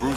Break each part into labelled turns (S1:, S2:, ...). S1: News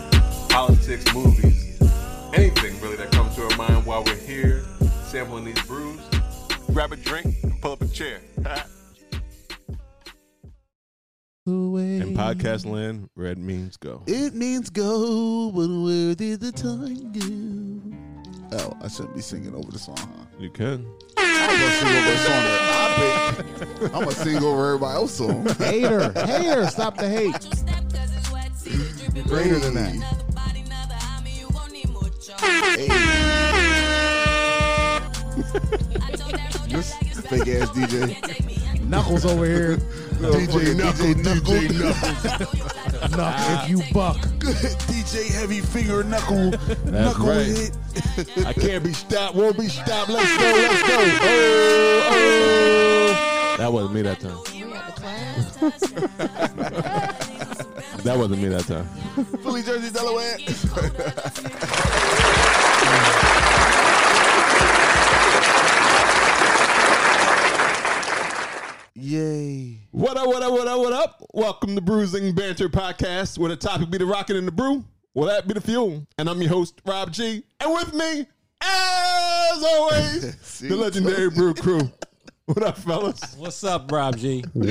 S1: politics, movies, anything really that comes to our mind while we're here sampling these brews. Grab a drink and pull up a chair.
S2: In podcast land, red means go.
S3: It means go, but where did the time go? Oh, I shouldn't be singing over the song, huh?
S2: You can.
S3: I'm gonna sing over the song that I picked. I'm gonna sing over everybody else's song.
S4: Hater, hater, stop the hate.
S3: Greater than that. This fake ass DJ.
S4: Knuckles over here.
S3: DJ Knuckles. DJ Oh, Knuckles.
S4: Knuck if you buck.
S3: DJ Heavy Finger Knuckle.
S2: That's
S3: knuckle
S2: right.
S3: hit.
S2: I can't be stopped. Won't be stopped. Let's go. Let's go. Oh, oh. That wasn't me that time. That wasn't me that time.
S3: Philly, Jersey, Delaware. Yay.
S2: What up? What up? What up? What up? Welcome to Bruising Banter Podcast, where the topic be the rocket and the brew. Well, that be the fuel. And I'm your host, Rob G. And with me, as always,
S3: See?
S2: the legendary brew crew. What up, fellas?
S5: What's up, Rob G?
S4: What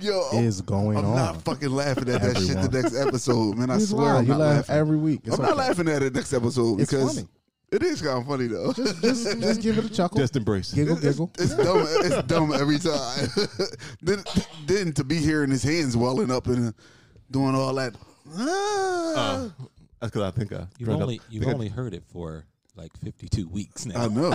S3: Yo, I'm-
S4: is going
S3: I'm
S4: on?
S3: not fucking laughing at that shit the
S4: Everyone.
S3: next episode, man. I
S4: He's
S3: swear
S4: lying.
S3: I'm
S4: You
S3: not
S4: laugh
S3: laughing.
S4: every week. It's
S3: I'm not
S4: okay.
S3: laughing at it next episode
S4: It's
S3: because
S4: funny.
S3: it is kind of funny though.
S4: Just, just give it a chuckle.
S2: Just embrace.
S4: giggle, giggle.
S3: It's dumb. It's dumb every time. then, then to be hearing his hands welling up and doing all that. Ah.
S2: That's because I think I
S5: You've
S2: drank a-
S5: only you've
S2: think I-
S5: only heard it for like fifty two weeks now.
S3: I know.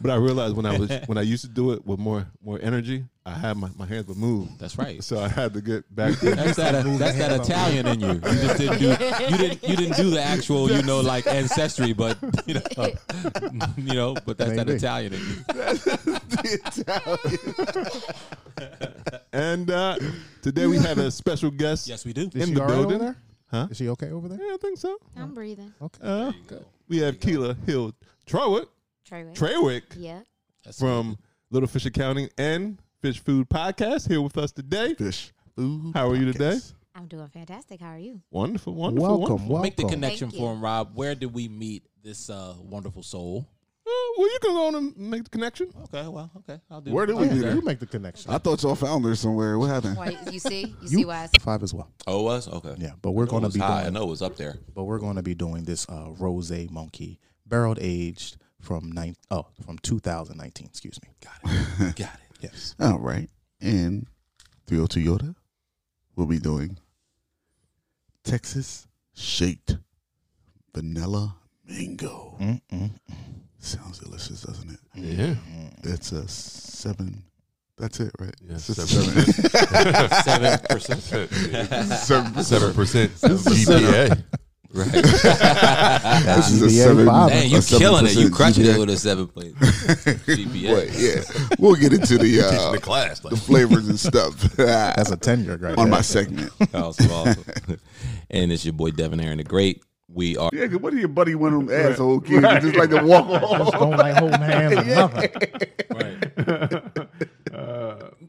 S2: But I realized when I was when I used to do it with more more energy, I had my, my hands would move.
S5: That's right.
S2: So I had to get back to
S5: That's that uh, that's that Italian in you. You just didn't do you didn't you didn't do the actual you know like ancestry, but you know, you know but that's that
S4: Maybe.
S5: Italian in you.
S3: The
S2: And uh, today we have a special guest.
S5: Yes, we do.
S4: Is
S2: In
S4: she
S2: the
S4: all right
S2: building?
S4: over there?
S2: Huh?
S4: Is she okay over there?
S2: Yeah, I think so.
S6: I'm breathing.
S1: Oh.
S2: Uh, we have Keela Hill Trowick,
S6: Try it.
S2: Trawick
S6: yeah.
S5: That's
S2: from Little Fisher County and Fish Food Podcast here with us today.
S3: Fish. Ooh,
S2: How are you today?
S6: I'm doing fantastic. How are you?
S2: Wonderful, wonderful,
S4: Welcome,
S2: wonderful.
S4: welcome.
S5: Make the connection
S6: Thank
S5: for
S6: you.
S5: him, Rob. Where did we meet this uh, wonderful soul?
S2: Oh, well, you can go on and make the connection.
S5: Okay, well, okay, I'll do.
S3: Where
S5: it.
S3: did we
S4: Yeah,
S3: do
S4: you
S3: that?
S4: make the connection.
S3: I thought y'all found her somewhere. What happened?
S6: Why, you see? You,
S4: You
S6: see why it's
S4: five as well.
S5: Oh, it was okay.
S4: Yeah, but we're
S5: I know it
S4: going to
S5: was
S4: be
S5: high. I
S4: doing,
S5: know it was up there.
S4: but we're going to be doing this uh, rose monkey barreled aged from nine oh from 2019. Excuse me.
S5: Got it. Got it.
S4: Yes.
S3: All right. And 302 Yoda will be doing Texas shaped vanilla mango.
S4: Mm-mm.
S3: Sounds delicious, doesn't it?
S2: Yeah.
S3: It's a seven. That's it, right?
S2: Yes,
S3: It's a
S2: seven.
S5: Seven percent.
S3: seven.
S2: Seven percent
S3: This is a
S4: GBA
S3: seven.
S4: five.
S3: a
S4: Dang,
S5: Dang, you killing it. You
S3: 7%
S5: crushing
S3: GPA.
S5: it with a seven plate. GPA.
S3: Wait, yeah, we'll get into the uh, the,
S5: class. Like.
S3: flavors and stuff
S4: That's a ten year right
S3: on my
S4: there.
S3: segment.
S5: and it's your boy Devin Aaron the Great. We are.
S3: Yeah, cause what do your buddy want them asshole kids that just like to walk off?
S4: Don't like holding hands or nothing.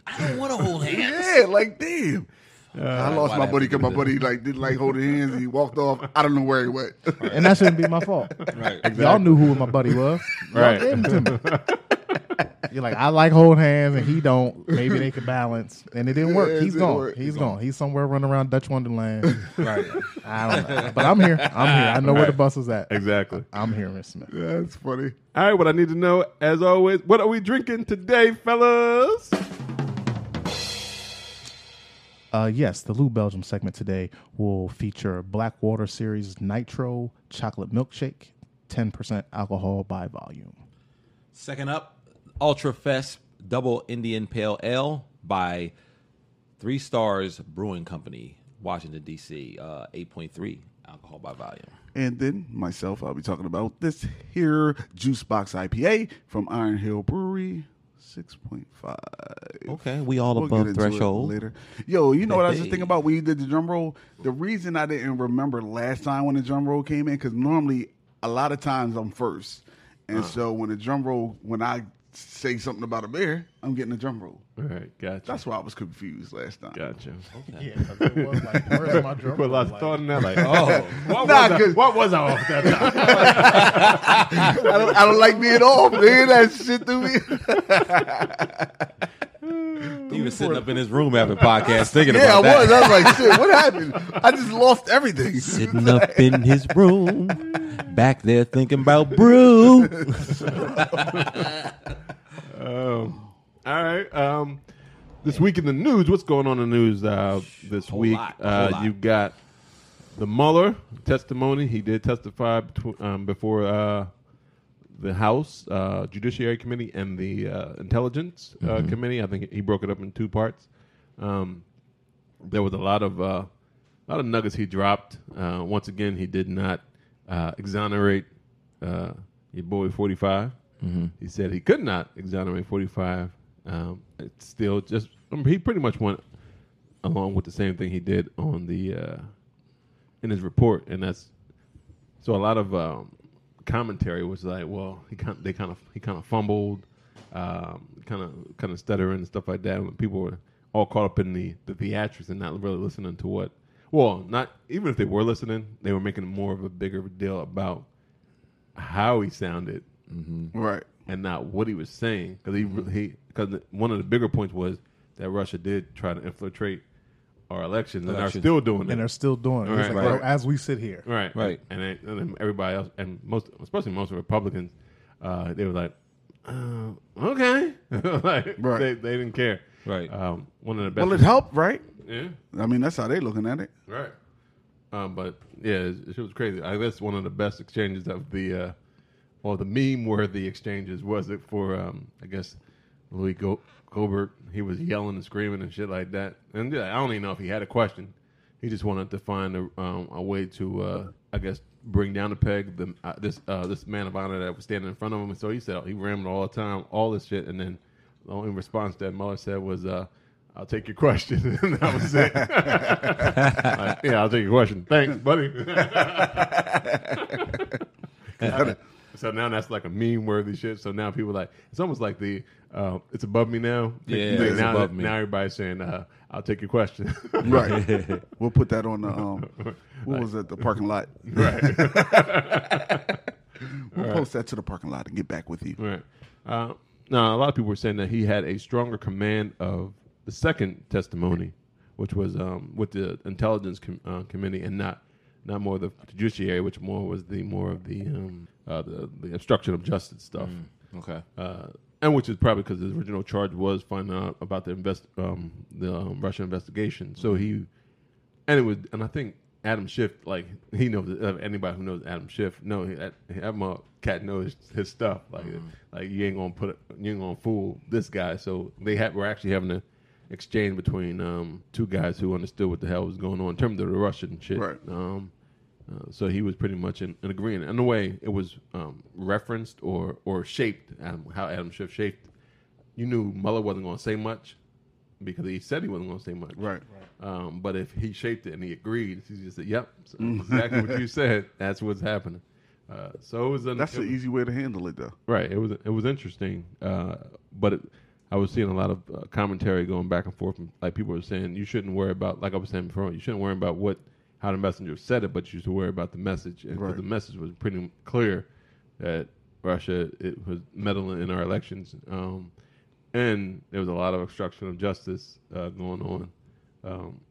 S5: I don't want to hold hands.
S3: Yeah, like damn. I lost
S5: why
S3: my
S5: that
S3: buddy because
S5: happened
S3: my buddy like didn't like holding hands. And he walked off. I don't know where he went.
S4: and that shouldn't be my fault.
S5: Right.
S4: Y'all knew who my buddy was. Y'all
S2: Right.
S4: gave him to me. You're like, I like holding hands, and he don't. Maybe they could balance, and it didn't work.
S3: Yeah, it
S4: He's
S3: didn't
S4: gone.
S3: work.
S4: He's gone. He's somewhere running around Dutch Wonderland. Right. I don't know, but I'm here. I'm here. I know where the bus is at.
S2: Exactly.
S4: I'm here, Miss Smith.
S3: That's funny.
S2: All right, what I need to know, as always, what are we drinking today, fellas?
S4: Uh, yes, the Lou Belgium segment today will feature Blackwater Series Nitro Chocolate Milkshake, 10% alcohol by volume.
S7: Second up, Ultra Fest Double Indian Pale Ale by Three Stars Brewing Company, Washington D.C. Uh, Eight point three alcohol alcohol by volume.
S3: And then myself, I'll be talking about this here Juice Box IPA from Iron Hill Brewery, 6.5.
S7: Okay, we all
S3: We'll get
S7: above
S3: into it
S7: threshold.
S3: later. Yo, you know what I was just thinking about when you did the drum roll? The reason I didn't remember last time when the drum roll came in, because normally a lot of times I'm first.
S1: Uh.
S3: And so when the drum roll, when I say something about a beer, I'm getting a drum roll.
S1: All right, gotcha.
S3: That's why I was confused last time.
S1: gotcha.
S4: Yeah, 'cause it was like, where's my drum?
S1: Put a
S4: roll?
S1: lot of
S4: Like,
S1: thought in that. Like, oh, what,
S3: Nah,
S1: was I,
S3: 'cause-
S1: what was I off that time?
S3: I don't, I don't like being off. They hear that shit to me.
S5: He was sitting up in his room having podcast thinking
S3: yeah, I
S5: about that.
S3: was. I was like, shit, what happened? I just lost everything.
S5: Sitting up in his room, back there thinking about brew.
S1: Um, all right. Um, this week in the news, what's going on in the news uh, this week?
S7: lot, whole
S1: uh,
S7: lot.
S1: you got the Mueller testimony. He did testify betw- um, before uh, the House uh, Judiciary Committee and the uh, Intelligence uh,
S5: Mm-hmm.
S1: Committee. I think he broke it up in two parts. Um, there was a lot of uh, a lot of nuggets he dropped. Uh, once again, he did not uh, exonerate uh, your boy 45. He said he could not exonerate 45. Um, it's still just I mean, he pretty much went along with the same thing he did on the uh, in his report, and that's so a lot of um, commentary was like, well, he kind they kind of he kind of fumbled, um, kind of kind of stuttering and stuff like that. And people were all caught up in the the theatrics and not really listening to what. Well, not even if they were listening, they were making more of a bigger deal about how he sounded
S3: Right.
S1: and not what he was saying because he re- he because one of the bigger points was that Russia did try to infiltrate our elections, and are
S5: Elections.
S1: still doing
S4: and
S1: it.
S4: they're still doing it. It's
S1: Right,
S4: like, well,
S1: right.
S4: As we sit here,
S1: Right,
S5: Right.
S1: and, then- and then everybody else, and most, especially most Republicans, uh, they were like, uh, "Okay," like
S3: Right.
S1: they, they didn't care.
S5: Right.
S1: Um, one of the best.
S3: Well, it helped, right?
S1: yeah.
S3: I mean, that's how they looking at it.
S1: Right. Um, but yeah, it, it was crazy. I guess one of the best exchanges of the, uh, or the meme-worthy exchanges was it for, um, I guess, Louis Go- Gobert. He was yelling and screaming and shit like that. And yeah, I don't even know if he had a question. He just wanted to find a, um, a way to, uh, I guess, bring down the peg the, uh, this uh, this man of honor that was standing in front of him. And so he said he rammed all the time, all this shit, and then the only response that Mueller said was, uh, "I'll take your question," and that was it. Like, yeah, I'll take your question. Thanks, buddy. so now that's like a meme worthy shit. So now people like it's almost like the uh, it's above me now.
S5: Yeah,
S1: Like,
S5: it's
S1: now,
S5: above me.
S1: now everybody's saying uh, I'll take your question.
S3: Right. we'll put that on the um what was it, the parking lot.
S1: right.
S3: We'll post that to the parking lot and get back with you.
S1: Right. Uh, now, a lot of people were saying that he had a stronger command of the second testimony, which was um, with the intelligence com- uh, committee, and not not more the judiciary, which more was the more of the um, uh, the, the obstruction of justice stuff.
S5: Mm. Okay.
S1: Uh, and which is probably because his original charge was finding out about the invest um, the um, Russian investigation. So he, and it was, and I think Adam Schiff, like he knows uh, anybody who knows Adam Schiff, know he- that that mug- cat knows his stuff. Like, like you ain't gonna put it- you ain't gonna fool this guy. So they had were actually having an exchange between um, two guys who understood what the hell was going on in terms of the Russian shit.
S3: Right.
S1: Um, uh, so he was pretty much in, in agreement. In a way, it was um, referenced or or shaped Adam, how Adam Schiff shaped. You knew Mueller wasn't going to say much because he said he wasn't going to say much.
S3: Right.
S1: Um, but if he shaped it and he agreed, he just said, "Yep, so
S3: Mm.
S1: exactly what you said. That's what's happening." Uh, so it was an,
S3: That's the
S1: it was-
S3: easy way to handle it though.
S1: right. It was it was interesting, uh, but it, I was seeing a lot of uh, commentary going back and forth. From, like people were saying, you shouldn't worry about like I was saying before, you shouldn't worry about what how the messenger said it, but you should worry about the message. And 'cause
S3: Right.
S1: the message was pretty clear that Russia it was meddling in our elections, um, and there was a lot of obstruction of justice uh, going on. Um,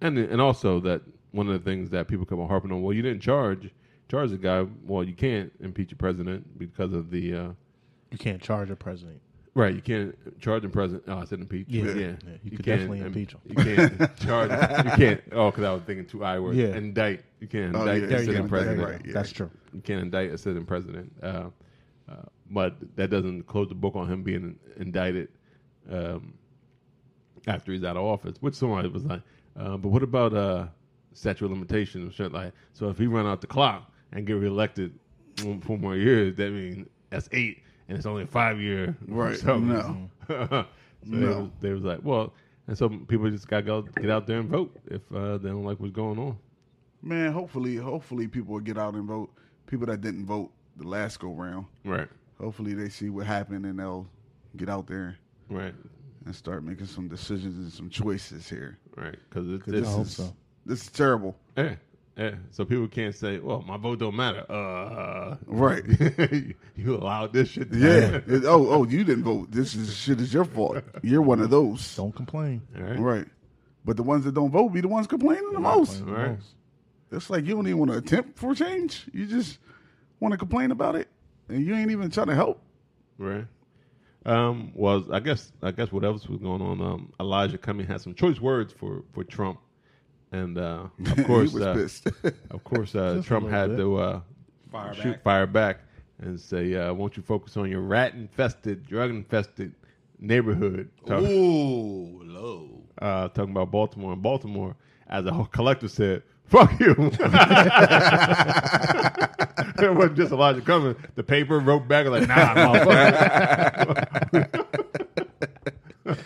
S1: and and also that one of the things that people come on harping on, well, you didn't charge charge the guy. Well, you can't impeach a president because of the uh,
S4: you can't charge a president.
S1: right. You can't charge a president. Oh, I said impeach.
S4: Yeah.
S1: yeah.
S4: Yeah, you could
S1: can't
S4: definitely
S1: im-
S4: impeach him.
S1: You can't charge. You can't. Oh, because I was thinking two I words.
S4: Yeah.
S1: Indict. You can't
S3: Oh,
S1: indict
S3: yeah,
S1: a
S3: you
S1: sitting
S3: can't
S1: president.
S3: indict, right. Yeah.
S4: That's true.
S1: You can't indict a sitting president. Uh, uh, but that doesn't close the book on him being indicted. Um, after he's out of office, which somebody was like, uh, but what about uh, statute of limitations and shit like. So if he run out the clock and get reelected one- four more years, that means that's eight, and it's only a five year.
S3: Right.
S1: So,
S3: No.
S1: so they, was, they was like, well, and so people just got to go get out there and vote if uh, they don't like what's going on.
S3: Man, hopefully, hopefully people will get out and vote. People that didn't vote the last go round,
S1: Right.
S3: hopefully they see what happened and they'll get out there
S1: Right.
S3: and start making some decisions and some choices here.
S1: Right. Because it,
S3: This
S1: this
S3: is
S1: is
S3: this is terrible.
S1: Yeah, yeah. Eh, So people can't say, "Well, my vote don't matter." Uh,
S3: Right.
S1: you allowed this shit. To
S3: Yeah.
S1: happen.
S3: It- oh, oh, you didn't vote. This is shit is your fault. You're one of those.
S4: Don't complain.
S1: All right.
S3: Right. But the ones that don't vote be the ones complaining the most.
S1: All right.
S3: It's like you don't even want to attempt for change. You just want to complain about it, and you ain't even trying to help.
S1: Right. Um, well, I guess I guess what else was going on? Um, Elijah Cummings had some choice words for for Trump, and uh, of course,
S3: he was
S1: uh,
S3: pissed.
S1: of course, uh,
S4: Just a
S1: Trump
S4: little
S1: had
S4: bit.
S1: to uh, fire shoot
S8: back.
S1: fire back and say, uh, "Won't you focus on your rat infested, drug infested neighborhood?" Talk-
S5: Ooh, low.
S1: uh, talking about Baltimore and Baltimore as a whole collective said, "Fuck you." it wasn't just Elijah Cummings. The paper wrote back like, "Nah, motherfucker."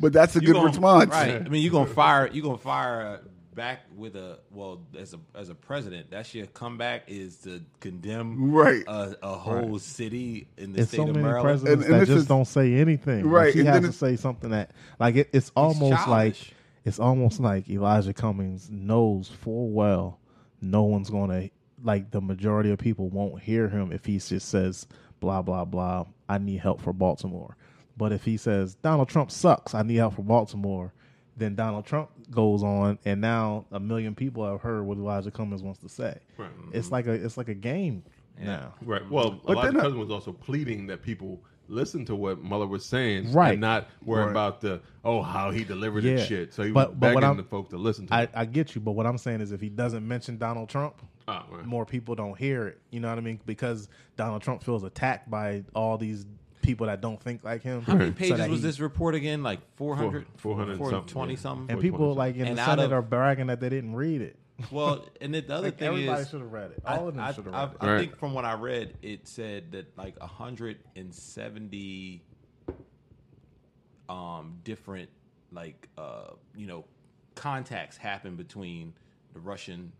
S3: but that's a
S5: You
S3: good
S5: gonna-
S3: response.
S5: Right. I mean, you're gonna fire. You're gonna fire back with a well as a as a president. That's your comeback is to condemn
S3: Right.
S5: a, a whole city in the
S4: It's
S5: state
S4: so
S5: of
S4: many
S5: Maryland.
S4: presidents
S3: And- and
S4: that
S3: this
S4: just
S3: is-
S4: don't say anything.
S3: Right,
S4: Like she
S3: and
S4: has
S3: then
S4: to
S3: it's-
S4: say something that, like, it, it's almost like
S5: childish.
S4: it's almost like Elijah Cummings knows full well no one's gonna like the majority of people won't hear him if he just says blah blah blah. I need help for Baltimore. But if he says Donald Trump sucks, I need help for Baltimore. Then Donald Trump goes on, and now a million people have heard what Elijah Cummings wants to say.
S1: Right.
S4: It's like a it's like a game now.
S1: right. Well,
S3: But
S1: Elijah
S3: then, uh,
S1: Cummings was also pleading that people listen to what Mueller was saying,
S4: Right.
S1: and not worry
S3: Right.
S1: about the oh how he delivered
S4: Yeah.
S1: and shit. So he was
S4: But- but
S1: begging
S4: what I'm-
S1: the folk to listen to.
S4: I,
S1: him.
S4: I get you, but what I'm saying is if he doesn't mention Donald Trump,
S1: Ah, right.
S4: more people don't hear it. You know what I mean? Because Donald Trump feels attacked by all these people that don't think like him.
S5: How many
S4: So
S5: pages
S4: that
S5: was
S4: he-
S5: this report again? Like 400,
S1: Four- 400 something,
S5: 420
S1: yeah.
S5: something.
S4: And people like in
S5: And
S4: the
S5: out
S4: Senate
S5: of-
S4: are bragging that they didn't read it.
S5: well, and then the other
S4: Like,
S5: thing
S4: everybody
S5: is,
S4: should have read it.
S5: I,
S4: All of them
S5: I-
S4: should have
S5: I-
S4: read it.
S5: I
S1: Right.
S5: think from what I read, it said that like 170 um, different like uh, you know contacts happened between the Russian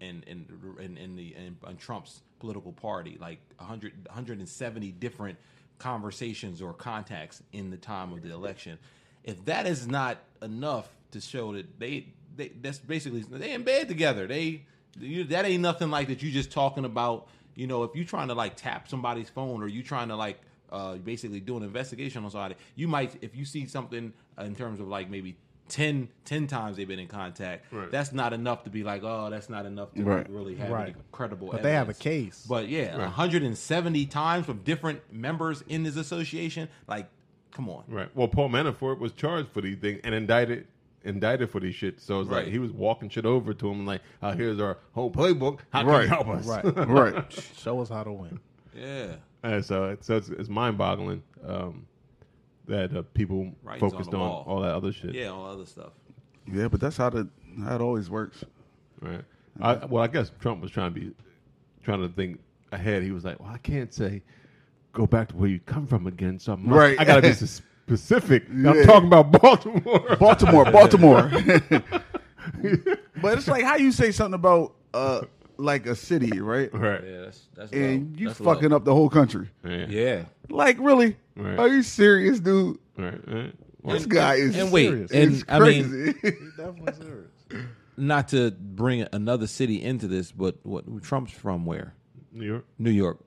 S5: and and and, and the and, and Trump's political party. Like 100, 170 different conversations or contacts in the time of the election. If that is not enough to show that they they that's basically they in bed together. They you, that ain't nothing like that. You just talking about you know if you trying to like tap somebody's phone or you trying to like uh, basically do an investigation on somebody, you might if you see something in terms of like maybe 10, 10 times they've been in contact.
S1: Right.
S5: That's not enough to be like, oh, that's not enough to
S3: Right.
S5: really have
S4: Right.
S5: any credible.
S4: But they have a
S5: evidence.
S4: case.
S5: But yeah,
S1: Right.
S5: 170 times from different members in this association. Like, come on.
S1: Right. Well, Paul Manafort was charged for these things and indicted indicted for these shit. So it's
S5: Right.
S1: like he was walking shit over to him like, uh, here's our whole playbook. How can
S3: Right.
S1: you help us?
S4: Right.
S3: Right.
S4: Show us how to win.
S5: Yeah.
S1: And Uh, so it's, so it's, it's mind boggling um, that uh, people
S5: Writing's on
S1: focused
S5: the
S1: on,
S5: wall.
S1: all that other shit.
S5: Yeah, all other stuff.
S3: Yeah, but that's how the how it always works.
S1: Right. I, well, I guess Trump was trying to be trying to think ahead. He was like, well, I can't say go back to where you come from again. So I'm
S3: Right.
S1: I got to be s- specific.
S3: Yeah.
S1: I'm talking about Baltimore.
S3: Baltimore, Baltimore. but it's like how you say something about uh like a city, right?
S1: right.
S5: Yeah, that's that's
S3: And you fucking up the whole country.
S1: Yeah.
S5: Yeah.
S3: Like really?
S1: Right.
S3: Are you serious, dude?
S1: Right. right. Well,
S3: This guy is
S5: And wait,
S4: Serious.
S5: and
S3: is
S5: I mean,
S3: crazy.
S4: Definitely serious.
S5: not to bring another city into this, but what Trump's from where?
S1: New York.
S5: New York.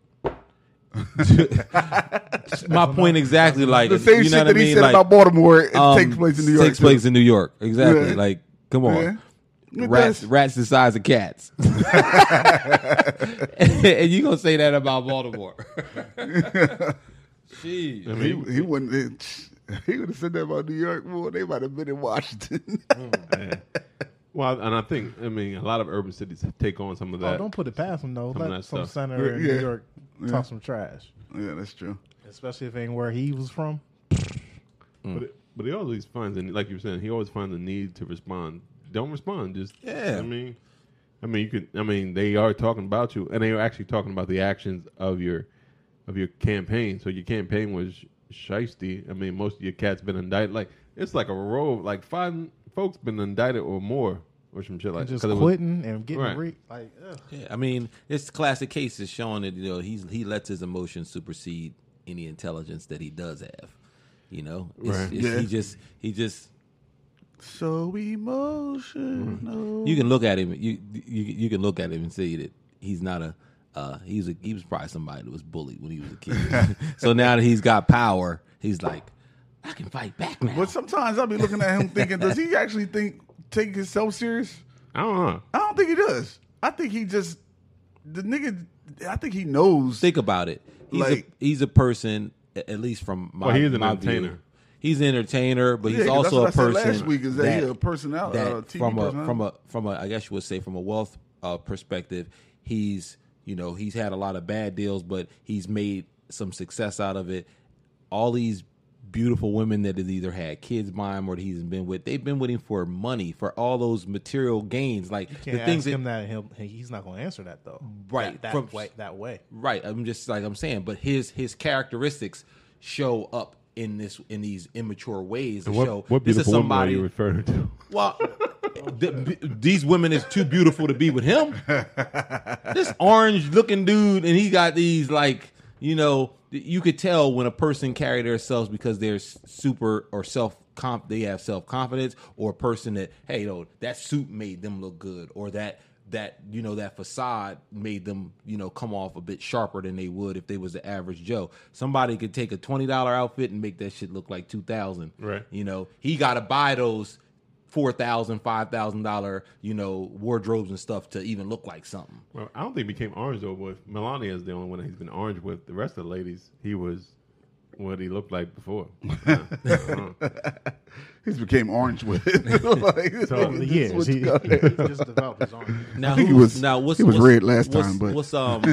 S5: My point exactly, like
S3: the same
S5: you
S3: shit
S5: know what
S3: that
S5: I mean?
S3: he said
S5: like,
S3: about Baltimore it
S5: um,
S3: takes place in New York.
S5: Takes place
S3: too.
S5: in New York, exactly.
S3: Yeah.
S5: Like, come on,
S3: Yeah. It
S5: rats,
S3: does.
S5: rats the size of cats, and you gonna say that about Baltimore? Jeez,
S1: I mean,
S3: He, he wouldn't. it- He would have said that about New York. Well, they might have been in Washington.
S5: Mm.
S1: Well, and I think I mean a lot of urban cities take on some of
S4: Oh,
S1: that.
S4: don't put it past him though.
S1: Some of that
S4: Let some
S1: stuff.
S4: senator in
S3: Yeah.
S4: New York talk some trash,
S3: yeah, that's true.
S4: especially if it ain't where he was from.
S5: Mm.
S1: but, it, but he always finds, a, like you were saying, he always finds a need to respond just don't respond. Just
S9: Yeah.
S1: I mean, I mean, you could. I mean, they are talking about you, and they are actually talking about the actions of your of your campaign. So your campaign was shisty. I mean, most of your cats been indicted. Like it's like a row. of, Like five folks been indicted or more or some shit like
S4: Just
S1: 'cause it was-
S4: quitting and getting
S1: Right.
S4: re- like ugh.
S5: Yeah, I mean, this classic case is showing that you know he's he lets his emotions supersede any intelligence that he does have. You know, It's-
S1: Right.
S5: it's- he
S3: Yeah.
S5: just he just
S3: So emotional.
S5: you can look at him you you you can look at him and see that he's not a uh, he was a, he was probably somebody that was bullied when he was a kid. so now that he's got power, he's like, I can fight back now.
S3: But sometimes I'll be looking at him thinking, does he actually think take himself serious?
S1: I don't know.
S3: I don't think he does. I think he just the nigga. I think he knows.
S5: Think about it. He's
S3: Like-
S5: a, he's a person, a- at least from my
S1: Well, he is an
S5: my
S1: entertainer.
S5: View. He's an entertainer, but
S3: Yeah,
S5: he's
S3: 'cause that's
S5: also
S3: what
S5: a
S3: I said
S5: person.
S3: last week is that he a personality-
S5: that
S3: uh, TV
S5: from a
S3: personality.
S5: from a from a I guess you would say from a wealth uh, perspective, he's you know he's had a lot of bad deals, but he's made some success out of it. All these beautiful women that has either had kids by him or that he's been with, they've been with him for money for all those material gains, like
S4: Can't
S5: the
S4: ask
S5: things that
S4: him that he'll, he- he's not going to answer that though.
S5: Right,
S4: That, that
S5: from-
S4: way. That way.
S5: Right. I'm just like I'm saying, but his his characteristics show up in this in these immature ways.
S1: And
S5: to
S1: what,
S5: show
S1: what
S5: this is
S1: beautiful woman are
S5: somebody.
S1: you referring to?
S5: well, th- these women is too beautiful to be with him. this orange looking dude, and he got these like you know you could tell when a person carry themselves because they're s- super or self comp they have self confidence or a person that hey you know that suit made them look good or that that you know that facade made them you know come off a bit sharper than they would if they was the average joe somebody could take a $20 outfit and make that shit look like 2000
S1: Right.
S5: you know he got to buy those four thousand, five thousand dollar, you know, wardrobes and stuff to even look like something.
S1: Well, I don't think he became orange though. With Melania is the only one that he's been orange with. The rest of the ladies, he was what he looked like before.
S3: He's became orange with it. like,
S1: So-
S4: The
S3: this
S4: years
S3: was-
S4: he, he just developed his own.
S5: Now,
S3: think he
S5: who's-
S3: was-
S5: now what's,
S3: he was
S5: what's-
S3: red last
S5: what's-
S3: time, but-
S5: what's um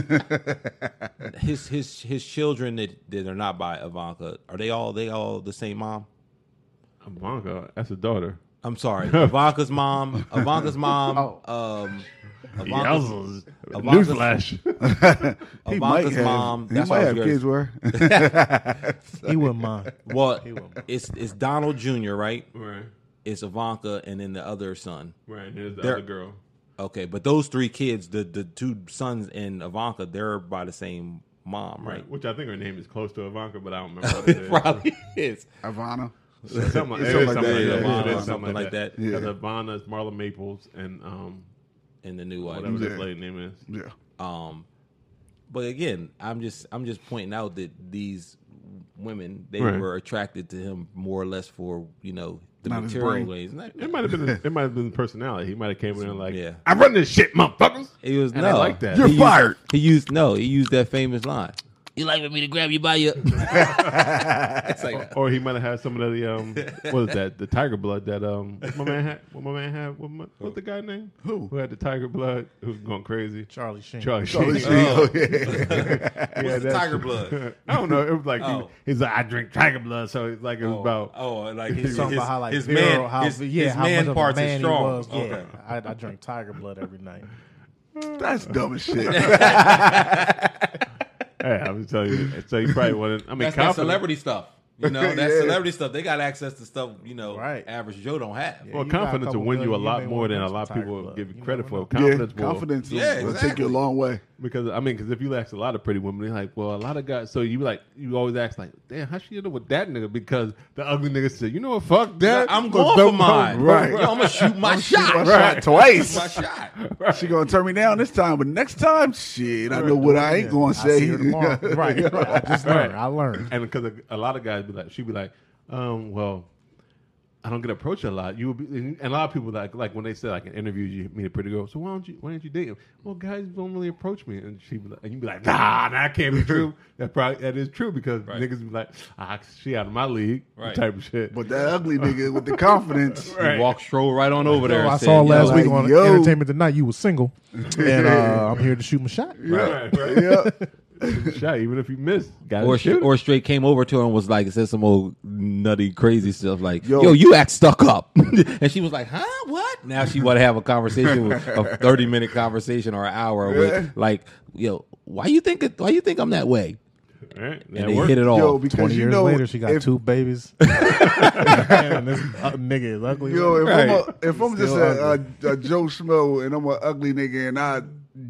S5: his his his children that that are not by Ivanka are they all they all the same mom?
S1: Ivanka, that's a daughter.
S5: I'm sorry, Ivanka's mom, Ivanka's mom, um, Ivanka's, Ivanka's-
S1: Newsflash.
S3: he might
S5: Ivanka's
S3: have,
S5: mom.
S3: he
S5: that's
S3: might
S5: what I
S3: have
S5: was
S3: kids
S5: gonna-
S3: with her.
S4: He wouldn't mind.
S5: Well, it's it's Donald Jr. Right?
S1: right,
S5: It's Ivanka and then the other son.
S1: right. And there's the
S5: There-
S1: other girl.
S5: Okay, but those three kids, the the two sons and Ivanka, they're by the same mom,
S1: Right.
S5: right?
S1: Which I think her name is close to Ivanka, but I don't remember. What it is.
S5: Probably is.
S3: Ivana.
S1: Something like,
S3: It's
S1: it
S3: something
S1: is
S3: like
S1: something
S3: that, yeah,
S1: like
S3: yeah.
S1: that. It is
S5: Something like that.
S1: Because
S3: Yeah.
S1: Ivana's Marla Maples and um,
S5: And the new wife.
S1: whatever
S3: Yeah.
S1: this lady name is.
S3: Yeah.
S5: Um, but again, I'm just I'm just pointing out that these women they
S1: Right.
S5: were attracted to him more or less for you know the
S3: Not his
S5: material
S3: brain.
S5: ways. Not-
S1: It might have been. It might have been personality. He might have came in there like,
S5: Yeah.
S1: "I run this shit, motherfuckers."
S5: He was
S1: And
S5: no
S1: I like that.
S5: He
S3: You're
S5: used-
S3: fired.
S5: He used no. He used that famous line. You like for me to grab you by your?
S1: Or he might have had some of the um, what is that? The tiger blood that um, what my man had. What my man had. What, my, what the guy name? Who? Who had the tiger blood? Who was going crazy?
S4: Charlie Sheen.
S1: Charlie.
S3: Charlie
S1: Sheen.
S3: Sheen. Oh, yeah.
S1: He had that
S5: tiger
S1: shit.
S5: blood?
S1: I don't know. It was like he-
S5: Oh.
S1: he's like I drink tiger blood, so it's like it was about.
S5: oh, like his,
S4: Talking
S5: his-
S4: about how like
S5: his
S4: Vero,
S5: man,
S4: how,
S5: his,
S4: yeah,
S5: his
S4: how
S5: man
S4: much of a
S5: parts
S4: man
S5: is
S4: he
S5: strong.
S4: was. Yeah,
S5: Okay.
S4: I, I drink tiger blood every night.
S3: That's dumb as shit.
S1: Hey, I'm telling you. So you probably wouldn't. I mean,
S5: that's that
S1: confidence-
S5: celebrity stuff. You know, that's
S3: Yeah.
S5: celebrity stuff. They got access to stuff, you know,
S4: Right.
S5: average Joe don't have.
S1: Well,
S4: You got a
S1: confidence will
S4: couple
S1: win you a
S4: million, you
S1: lot
S4: may
S1: more
S4: wanna
S1: than a
S4: drink
S1: lot of
S4: some Tiger
S1: people
S4: Blood.
S1: give you
S4: You
S1: credit
S4: never
S1: for.
S4: know.
S1: Confidence will.
S3: confidence will,
S5: Yeah,
S3: will take
S5: exactly.
S3: you a long way.
S1: Because I mean, because if you ask a lot of pretty women, they're like, "Well, a lot of guys." So you like, you always ask like, "Damn, how she end up with that nigga?" Because the ugly nigga said, "You know what? Fuck that.
S5: I'm
S1: gonna
S5: going
S1: throw
S5: for mine.
S1: Right.
S5: Yo, I'm gonna shoot my shot.
S3: I shot twice.
S5: My shot.
S3: She gonna turn me down this time, but next time, shit, I know what I ain't gonna
S4: I see
S3: say.
S4: her tomorrow. right. I just learned. I learned.
S1: And because a, a lot of guys be like, she'd be like, um, "Well, I don't get approached a lot." You would be, and a lot of people like, like when they say like in interviews, you meet a pretty girl. So why don't you, why don't you date him? Well, guys don't really approach me, and she be like, and you be like, "Nah, that can't be true." That probably that is true because niggas be like, "Ah, she out of my league,"
S5: Right.
S1: type of shit.
S3: But that ugly nigga with the confidence.
S1: Right.
S5: He walked stroll right on over
S4: So
S5: there. and
S4: I
S5: said,
S4: saw last
S5: "Yo,
S4: week
S3: like,
S4: on
S3: yo.
S4: Entertainment Tonight you was single, and uh, I'm here to shoot my shot.
S1: Right, right.
S3: Yeah.
S1: Shoot a shot, even if you miss. Got
S5: Or,
S1: to
S5: sh-
S1: shoot.
S5: or straight came over to her and was like, said some old nutty, crazy stuff like, yo,
S3: Yo.
S5: you act stuck up. and she was like, huh, what? Now she want to have a conversation, with, a 30 minute conversation or an hour with, like, yo, why you think, it, why you think I'm that way?
S1: it. All right, that
S5: And they
S1: worked.
S5: hit it off.
S3: Yo, because
S4: Oh, Twenty
S3: you
S4: years
S3: know,
S4: later, she got
S3: if,
S4: two babies. and this uh, nigga is ugly.
S3: Yo, if I'm
S5: Right.
S3: a, if I'm just a, a, a Joe Schmo and I'm an ugly nigga and I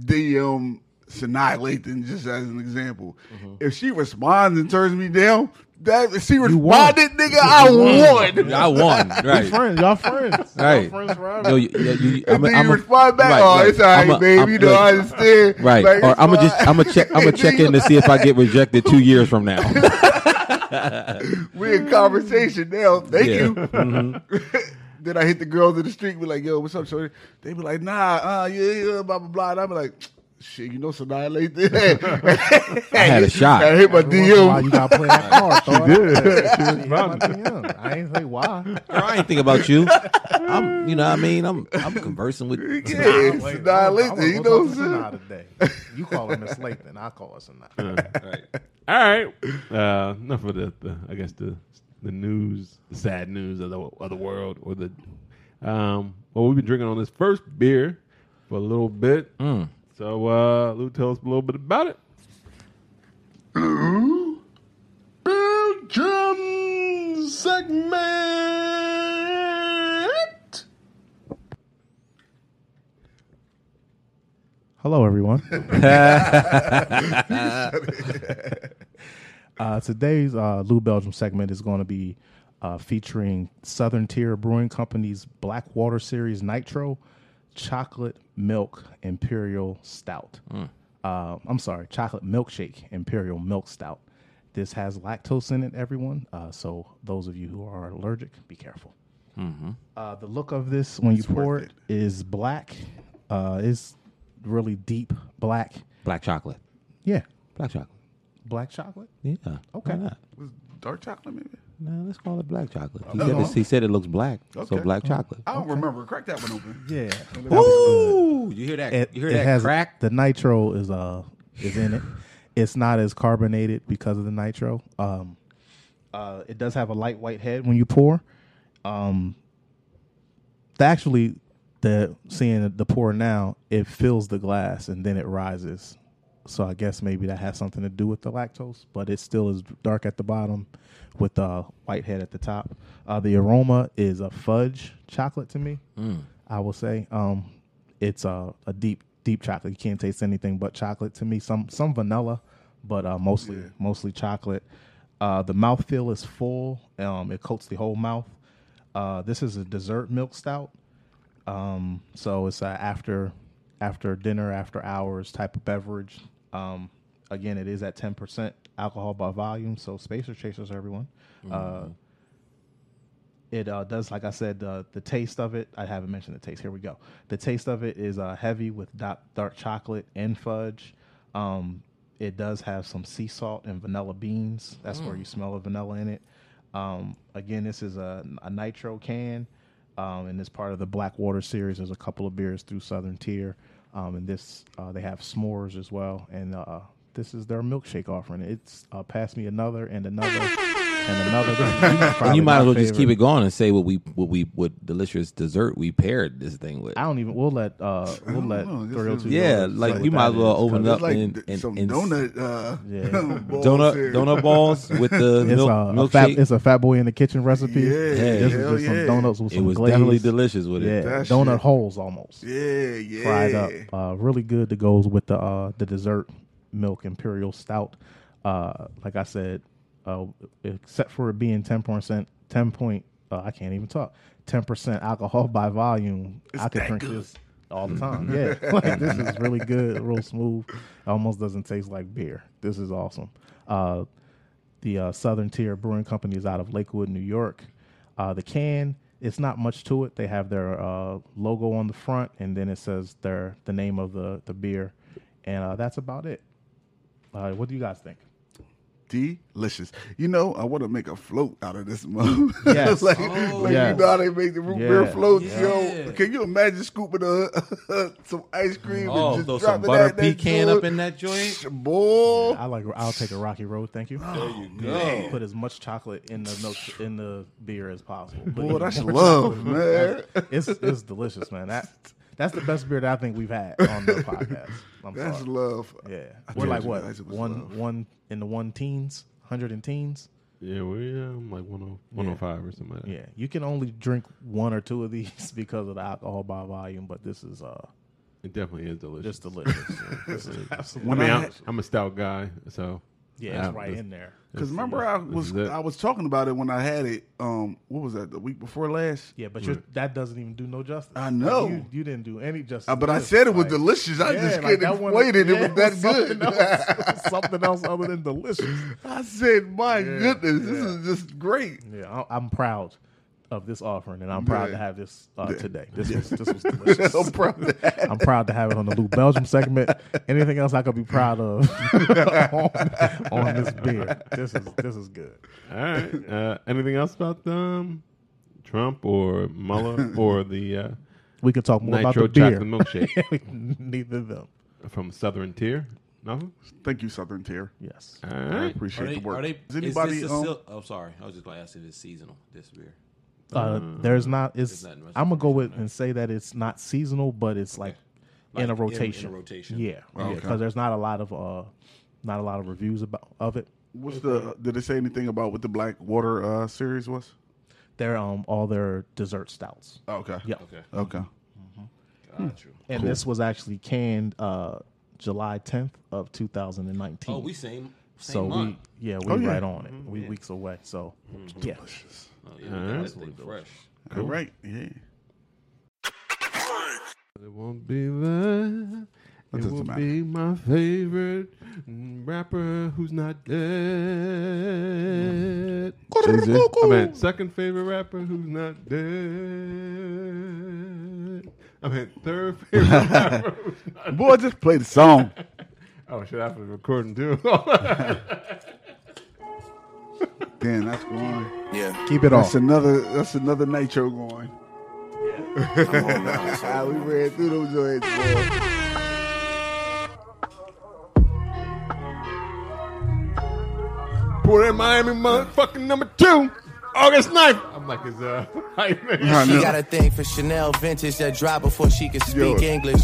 S3: DM Sinai Lathan just as an example,
S4: Mm-hmm.
S3: if she responds and turns me down, that if she
S4: won.
S3: responded, nigga, I won.
S5: I won. Right.
S4: friends, y'all friends,
S5: Right.
S4: y'all friends forever.
S5: Yo, you, yo, you,
S3: And then you respond back,
S5: right,
S3: oh,
S5: right.
S3: it's all right,
S5: I'm a-
S3: babe.
S5: I'm-
S3: you know, I
S5: look,
S3: understand.
S5: Right.
S3: Like,
S5: or
S3: it's
S5: I'm gonna just
S3: fine.
S5: I'm gonna check I'm gonna check in to see if I get rejected two years from now.
S3: We in conversation now. Thank
S5: Yeah. Mm-hmm.
S3: you. then I hit the girls in the street. Be like, yo, what's up, shorty? They be like, nah, uh, yeah, yeah, blah blah blah. And I be like, shit, you know, Sinai Lathan.
S5: I had a
S3: I
S5: shot.
S3: hit my
S4: Every once in a while,
S3: DM.
S4: you gotta play that card. Throw it out there.
S1: Yeah, she was
S4: How about
S1: fine.
S4: them? I ain't say why.
S5: Girl, I ain't think about you. I'm you know what I mean I'm I'm conversing with
S3: Yeah, it's
S4: Wait,
S3: Sinai
S4: I'm- oh, I'm
S3: Lathan.
S4: gonna
S3: You
S4: go
S3: know what
S4: talk to
S3: I'm
S4: Sinai today. You call her Miss Lathan. I call her Sinai.
S1: All right. Uh, enough of the, the I guess the the news, the sad news of the of the world, or the um. Well, we've been drinking on this first beer for a little bit.
S5: Mm.
S1: So, uh, Lou, tell us a little bit about it.
S2: Belgium segment.
S4: Hello, everyone. uh, today's uh, Lou Belgium segment is going to be uh, featuring Southern Tier Brewing Company's Blackwater Series Nitro Chocolate Milk Imperial Stout. Uh, I'm sorry, Chocolate Milkshake Imperial Milk Stout. This has lactose in it, everyone. Uh, so those of you who are allergic, be careful. Uh, the look of this when you pour it is black. Uh, it's really deep black.
S5: black chocolate.
S4: Yeah,
S5: Black chocolate.
S4: black chocolate.
S5: Yeah.
S4: Okay.
S5: Why not?
S3: Dark chocolate, maybe?
S5: No, let's call it black chocolate. He, said, it's- he said it looks black, so
S3: Uh-huh. Okay.
S5: black chocolate.
S3: I don't remember. Crack that one open.
S4: Yeah,
S5: Ooh, you hear that?
S4: it,
S5: you hear
S4: it
S5: that
S4: has
S5: crack?
S4: the nitro is uh is in it. It's not as carbonated because of the nitro. Um, uh, it does have a light white head when you pour. Um, the- actually, the seeing the pour now, it fills the glass and then it rises. So I guess maybe that has something to do with the lactose, but it still is dark at the bottom, with uh, white head at the top. Uh, the aroma is a fudge chocolate to me. I will say um, it's a, a deep deep chocolate. You can't taste anything but chocolate to me. Some some vanilla, but uh, mostly mostly chocolate. Uh, the mouthfeel is full. Um, it coats the whole mouth. Uh, this is a dessert milk stout. Um, so it's a after after dinner, after hours type of beverage. Um, again, it is at ten percent alcohol by volume, so spacer chasers everyone. Uh, it uh, does, like I said, uh, the taste of it. I haven't mentioned the taste. Here we go. The taste of it is uh, heavy with dark, dark chocolate and fudge. Um, it does have some sea salt and vanilla beans. That's where you smell the vanilla in it. Um, again, this is a, a nitro can, um, and it's part of the Blackwater series. There's a couple of beers through Southern Tier, um, and this uh, they have s'mores as well. And uh, this is their milkshake offering. It's uh, pass me another and another and another. This is
S5: And
S4: probably
S5: you might
S4: my
S5: as well just keep
S4: favorite.
S5: it going and say what we what we what delicious dessert we paired this thing with.
S4: I don't even. We'll let. Uh, we'll let
S3: know, this
S4: 302.
S3: is-
S5: Yeah,
S4: know
S5: like
S4: what
S5: we might
S4: that
S5: as well
S4: is,
S5: open it
S4: 'cause
S5: up
S3: It's like
S5: and,
S3: th-
S5: and,
S3: some
S5: and
S3: donut. Uh,
S4: Yeah.
S3: balls
S5: donut
S3: here.
S5: donut balls with the
S4: It's,
S5: milk,
S4: uh, a fat,
S5: milkshake.
S4: it's a fat boy in the kitchen recipe.
S3: Yeah,
S4: this
S3: hell
S4: was just
S3: yeah.
S4: some donuts with
S5: it
S4: some
S5: was
S4: glaze.
S5: definitely delicious with
S4: Yeah,
S5: it.
S3: That
S4: donut
S3: shit.
S4: holes almost
S3: Yeah, yeah.
S4: fried up. Uh, really good that goes with the uh, the dessert milk imperial stout. Uh, like I said, uh, except for it being ten percent, ten point. Uh, I can't even talk. Ten percent alcohol by volume. I could
S3: that
S4: drink
S3: good.
S4: this all the time. Yeah, like this is really good, real smooth. Almost doesn't taste like beer. This is awesome. Uh, the uh, Southern Tier Brewing Company is out of Lakewood, New York. Uh, the can, it's not much to it. They have their uh, logo on the front, and then it says their the name of the the beer, and uh, that's about it. Uh, what do you guys think?
S3: delicious. You know, I want to make a float out of this mug.
S4: Yes.
S3: like,
S4: Oh.
S3: like
S4: Yes.
S3: you know how they make the root beer
S4: Yeah.
S3: floats.
S5: Yeah.
S3: Yo, can you imagine scooping a, some ice cream
S5: Oh,
S3: and
S5: throw
S3: just
S5: some
S3: dropping
S5: butter
S3: that in that
S5: pecan
S3: joint?
S5: up in that joint?
S3: boy.
S4: I like. I'll take a rocky road. Thank you. There you go. Put as much chocolate in the milk, in the beer as possible. But
S3: Boy, that's
S4: more
S3: love,
S4: chocolate,
S3: man.
S4: It's it's delicious, man. That that's the best beer that I think we've had on the podcast. I'm
S3: That's
S4: sorry.
S3: love.
S4: Yeah,
S3: I
S4: we're
S3: told
S4: like
S3: you
S4: what
S3: guys it was
S4: one
S3: love.
S4: one in the one teens, hundred and teens.
S1: Yeah, we're um, like 10 105 or something like that.
S4: Yeah, you can only drink one or two of these because of the alcohol by volume, but this is uh
S1: It definitely is delicious.
S4: just delicious. this is absolutely
S1: I
S3: When
S1: mean,
S3: I
S1: I'm,
S3: had-
S1: I'm a stout guy, so
S4: yeah,
S1: I-
S4: it's right
S1: this-
S4: in there.
S3: Because
S1: this-
S3: remember, I
S1: this
S3: was
S1: is it.
S3: I was talking about it when I had it. Um, what was that? The week before last.
S4: Yeah, but you're, that doesn't even do no justice.
S3: I know.
S4: Like, you, you didn't do any justice.
S3: Uh, but
S4: to
S3: I
S4: this.
S3: said it was
S4: Like,
S3: delicious. I
S4: yeah,
S3: just couldn't
S4: like, that
S3: explain
S4: wasn't-
S3: it.
S4: yeah,
S3: It was that
S4: something
S3: good.
S4: else, something else other than delicious.
S3: I said, my goodness, this is just great.
S4: Yeah, I, I'm proud of this offering, and I'm proud
S3: Yeah.
S4: to have this uh, today. This was this was delicious.
S3: I'm proud of that.
S4: I'm proud to have it on the Lou Belgium segment. Anything else I could be proud of on, on this beer? This is this is good.
S1: All right. Uh, anything else about um, Trump or Mueller or the uh,
S4: We could talk more
S1: nitro
S4: about the beer.
S1: chocolate milkshake
S4: Neither of them.
S1: from Southern Tier? Nothing.
S3: Thank you, Southern Tier.
S4: Yes.
S1: All
S3: I
S1: right.
S3: appreciate
S5: Are they,
S3: the work.
S5: are they,
S3: is anybody?
S5: Is this a
S3: um,
S5: sil- oh, sorry. I was just going to ask if it's seasonal, this beer.
S4: Uh, there's not. It's.
S5: nothing much
S4: I'm gonna go with and say that it's not seasonal, but it's like,
S5: Like,
S4: in
S5: in-
S4: a
S5: in a
S4: rotation.
S5: rotation. Oh,
S4: Yeah. Because there's not a lot of uh, not a lot of reviews about of it.
S3: what's the? Did it say anything about what the Black Water uh, series was?
S4: They're um all their dessert stouts.
S3: Oh, okay.
S4: Yeah.
S5: Okay.
S3: Okay.
S5: Gotcha.
S4: And this was actually canned uh, July 10th of 2019.
S5: Oh, we same, same
S4: so
S5: month.
S4: we yeah we
S3: Oh, yeah.
S4: right on it. We weeks away. So yeah,
S5: Oh, yeah, we got this thing fresh.
S3: All right. Yeah.
S1: It won't be there. It
S3: doesn't
S1: will
S3: matter.
S1: be my favorite mm, rapper who's not dead. I mean, second favorite rapper who's not dead. I mean, third favorite rapper who's not
S3: Boy, just play the song.
S1: Oh, shit, I was recording too.
S3: Damn, that's going.
S4: keep it
S3: That's
S4: off.
S3: another. That's another nitro going. we ran through those joints. boy.
S1: Port in Miami, motherfucking number two, August 9th. I'm like, it's uh, hype man.
S3: I
S10: She
S3: know.
S10: got a thing for Chanel vintage that drop before she can
S3: Yo.
S10: speak English.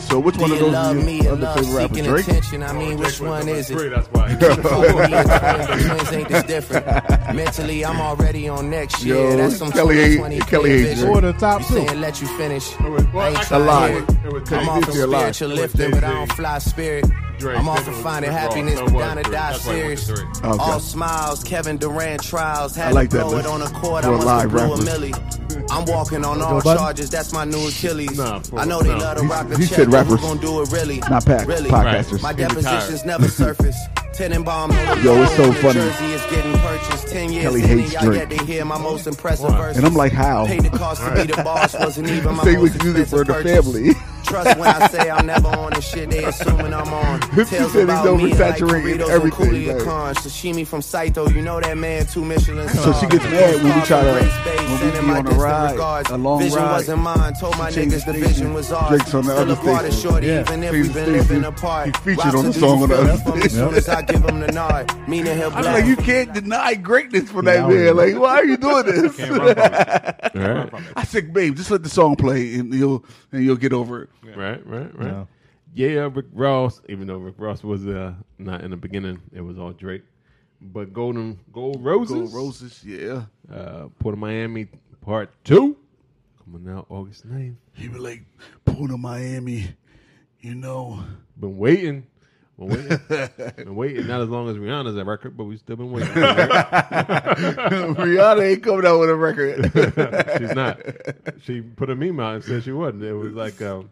S3: So which
S10: Do
S3: one of
S10: you
S3: those
S10: love
S3: is
S10: me
S3: your
S10: and
S3: other
S10: love
S3: favorite rapper?
S10: seeking
S3: Drake?
S10: attention? I mean, which one
S1: Number
S10: is
S1: three,
S10: it?
S1: That's why.
S10: Fool me and friends, the twins ain't this different. Mentally, I'm already on next year.
S3: Yo,
S10: That's some
S3: Kelly ain't-
S10: 2020
S3: Kelly
S10: clear
S3: ain't
S10: vision.
S3: Drake. Or
S4: the top
S10: you
S4: two.
S10: saying let you finish.
S1: was- well,
S10: I ain't
S1: I-
S10: trying
S3: A lie.
S10: to
S1: It
S10: hear
S1: was
S10: it. I'm off of
S3: Jay-Z.
S10: spiritual
S1: It was
S10: lifting, but I
S1: Jay-Z.
S10: don't fly spirit.
S1: Drake.
S10: I'm off
S1: It
S10: of
S1: was-
S10: finding
S1: it was Ross.
S10: happiness,
S1: No, it
S10: but
S1: was
S10: down to
S1: Drake.
S10: die
S1: That's why it was
S10: serious.
S1: Drake.
S3: Okay.
S10: All smiles, Kevin Durant trials. Had
S3: I like
S10: to
S3: that
S10: blow
S3: list
S10: it on the court.
S3: for
S10: I must
S3: live
S10: have blew a
S3: rappers.
S10: milli. I'm walking on all
S4: button?
S10: charges. That's my new Achilles.
S1: Nah, for-
S10: I know they
S1: nah.
S10: love to
S3: He-
S10: rock the
S3: he
S10: check,
S3: said
S10: but who
S3: rappers.
S10: gonna do it really.
S3: Not pack,
S10: really.
S3: podcasters.
S10: My
S1: He retired.
S10: depositions never surface. Tenenbaum.
S3: Yo, it's so
S10: New
S3: funny.
S10: Jersey is getting purchased. Ten years
S3: Kelly
S10: in, and
S3: hates
S10: y'all
S3: Drake.
S10: yet to hear my most impressive verses.
S3: And I'm like, how?
S10: Paid the cost to be the boss wasn't even my
S3: Say
S10: most
S3: we use it
S10: expensive
S3: for the
S10: purchase.
S3: family.
S10: Trust when I say I'm never on the shit they assuming I'm on.
S3: He
S10: Tales
S3: said he's
S10: about me like
S3: oversaturating
S10: Doritos and
S3: everything,
S10: Coolia
S3: like-
S10: Khan. Sashimi from Saito, you know that man, two Michelin stars.
S3: she gets mad when we try to-
S10: Race base,
S3: when we
S10: sending
S3: be
S10: my
S3: on a
S10: distant
S3: ride,
S10: regards.
S3: a long
S10: Vision
S3: ride.
S10: wasn't mine, told my
S3: She changed
S10: niggas the
S3: station.
S10: vision was ours.
S3: Drake's on the
S10: Still
S3: other
S10: apart is
S3: station.
S10: shorty,
S4: Yeah.
S10: even if
S3: Changed
S10: we've been living
S3: station.
S10: apart.
S3: He featured
S10: Rock
S3: on
S10: to
S3: the
S10: do
S3: song
S10: you
S3: on the
S10: feel
S3: other
S10: it from me
S3: station.
S10: Soon as I give him the nod, meaning he'll
S3: I'm
S10: blow.
S3: like, you can't deny greatness for that
S4: Yeah, I
S3: man.
S4: would.
S3: Like, why are you doing
S5: Can't
S3: this?
S5: run from it.
S1: All right.
S3: I said, babe, just let the song play and you'll and you'll get over it.
S1: Right, right, right.
S4: No.
S1: Yeah, Rick Ross. Even though Rick Ross was uh, not in the beginning, it was all Drake. But Golden Gold Roses,
S3: Gold roses, yeah.
S1: Uh, Port of Miami Part Two, coming out August 9th.
S3: He was like, pull to Miami, you know.
S1: Been waiting, been waiting, been waiting. Not as long as Rihanna's that record, but we still been waiting. Right?
S3: Rihanna ain't coming out with a record.
S1: She's not. She put a meme out and said she wasn't. It was like, um,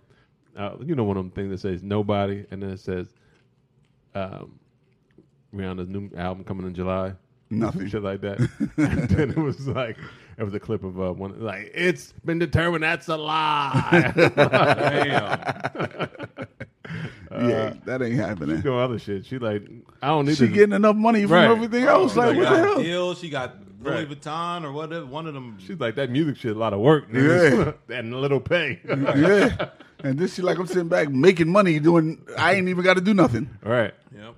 S1: uh, you know, one of them things that says nobody, and then it says um, Rihanna's new album coming in July.
S3: Nothing.
S1: shit like that. and then it was like it was a clip of uh, one like it's been determined that's a lie.
S5: Damn.
S3: yeah, yeah, that ain't happening.
S1: Doing other shit. Uh, She like, I don't need.
S3: She
S1: this.
S3: getting enough money from
S1: Right. Oh,
S3: everything else. Like,
S11: She
S3: what the
S11: got
S3: hell?
S11: Dill, she got Louis
S1: Right.
S11: Vuitton or whatever. One of them.
S1: She's like that music shit. A lot of work, nigga. and a little pay.
S3: Yeah. And this she like I'm sitting back making money doing I ain't even gotta do nothing.
S1: All right,
S11: Yep.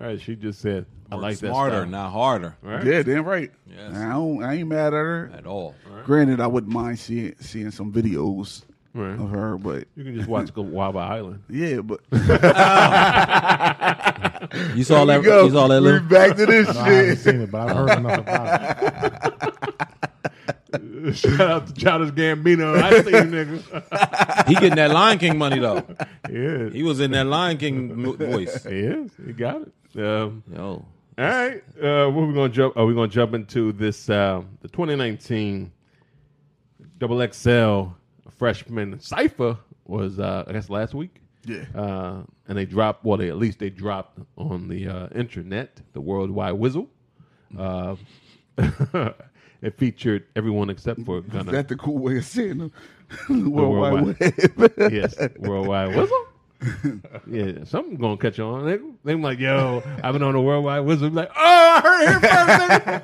S1: all right. She just said, I
S11: Work
S1: like that.
S11: smarter,
S1: style.
S11: not harder
S1: Right.
S3: Yeah, damn right.
S11: Yes.
S3: I don't I ain't mad at her.
S11: at all.
S3: Granted I wouldn't mind seeing seeing some videos
S1: Right.
S3: of her, but
S1: You can just watch Go Waba Island.
S3: yeah, but
S5: You saw
S3: There we
S5: that?
S3: go.
S5: You saw that
S3: we
S5: little?
S3: back to this
S4: I haven't
S3: shit.
S4: seen it, but I've heard enough about it.
S1: Shout out to Childish Gambino. I see you, nigga.
S5: He getting that Lion King money though.
S1: Yeah.
S5: He was in that Lion King mo- voice.
S1: He is. He got it. Um,
S5: Yo,
S1: all right. Uh, what we gonna jump? Are we gonna jump into this? Uh, the 2019 Double XL freshman cipher was, uh, I guess, last week.
S3: Yeah.
S1: Uh, and they dropped. Well, they at least they dropped on the uh, internet, the worldwide whistle. Uh, it featured everyone except for
S3: Is
S1: kind
S3: that the cool way of saying them? the World
S1: World
S3: Wide
S1: Wide-
S3: Web.
S1: yes, Worldwide Whistle. yeah, something gonna catch on. They, they be like, yo, I've been on the Worldwide Whistle. Be like, oh, I heard it here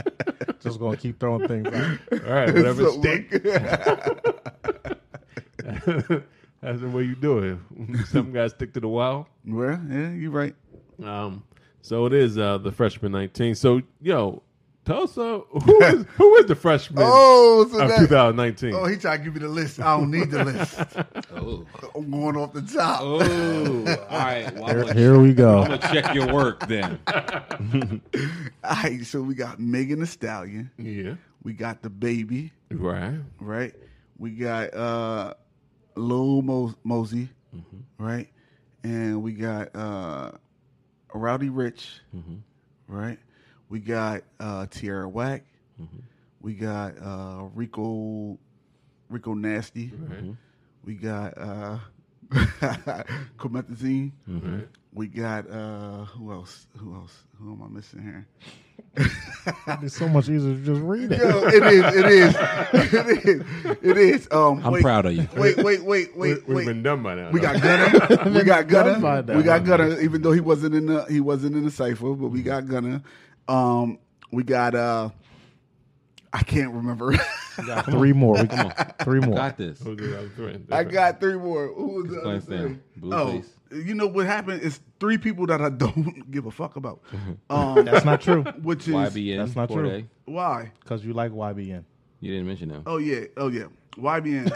S1: first. nigga."
S4: Just gonna keep throwing things out.
S1: All right, whatever
S3: So,
S1: stick. That's the way you do it. Some guys stick to the wild.
S3: Well, yeah, you're right.
S1: Um, so it is uh, the freshman 19. So yo, tell us uh, who is who is the freshman
S3: Oh, so
S1: of
S3: that,
S1: 2019?
S3: oh, he tried to give me the list. I don't need the list. Oh.
S11: Oh.
S3: I'm going off the top.
S11: Ooh. all right. Well, I'm
S4: Here,
S11: gonna-
S4: here we
S11: I'm
S4: go.
S11: gonna check your work then.
S3: All right, so we got Megan the Stallion.
S1: Yeah,
S3: We got the baby,
S1: right.
S3: right? We got uh Lil Mo- Mosey,
S5: Mm-hmm.
S3: right? And we got uh Rowdy Rich,
S5: Mm-hmm.
S3: right? We got uh Tierra Whack.
S5: Mm-hmm.
S3: We got uh Rico Rico Nasty.
S5: Mm-hmm.
S3: We got uh Comethazine.
S5: Mm-hmm.
S3: We got uh who else? Who else? Who am I missing here?
S4: It's so much easier to just read it.
S3: Yo, it is. It is. It is. It is. Um,
S5: I'm
S3: wait,
S5: proud of you.
S3: Wait, wait, wait,
S1: We,
S3: wait,
S1: we've
S3: wait.
S1: been done by now.
S3: we got Gunner. we got
S4: Done by
S3: Gunner.
S4: now.
S3: We got Gunner. Even though he wasn't in the he wasn't in the cipher, but we got Gunner. Um, we got uh, I can't remember.
S4: Three more. We, Three more.
S5: got this.
S3: I got three more. Who was the other
S5: Explain, Sam.
S3: three?
S5: Blueface.
S3: Oh, you know what happened? It's three people that I don't give a fuck about. Um,
S4: That's not true.
S3: which is
S5: YBN.
S4: That's not true.
S5: 4A.
S3: why.
S4: Because you like YBN.
S5: You didn't mention them.
S3: Oh yeah, oh yeah. YBN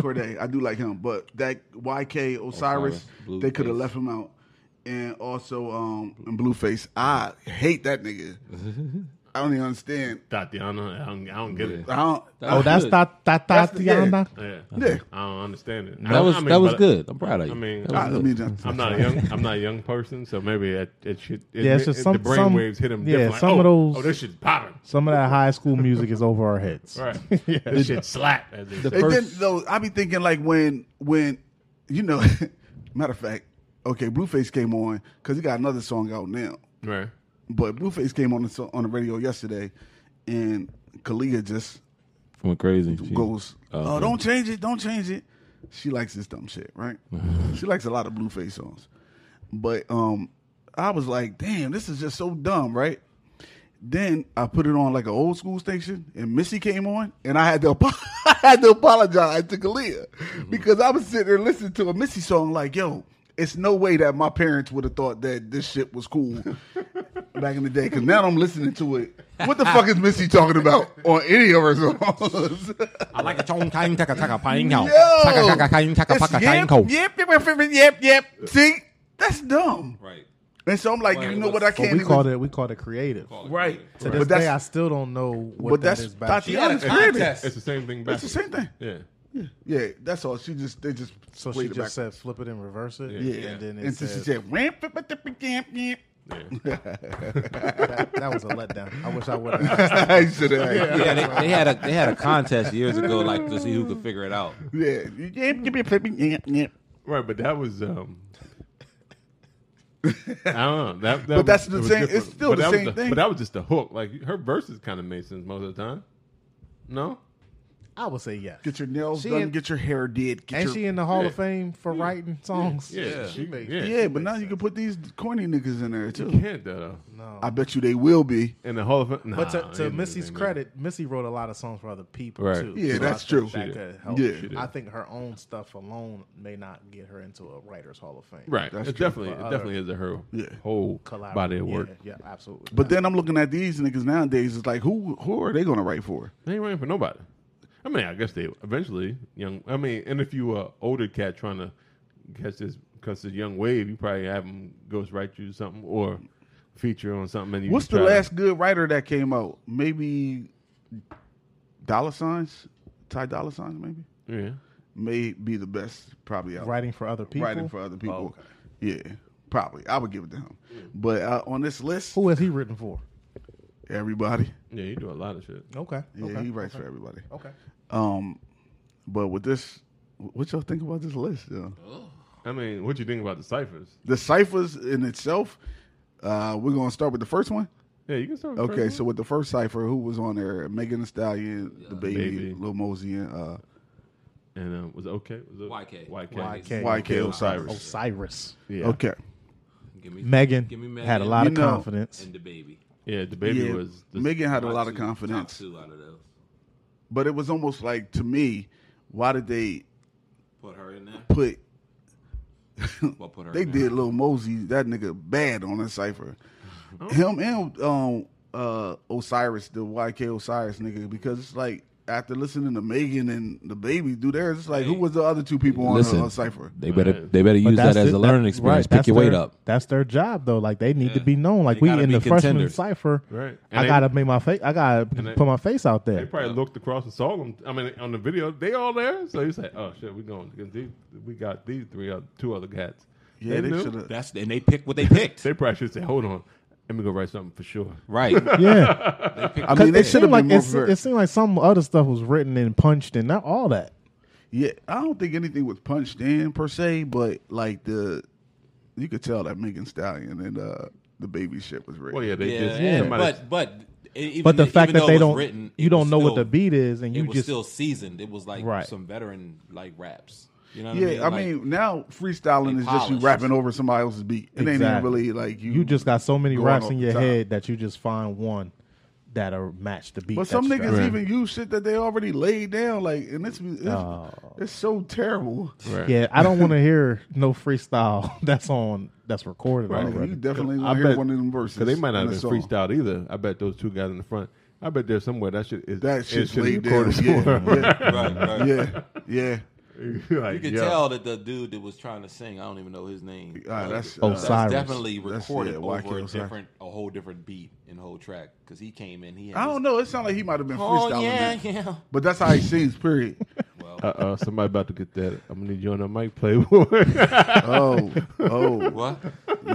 S3: Corday, I do like him, but that YK Osiris,
S5: Osiris, Blueface.
S3: they could have left him out. And also um and Blueface, I hate that nigga. I don't even understand.
S1: Tatiana. I don't, I don't get it.
S3: I don't.
S5: That
S4: Oh,
S5: was
S4: that's
S5: good.
S4: not that
S3: That's the- yeah.
S4: Tatiana.
S1: Yeah.
S3: Yeah.
S1: I don't understand it. I,
S5: That was
S1: I mean,
S5: that was
S1: but
S5: good. I'm proud of you.
S1: I mean,
S5: That
S3: I,
S5: was
S3: I
S5: good.
S3: mean, that's-
S1: I'm not a young. I'm not a young person, so maybe it, it should. It,
S4: Yeah, it's just
S1: it-
S4: some-
S1: the brain
S4: some-
S1: waves hit him.
S4: yeah,
S1: different. Like,
S4: some of
S1: oh,
S4: those-
S1: Oh, this shit's popping.
S4: Some of that high school music is over our heads.
S1: All right, this shit slap. As they say.
S3: And then though, I be thinking like when when you know, matter of fact, okay, Blueface came on because he got another song out now.
S1: right.
S3: But Blueface came on the so- on the radio yesterday, and Kalia just
S5: went crazy. She-
S3: goes,
S5: Oh,
S3: "Oh, don't change it, don't change it." She likes this dumb shit, right? she likes a lot of Blueface songs, but um, I was like, "Damn, this is just so dumb," right? Then I put it on like an old school station, and Missy came on, and I had to apo- I had to apologize to Kalia because I was sitting there listening to a Missy song like, "Yo." It's no way that my parents would have thought that this shit was cool back in the day. Because now I'm listening to it. What the fuck is Missy talking about on any of her songs?
S5: I like a chong tang taka taka pine
S3: Yo,
S5: now. Taka taka kain taka
S3: It's
S5: paka
S3: yep,
S5: tang ko.
S3: yep, yep, yep, yep, yep, yep. See, that's dumb.
S11: Right.
S3: And so I'm like, you know what? I
S4: But
S3: can't.
S4: we
S3: even-
S4: called it we called it creative.
S3: right.
S4: To
S3: But
S4: this day, I
S3: that's
S4: still don't know what
S3: but
S4: that
S3: that's
S4: is about.
S11: She had a
S3: Tatiana's creative.
S11: contest.
S1: It's the same thing. Back.
S3: That's the same thing.
S1: Yeah.
S3: Yeah, that's all. She just they just
S4: So she
S3: played it
S4: just
S3: back.
S4: said flip it and reverse it.
S3: yeah,
S4: And then it
S3: and so she
S4: says,
S3: said ramp it, but the yamp yamp.
S1: yeah.
S4: that, that was a letdown. I wish I would have.
S3: I should have. Yeah,
S5: Yeah,
S3: yeah.
S5: they, they had a they had a contest years ago, like to see who could figure it out.
S3: Yamp, yamp, yamp, yamp, yamp.
S1: Right, but that was. um I don't know. That, that
S3: But that's
S1: was-
S3: the
S1: it was
S3: same- it's
S1: different.
S3: still
S1: But
S3: the
S1: that was
S3: same thing.
S1: But that was just the hook. Like her verses kind of made sense most of the time. No,
S4: I would say yes.
S3: Get your nails
S4: She
S3: done.
S4: in-
S3: get your hair did. Get
S4: Ain't
S3: your,
S4: she in the Hall
S1: Yeah.
S4: of Fame for writing songs?
S1: Yeah, she-
S4: she made.
S1: yeah.
S3: yeah, but now you can put these corny niggas in there
S1: You
S3: too.
S1: can't though.
S4: No.
S3: I bet you they will be.
S1: And the whole of it, nah,
S4: But to,
S1: ain't
S4: to
S1: nothing
S4: Missy's
S1: in there.
S4: credit, Missy wrote a lot of songs for other people
S1: Right.
S4: too.
S3: Yeah,
S4: So I
S3: that's true.
S4: think that
S1: She
S4: could
S1: did.
S4: help.
S3: Yeah. She
S1: did.
S4: I think her own stuff alone may not get her into a writers' Hall of Fame.
S1: right?
S3: That's
S1: It
S3: true.
S1: definitely, it
S4: For other-
S1: definitely is a her
S3: Yeah.
S1: whole
S4: Collab-
S1: body of work.
S4: Yeah, yeah absolutely.
S3: But then I'm looking at these niggas nowadays. It's like who who are they gonna write for?
S1: They ain't writing for nobody. I mean, I guess they eventually young. I mean, and if you a older cat trying to catch this catch this young wave, you probably have them ghost write you something or feature on something. And you
S3: What's the
S1: try to-
S3: last good writer that came out? Maybe Dollar Signs, Ty Dollar Signs, maybe
S1: yeah,
S3: may be the best probably out.
S4: writing for other people.
S3: Writing for other
S1: Oh,
S3: people. Yeah, probably. I would give it to him. But uh, on this list,
S4: Who has he written for?
S3: everybody.
S1: yeah, you do a lot of shit.
S4: Okay.
S3: Yeah,
S4: okay.
S3: he writes for everybody.
S4: Okay.
S3: Um, but with this, what y'all think about this list? Though?
S1: I mean, what you think about the ciphers?
S3: The ciphers in itself. Uh, we're gonna start with the first one.
S1: Yeah, you can start. with the
S3: Okay,
S1: first
S3: so
S1: one.
S3: with the first cipher, who was on there? Megan Thee Stallion, the baby,
S1: Baby.
S3: Lil Mosey, and uh,
S1: and um, was it okay? Was it
S5: YK.
S1: YK.
S4: YK.
S3: YK
S1: Osiris.
S3: Osiris.
S4: Osiris.
S1: Yeah.
S3: Okay,
S5: Give me
S4: Megan,
S5: Give me Megan.
S4: had a lot
S3: You
S4: of
S3: know-
S4: confidence.
S5: And the baby.
S1: Yeah, the baby
S3: Yeah,
S1: was. The,
S3: Megan had a
S5: Top
S3: lot of
S5: two- top
S3: confidence,
S5: two out of those.
S3: but it was almost like to me, why did they
S5: Put her in there.
S3: put?
S5: Well, put her.
S3: They
S5: in there.
S3: did Lil Mosey, that nigga bad on that cipher.
S1: Oh.
S3: Him and um, uh, Osiris, the YK Osiris nigga, because it's like after listening to Megan and the baby do theirs, it's like who was the other two people on
S12: Listen.
S3: the uh, cipher?
S12: They better they better use that
S4: that's
S12: as
S4: it.
S12: a learning
S4: That-
S12: experience.
S4: right,
S12: Pick
S4: that's
S12: your weight
S4: their-
S12: up.
S4: That's their job, though. Like they need to be known. Like
S12: They
S4: we
S12: gotta
S4: in
S12: be
S4: the freshman
S12: contenders.
S4: cipher.
S1: Right. And
S4: I
S1: they-
S4: gotta make my face. I gotta
S1: they-
S4: put my face out
S1: They
S4: there.
S1: probably looked across and saw them. I mean, on the video, they all there. So you say, "Oh shit, we going because these we got these three, other, two other cats."
S3: Yeah, they,
S1: knew.
S3: should have.
S5: That's and they picked what they picked.
S1: They probably should say, "Hold on, let me go write something for sure."
S5: right.
S4: Yeah,
S3: I mean, they
S4: it
S3: should have
S4: seemed
S3: been
S4: like
S3: more.
S4: it, se-
S3: prepared.
S4: it seemed like some other stuff was written and punched and not all that.
S3: Yeah, I don't think anything was punched in per se, but like the you could tell that Megan Stallion and uh the baby shit was real.
S1: Well, yeah, they
S5: Yeah.
S1: just
S5: and-
S1: somebody.
S5: but but e- even,
S4: But the
S5: even
S4: fact
S5: though
S4: that
S5: it
S4: they
S5: was
S4: don't,
S5: written, it
S4: you
S5: was
S4: don't know what the
S5: still-
S4: beat is, and
S5: it
S4: you
S5: was
S4: just
S5: still seasoned. It was like
S4: Right.
S5: some veteran like raps. You know what
S3: yeah, I
S5: I mean? Like,
S3: mean now freestyling
S5: they
S3: is just you
S5: polished.
S3: rapping over somebody else's beat. It ain't even
S4: Exactly.
S3: really like you.
S4: you just got so many
S3: going
S4: raps
S3: off
S4: in
S3: the
S4: your
S3: top.
S4: head that you just find one that are match the beat.
S3: But some
S4: that you
S3: niggas
S4: got.
S3: even use shit that they already laid down. Like, and it's it's, it's so terrible.
S1: right.
S4: Yeah, I don't want to hear no freestyle that's on that's recorded
S1: Right.
S3: Like, you
S4: already.
S3: definitely
S1: I
S3: want to hear
S1: bet-
S3: one of them verses.
S1: Because they might not
S3: in
S1: have
S3: a
S1: been
S3: song.
S1: freestyled either. I bet those two guys in the front. I bet there's somewhere that shit is
S3: That
S1: it
S3: shit's
S1: should be
S3: laid down. Yeah,
S5: right, right.
S3: yeah, yeah.
S1: You're like,
S5: You could
S1: yo.
S5: tell that the dude that was trying to sing, I don't even know his name.
S3: Ah,
S5: but
S3: that's-
S5: that's
S4: Osiris.
S5: definitely
S3: That's-
S5: recorded
S3: yeah, YK
S5: over a
S3: Osiris.
S5: different, a whole different beat and whole track because he came in. He had
S3: I don't
S5: this-
S3: know. It sounds like he might have been freestyling.
S5: Oh yeah,
S3: that.
S5: yeah.
S3: But that's how he sings. Period.
S5: Well,
S1: Uh-uh, somebody about to get that. I'm going to need you on the mic, Playboy.
S3: Oh, oh,
S5: what?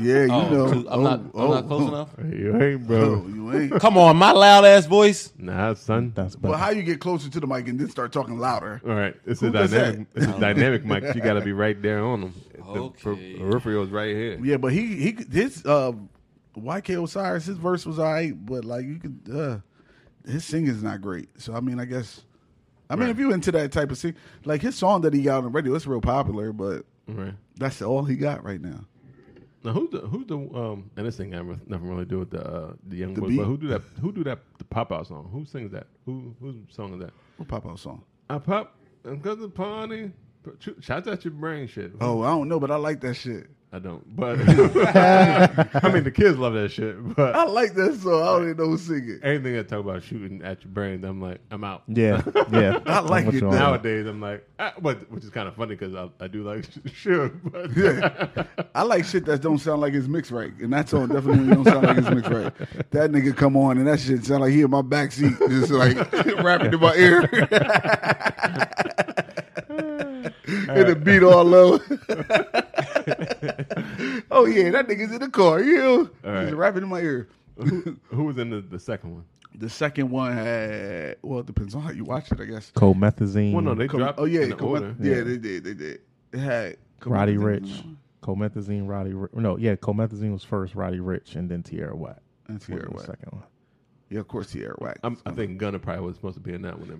S3: yeah. You
S5: Oh,
S3: know,
S5: too- I'm
S3: oh,
S5: not. I'm
S3: oh,
S5: not close
S3: oh.
S5: enough.
S1: you ain't,
S3: Oh,
S1: bro.
S3: you ain't.
S5: Come on, my loud ass voice.
S1: Nah, son.
S4: That's better.
S3: Well, how you get closer to the mic and then start talking louder?
S1: All right. It's
S3: Who
S1: a
S3: does
S1: dynamic, it's a dynamic mic. You got to be right there on them.
S5: Okay.
S1: The per- peripheral's right here.
S3: Yeah, but he he his uh, YK Osiris his verse was alright, but like you could uh, his singing's not great. So I mean, I guess I mean if you into that type of sing, like his song that he got on the radio, it's real popular, but
S1: Right.
S3: that's all he got right now.
S1: Now who's the who's the um and this thing got re- nothing really to do with the uh, the young
S3: The
S1: boy,
S3: beat?
S1: but who do that who do that the pop out song? Who sings that? Who whose song is that?
S3: What pop out song?
S1: I pop I'm cause the party. Shout out your brain shit.
S3: Oh, I don't know, but I like that shit.
S1: I don't. But I mean the kids love that shit.
S3: I
S1: But
S3: like that song. I don't even know who sing it.
S1: anything that talk about shooting at your brain, I'm like, I'm out.
S4: yeah, yeah.
S3: I like
S4: I'm with
S3: it
S4: you on
S3: though.
S4: that.
S1: Nowadays, I'm like, ah, but which is kind of funny because I, I do like sure, but
S3: I like shit that don't sound like it's mixed right, and that song definitely don't sound like it's mixed right. That nigga come on and that shit sound like he in my backseat, just like rapping in my ear, and the beat all low. oh yeah, that nigga's in the car, you know?
S1: right.
S3: just rapping in my ear.
S1: who, who was in the, the second one?
S3: The second one had well, it depends on how you watch it, I guess.
S4: Comethazine.
S1: Well, no, they
S3: Come-
S1: dropped.
S3: oh yeah,
S1: in the
S3: come
S1: order.
S3: on, yeah, they did, they did. It had
S4: Roddy
S3: Kamikaze
S4: Rich.
S3: on that one.
S4: Comethazine, Roddy Rich. No, yeah, Comethazine was first, Roddy Rich, and then Tierra White.
S3: And
S4: was
S3: Tierra
S4: the
S3: Whack.
S4: second one.
S3: Yeah, of course, Tierra Whack.
S1: I'm, I think Gunner probably was supposed to be in that one, then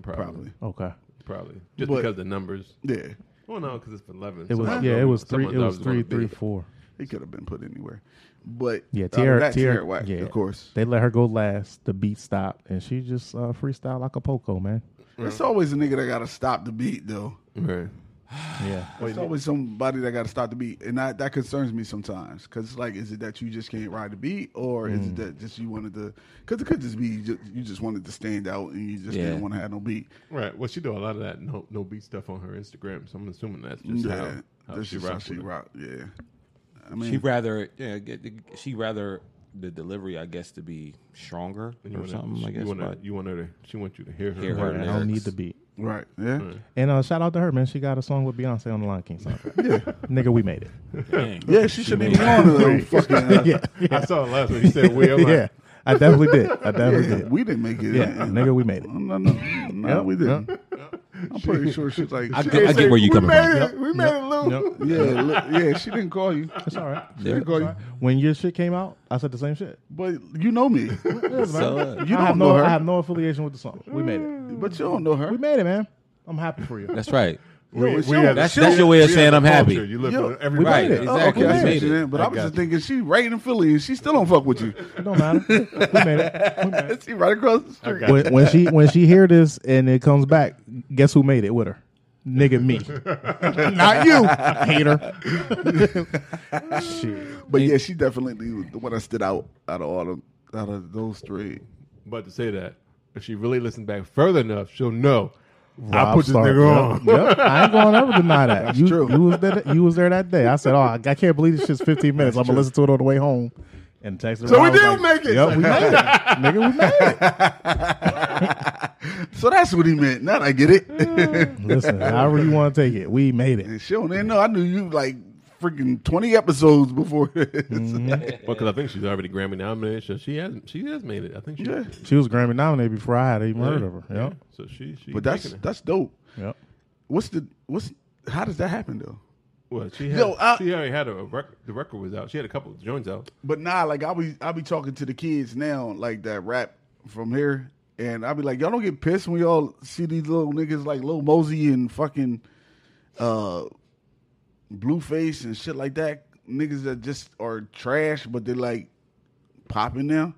S3: probably.
S1: probably.
S4: Okay.
S1: probably just
S3: But-
S1: because the numbers.
S3: Yeah,
S1: Well, no, because it's for eleven.
S4: It was
S1: Someone
S4: yeah,
S1: thought-
S4: it was three.
S1: someone
S4: It
S1: thought
S4: was
S1: gonna
S4: three,
S1: be-
S4: three, four.
S3: it could have been put anywhere. But
S4: Yeah,
S3: out of
S4: Tierra,
S3: that,
S4: Tierra,
S3: Whack,
S4: yeah,
S3: of course.
S4: They let her go last. The beat stopped, and she just uh, freestyle like a poco, man.
S3: It's always a nigga that gotta stop the beat though.
S1: Right.
S4: Yeah,
S3: It's always somebody that gotta stop the beat, and that that concerns me sometimes. Cause like, is it that you just can't ride the beat, or is it that just you wanted to? Cause it could just be you just, you just wanted to stand out and you just
S13: Yeah.
S3: didn't want to have no beat.
S1: Right. Well, she do a lot of that no no beat stuff on her Instagram, so I'm assuming that's just
S3: yeah,
S1: how, how
S3: that's
S1: she
S3: just how
S1: rocks
S3: she
S1: with it.
S3: rock. Yeah, I mean,
S5: She rather, yeah, get, she rather the delivery, I guess, to be stronger
S1: And
S5: or
S1: wanna-
S5: something. I
S1: you
S5: guess,
S1: wanna-
S5: but
S1: you want her to. She wants you to hear her.
S5: Hear her
S4: I
S1: right.
S5: lyrics.
S4: don't need the beat.
S3: right? Yeah,
S4: And uh, shout out to her, man. She got a song with Beyonce on the Lion King soundtrack. Nigga, we made it.
S5: dang.
S3: yeah. She, should be on the little fucking. uh,
S4: yeah,
S1: I saw it last week. You said we. I'm like,
S4: yeah. I definitely did. I definitely
S3: yeah,
S4: did.
S3: we didn't make it.
S4: Yeah,
S3: in.
S4: nigga, we made it.
S3: No, no, no, no we didn't. I'm pretty sure she's like.
S13: I
S3: she
S13: get-
S3: didn't
S13: I get
S3: say,
S13: where you
S3: "We
S13: coming
S3: made
S13: from."
S3: it, We made it, Lou.
S4: Yep.
S3: Yeah, look, yeah, she didn't call you.
S4: It's all right.
S3: She didn't call you.
S4: When your shit came out, I said the same shit.
S3: But you know me.
S13: So, uh,
S3: You
S4: I have
S3: don't
S4: no,
S3: know her.
S4: I have no affiliation with the song. We made it.
S3: But you don't know her.
S4: We made it, man. I'm happy for you.
S13: that's right.
S1: We,
S3: it's
S1: we
S3: your-
S1: have-
S13: That's
S1: we
S13: that's your way of
S1: have
S13: saying
S1: the
S13: I'm happy.
S1: culture. You live
S3: Yo,
S1: in
S4: we
S1: everybody.
S13: Right,
S4: made it.
S3: Oh,
S13: exactly.
S3: okay, I
S13: We made
S3: see
S13: it.
S3: what you're saying, but I, was
S1: got
S3: just
S1: you.
S3: thinking she right in Philly and she still don't fuck with you.
S4: It don't matter. We made it. We made it.
S3: she right across the street.
S1: got
S4: When, when she when she hear this and it comes back, guess who made it with her? Nigga, me, not you, hater. Shit.
S3: But yeah, she definitely was the one that stood out out of all them, out of those three.
S1: But to say that, if she really listens back further enough, she'll know. I
S4: Rob
S1: put this
S4: Stark,
S1: nigga on.
S4: yep, yep. I ain't gonna ever deny that. you,
S3: true.
S4: you was there. You was there that day. I said, "Oh, I, I can't believe this shit's 15 minutes. I'm gonna listen to it on the way home." And text her.
S3: So
S4: I
S3: we
S4: was
S3: did make it.
S4: Yep, we made it, nigga. We made it.
S3: So that's what he meant. Now that I get it.
S4: Listen, however you want to take it, we made it.
S3: and she don't even know. I knew you like freaking twenty episodes before this.
S4: Mm-hmm.
S1: Well, because I think she's already Grammy nominated, so she has she has made it. I think she.
S3: Yeah.
S4: She was Grammy nominated before I had even heard of her. Yep,
S1: So she she.
S3: But that's
S1: making it.
S3: that's dope.
S4: yep.
S3: What's the what's how does that happen though?
S1: Well, she had,
S3: Yo, I-
S1: she already had a, record. The record was out. She had a couple of joints out.
S3: But nah, like I be I be talking to the kids now, like that rap from here, and I be like, y'all don't get pissed when y'all see these little niggas like Lil Mosey and fucking uh Blueface and shit like that. Niggas that just are trash, but they like popping now.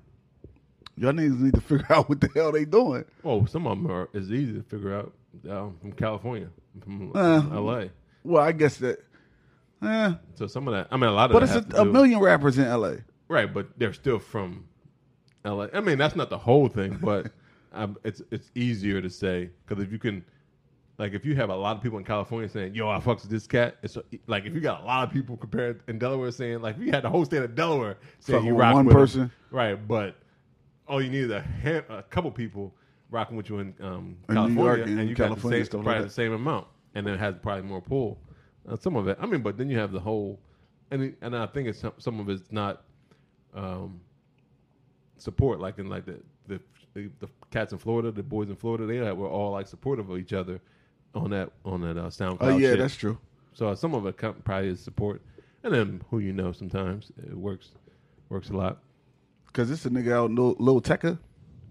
S3: Y'all niggas need to figure out what the hell they doing.
S1: Oh, some of them are is easy to figure out. Um, from California, from
S3: Uh.
S1: LA.
S3: Well, I guess that. Eh,
S1: So some of that. I mean, a lot of.
S3: but
S1: that
S3: it's
S1: has to
S3: a, a
S1: do-
S3: million rappers in LA.
S1: Right, but they're still from LA. I mean, that's not the whole thing, but um, it's it's easier to say because if you can, like, if you have a lot of people in California saying, "Yo, I fucks with this cat," it's like if you got a lot of people compared in Delaware saying, like, if you had the whole state of Delaware saying
S3: Fuck
S1: you
S3: with
S1: rock
S3: one
S1: with him.
S3: person.
S1: right? But all you need is a, hand, a couple people rocking with you in um,
S3: In New York
S1: California,
S3: and
S1: and you
S3: California
S1: got the
S3: stuff
S1: same,
S3: like
S1: probably
S3: that.
S1: the same amount, and then it has probably more pull. Uh, some of it, I mean, but then you have the whole, and it- and I think it's some, some of it's not um, support like in like the, the the the cats in Florida, the boys in Florida, they like, were all like supportive of each other on that on that uh, SoundCloud.
S3: Oh yeah,
S1: shit.
S3: that's true.
S1: So uh, some of it com- probably is support, and then who you know sometimes it works works a lot.
S3: Cause it's a nigga out Lil, Lil Tecca.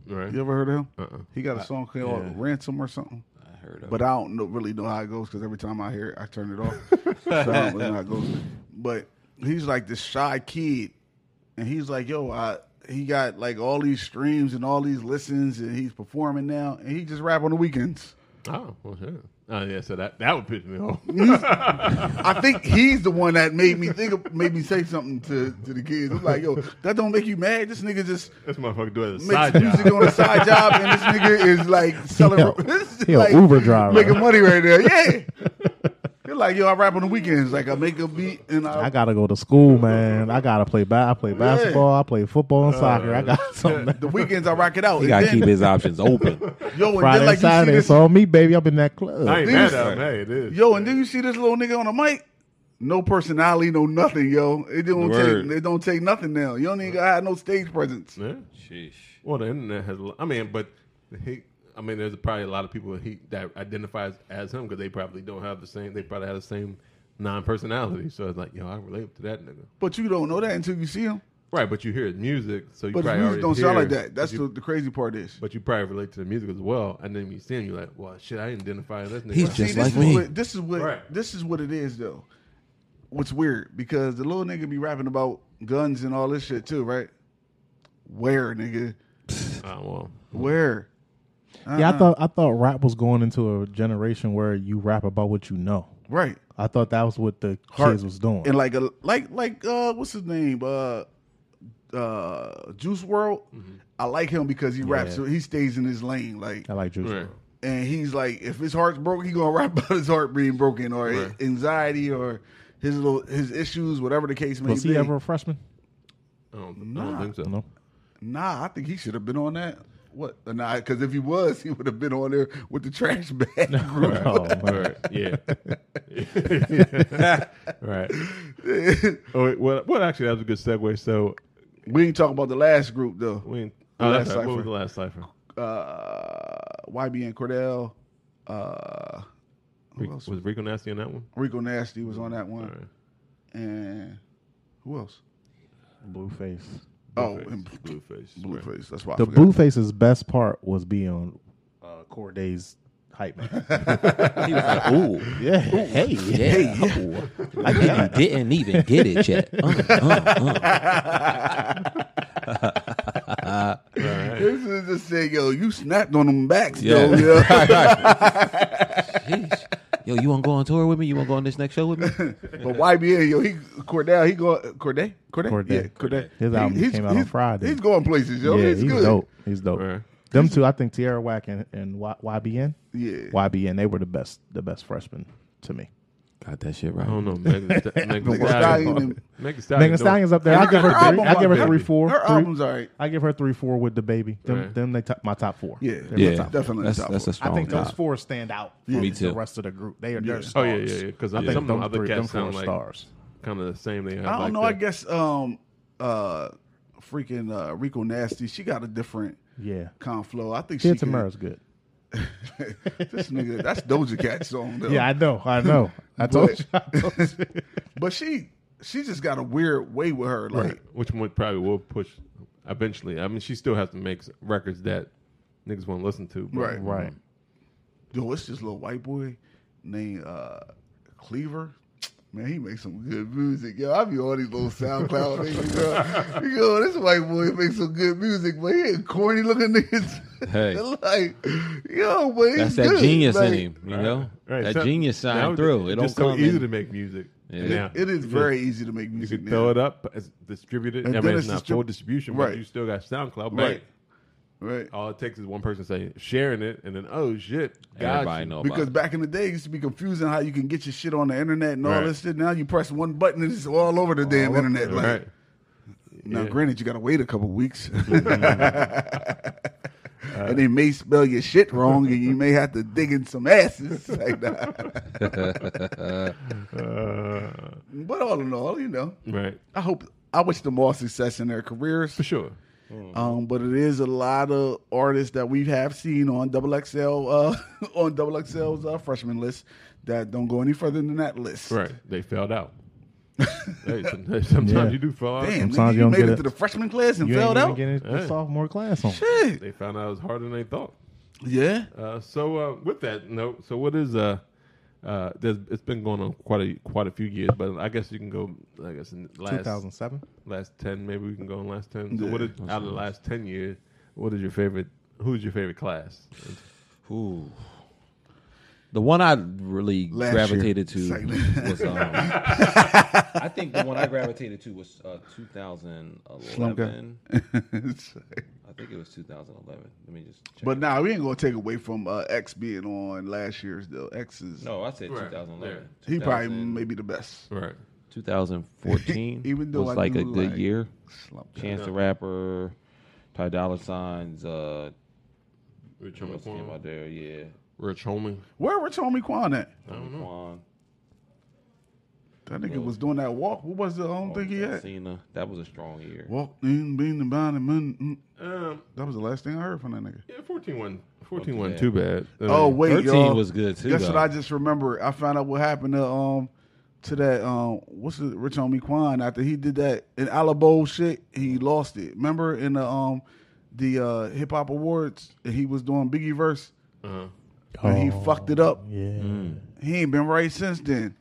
S1: Right?
S3: You ever heard of him?
S1: Uh-uh.
S3: He got a song called
S1: yeah.
S3: Ransom or something.
S5: I heard of.
S3: But I don't know, really know how it goes because every time I hear it, I turn it off. so I don't really know how it goes. But he's like this shy kid, and he's like, "Yo, I." He got like all these streams and all these listens, and he's performing now, and he just rap on the weekends.
S1: Oh, well, yeah. Oh, yeah. So that that would piss me off.
S3: I think he's the one that made me think, of, made me say something to, to the kids. I'm like, "Yo, that don't make you mad? This nigga just
S1: this motherfucker doing a
S3: makes
S1: side
S3: music
S1: job.
S3: on a side job, and this nigga is like selling.
S4: Yeah.
S3: this is
S4: He a
S3: like
S4: Uber driver.
S3: making money right there. Yeah, you're like yo, I rap on the weekends. Like I make a beat and I,
S4: I gotta go to school, man. I gotta play. Ba- I
S3: Oh,
S4: play basketball. I play football
S3: Uh,
S4: and soccer. I got something.
S3: the weekends I rock it out.
S13: He
S3: and
S13: gotta
S3: then,
S13: keep his options open.
S3: yo, and
S4: Friday,
S3: then
S4: and
S3: like
S4: Saturday,
S3: you
S4: it's
S3: see this,
S4: on me, baby. I've been that club.
S1: I ain't mad at him. Hey, it is.
S3: yo, and then you see this little nigga on the mic. No personality, no nothing, yo. It don't
S13: Word.
S3: take it don't take nothing now. You don't even have no stage presence.
S1: Yeah.
S5: Sheesh.
S1: Well, the internet has. a lo- I mean, but he. I mean, there's probably a lot of people that he that identifies as him because they probably don't have the same. They probably have the same non-personality. So it's like, yo, I relate to that nigga.
S3: But you don't know that until you see him.
S1: Right, but you hear his music, so you
S3: But his
S1: probably
S3: music
S1: already
S3: don't sound like
S1: hear-
S3: that. That's
S1: but you,
S3: the, the crazy part is.
S1: but you probably relate to the music as well, and then when you see him, you're like, well, shit, I identify with this nigga.
S5: He's
S1: Like,
S5: just
S3: this
S5: like
S3: is
S5: me.
S3: What, this is what
S1: Right.
S3: this is what it is though. What's weird because the little nigga be rapping about guns and all this shit too, right? Where nigga?
S1: oh, well,
S3: Where? Uh-huh.
S4: Yeah, I thought I thought rap was going into a generation where you rap about what you know.
S3: Right.
S4: I thought that was what the kids was doing.
S3: And like a like like uh what's his name? Uh uh Juice World. I like him because he raps so he stays in his lane like
S4: I like Juice.
S1: right.
S4: WRLD.
S3: and he's like, if his heart's broken, he gonna rap about his heart being broken or anxiety or his little his issues, whatever the case may
S4: Was
S3: be.
S4: he ever a freshman?
S1: I don't, I
S3: Nah.
S1: don't think so.
S4: No.
S3: Nah, I think he should have been on that. What? Nah, because if he was, he would have been on there with the trash bag group.
S4: Oh, man.
S1: Right. Yeah. right. Oh, wait, well, well, actually, that was a good segue. So
S3: We ain't talking about the last group though.
S1: we. Oh, that's
S3: Last
S1: right. What was
S3: cipher.
S1: the last cipher?
S3: Uh, YBN Cordell, uh,
S1: Re-
S3: who else?
S1: was Rico Nasty on that one?
S3: Rico Nasty was on that one,
S1: All right.
S3: and who else?
S4: Blueface.
S3: Oh,
S1: Blueface.
S3: and
S1: Blueface. right.
S3: Blueface. That's why I
S4: The
S3: forgot.
S4: Blueface's best part was being on uh, Corday's hype man.
S5: He was like, ooh.
S4: yeah.
S5: Hey, yeah. ooh. I didn't, didn't even get it yet. Uh, uh,
S3: This is just saying, yo, you snapped on them backs,
S5: Yeah.
S3: though. Yo.
S5: uh. Jeez. Yo, you want to go on tour with me? You want to go on this next show with me?
S3: But YBN, yo, he Cordell, he go Corday, Corday,
S4: Corday.
S3: yeah, Corday.
S4: His album
S3: he's-
S4: came out on
S3: he's-
S4: Friday.
S3: He's going places, yo.
S4: yeah,
S3: he's,
S4: he's,
S3: good.
S4: dope. He's dope.
S1: Right.
S4: Them two, I think Tierra Whack and, and y- YBN.
S3: Yeah.
S4: YBN, they were the best the best freshmen to me.
S5: Got that shit
S1: I
S5: right.
S1: don't know. Megan Sta- Megan
S3: Megan
S1: Stallion.
S3: Stallion.
S1: Megan
S4: Megan
S1: don't-
S4: Stallion's up there. I give her,
S3: Her
S4: three.
S3: album,
S4: I give her
S3: my
S4: three,
S3: baby.
S4: four.
S3: Her
S4: three-
S3: album's all right.
S4: I give her three, four with the baby. Them,
S1: Right.
S4: them they top, my top four.
S3: Yeah,
S4: They're my
S5: Yeah,
S4: top four.
S3: definitely
S5: That's,
S3: top
S5: that's a
S3: four.
S5: strong
S4: I think those
S5: top.
S4: four stand out from
S5: Me
S4: the
S5: too.
S4: rest of the group. They
S3: Yeah.
S4: are their
S1: Oh
S4: stars.
S1: yeah, yeah, yeah. Because
S4: I
S1: I
S4: think
S1: think some
S4: them
S1: of the
S4: three-
S1: other
S4: them
S1: cats
S4: four
S1: sound like
S4: stars.
S1: kind of the same. They have
S3: I don't
S1: like
S3: know.
S1: the-
S3: I guess um uh freaking uh Rico Nasty, she got a different
S4: Yeah.
S3: con flow. I think she
S4: Kid
S3: can-
S4: Tamara's good.
S3: this nigga, that's Doja Cat song though.
S4: Yeah, I know. I know. I told
S3: But-
S4: you. I told you.
S3: but she she just got a weird way with her. Like
S1: which one probably will push eventually. I mean, she still has to make s- records that niggas want to listen to. But
S3: Right.
S4: right.
S3: yo, it's this little white boy named uh Cleaver. Man, he makes some good music. Yo, I be on these little SoundCloud niggas. Yo, yo, this white boy makes some good music, but he a corny looking niggas.
S5: Hey.
S3: like, yo, but he's
S5: That's that
S3: good.
S5: genius
S3: Like,
S5: in him, you know?
S1: Right,
S5: That
S1: so-
S5: genius shine
S1: now
S5: through. It
S1: it's
S5: don't
S1: just so
S5: come
S1: easy
S5: in-
S1: to make music.
S5: Yeah.
S1: now.
S3: It is
S1: You
S3: very easy to make
S1: can- You
S3: music
S1: can
S3: now.
S1: throw it up, it's distributed.
S3: And
S1: I
S3: then
S1: mean, it's,
S3: it's
S1: not full
S3: distrib-
S1: distribution,
S3: Right.
S1: but you still got SoundCloud. Bang.
S3: Right. Right.
S1: All it takes is one person saying sharing it, and then oh shit, got
S5: Everybody
S1: you.
S5: know about
S3: Because
S5: it.
S3: back in the day, it used to be confusing how you can get your shit on the internet and all
S1: Right.
S3: this shit. Now you press one button and it's all over the damn internet. Like,
S1: Right.
S3: Now,
S1: Yeah.
S3: granted, you got to wait a couple weeks. and they may spell your shit wrong and you may have to dig in some asses. Like, nah.
S1: Uh,
S3: But all in all, you know,
S1: right.
S3: I hope, I wish them all success in their careers.
S1: For sure.
S3: Um, but it is a lot of artists that we have seen on Double XL, uh, on Double XL's uh, freshman list that don't go any further than that list.
S1: Right. They fell out. hey, some- hey, sometimes
S4: Yeah.
S1: you do fall out.
S3: Damn,
S4: Sometimes
S3: nigga,
S4: you
S3: you
S4: don't
S3: made
S4: get
S3: it
S4: it.
S3: to the freshman class and
S4: You
S3: failed
S4: ain't even
S3: out.
S4: getting the
S1: Hey.
S4: sophomore class on.
S3: Shit.
S1: They found out it was harder than they thought.
S3: Yeah.
S1: Uh, so uh, with that note, so what is uh, uh, there's, it's been going on quite a quite a few years, but I guess you can go. I guess in the last
S4: 2007.
S1: last ten, maybe we can go on last ten. So
S3: Yeah.
S1: what is out of the last ten years? What is your favorite? Who's your favorite class?
S5: Ooh. The one I really
S3: Last year.
S5: gravitated
S3: Second.
S5: to was. Um, I think the one I gravitated to was uh, 2011. I think it was 2011. Let me just. Check
S3: but nah, we ain't gonna take away from uh, X being on last year's though. X is
S5: no, I said
S1: Right,
S5: 2011.
S3: he probably
S5: 2000
S3: maybe the best.
S1: Right.
S5: 2014
S3: Even though
S5: was
S3: I
S5: like a
S3: do
S5: good
S3: like-
S5: year.
S3: Slump Cat.
S5: Chance the Rapper, Ty Dolla Signs. Uh,
S1: Rich
S5: who else came out
S1: homie.
S5: there? Yeah,
S1: Rich homie.
S3: Where was Tommy Kwan at?
S5: Quan.
S3: That nigga was doing that walk. What was the
S5: oh,
S3: only thing he had?
S5: Cena. That was a strong year.
S3: Walk in, being the bond and moon. mm.
S1: Um,
S3: That was the last thing I heard from that nigga.
S1: yeah, 14 wasn't, 14 wasn't
S5: bad.
S1: too bad.
S3: Oh wait,
S5: 13
S3: y'all.
S5: was good too.
S3: That's
S5: though.
S3: what I just remember. I found out what happened to um to that um what's it, Rich Homie Quan after he did that in Alabo shit, he lost it. Remember in the um the uh hip hop awards he was doing Biggie verse
S5: Uh-huh.
S3: and he fucked it up.
S4: Yeah.
S5: Mm.
S3: He ain't been right since then.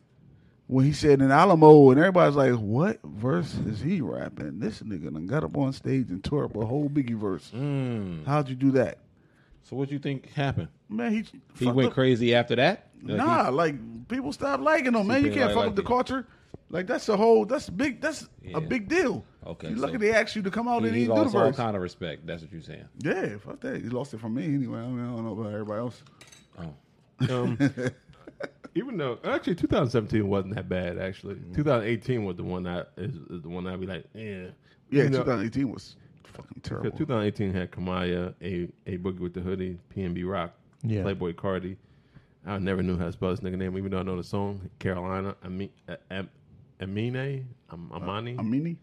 S3: When he said in Alamo, and everybody's like, "What verse is he rapping?" This nigga done got up on stage and tore up a whole Biggie verse.
S5: Mm.
S3: How'd you do that,
S5: So what you think happened?
S3: man? He
S5: He
S3: fucked
S5: went
S3: up.
S5: crazy after that. Like,
S3: Nah, like people stop liking him, man. You
S5: people
S3: can't fuck
S5: like- like
S3: up the
S5: it.
S3: culture. Like that's a whole that's big that's
S5: Yeah.
S3: a big deal.
S5: Okay,
S3: you
S5: so-
S3: lucky they asked you to come out
S5: he,
S3: and
S5: he
S3: he do the
S5: lost all
S3: verse.
S5: kind of respect. That's what you're saying.
S3: Yeah, fuck that. He lost it from me anyway. I, mean, I don't know about everybody else.
S5: Oh,
S1: Um, even though actually 2017 wasn't that bad. Actually,
S3: Mm-hmm.
S1: 2018 was the one that is, is the one that I be like, yeah,
S3: Yeah,
S1: You know,
S3: 2018 was fucking terrible.
S1: Because 2018 had Kamaya, a a boogie with the hoodie, PNB Rock,
S4: Yeah.
S1: Playboy Cardi. I never knew how to spell this nigga name, even though I know the song Carolina. I mean, Amine, Am- Amani,
S3: Amini?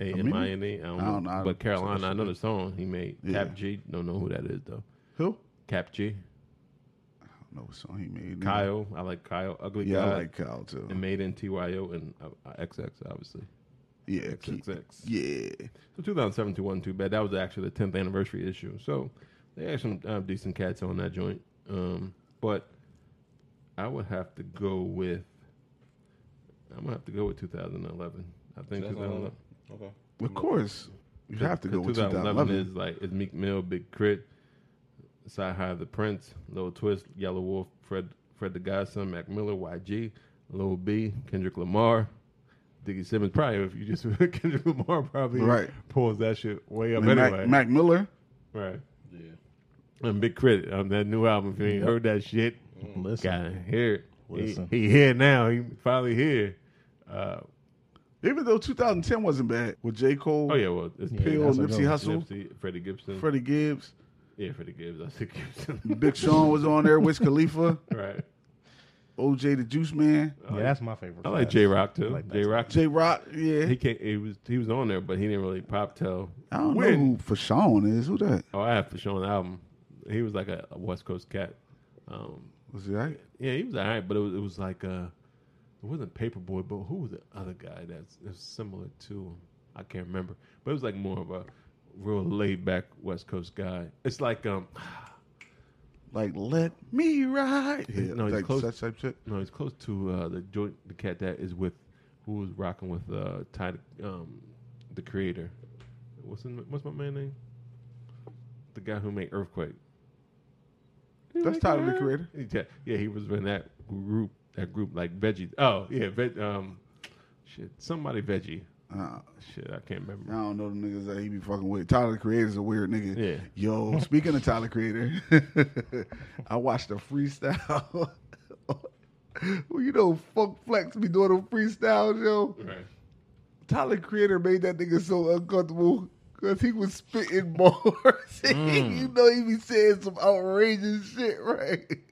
S1: A
S3: Amini?
S1: M I N E.
S3: Uh, I
S1: I don't
S3: don't
S1: know,
S3: know.
S1: but Carolina. I know the song he made.
S3: Yeah.
S1: Cap G. Don't know who that is though.
S3: Who?
S1: Cap G.
S3: I don't know what song he made.
S1: Kyle. I like Kyle. Ugly
S3: Yeah,
S1: guy.
S3: I like Kyle too.
S1: and made in TYO and uh, uh, XX, obviously.
S3: yeah, Keith.
S1: XXX.
S3: yeah.
S1: So 2017 wasn't too bad. That was actually the 10th anniversary issue. So they had some uh, decent cats on that joint. Um, but I would have to go with. I'm gonna have to go with 2011. I think 2011.
S5: okay.
S3: Of course, you have to go with
S1: 2011
S3: 2011.
S1: is like is Meek Mill, Big Crit, Sci High the Prince, Lil Twist, Yellow Wolf, Fred Fred the Godson, Mac Miller, YG, Lil B, Kendrick Lamar, Diggy Simmons. Probably if you just Kendrick Lamar probably
S3: Right.
S1: pulls that shit way up
S3: And Mac,
S1: anyway.
S3: Mac Miller.
S1: Right. Yeah. And Big Crit on that new album. If you ain't heard that shit,
S4: Listen.
S1: gotta hear it. He-
S4: Listen.
S1: He, here now. He finally here. Uh,
S3: Even though 2010 wasn't bad with J. Cole,
S1: oh yeah, well it's
S3: Pill,
S4: that's a
S3: Nipsey
S4: good one.
S3: Hussle,
S1: Nipsey, Freddie Gibson.
S3: Freddie Gibbs,
S1: Yeah, Freddie Gibbs. I said Gibson.
S3: Big Sean was on there, Wiz Khalifa,
S1: right.
S3: OJ the Juice Man,
S4: Yeah, that's my favorite.
S1: I like
S4: class.
S1: J Rock too.
S4: like that
S1: J Rock.
S3: J. Rock. Yeah,
S1: He can't, he was he was on there, but he didn't really pop till.
S3: I don't
S1: When-
S3: know who Fashawn is. Who that?
S1: Oh, I have to show an album. He was like a, a West Coast cat. Um,
S3: Was he right?
S1: yeah, he was all right, but it was, it was like uh, it wasn't Paperboy, but who was the other guy that's that's similar to? him? I can't remember, but it was like more of a real laid back West Coast guy. It's like um,
S3: Like, let me ride. Yeah,
S1: No, he's
S3: like
S1: close.
S3: that type shit.
S1: No, he's close to uh, the joint. The cat that is with who was rocking with uh, Ty, um, the creator. What's in, what's my man name? The guy who made Earthquake.
S3: That's Tyler, the Creator.
S1: Yeah, yeah, he was in that group. That group like Veggie. Oh yeah, veg, um, shit, somebody Veggie.
S3: Uh,
S1: Shit, I can't remember.
S3: I don't know the niggas that he be fucking with. Tyler the Creator's a weird nigga.
S1: Yeah.
S3: Yo, speaking of Tyler Creator, I watched a freestyle. well, you know, Funk Flex be doing a freestyle, yo.
S1: Right.
S3: Tyler Creator made that nigga so uncomfortable because he was spitting bars.
S1: Mm.
S3: you know, he be saying some outrageous shit, right?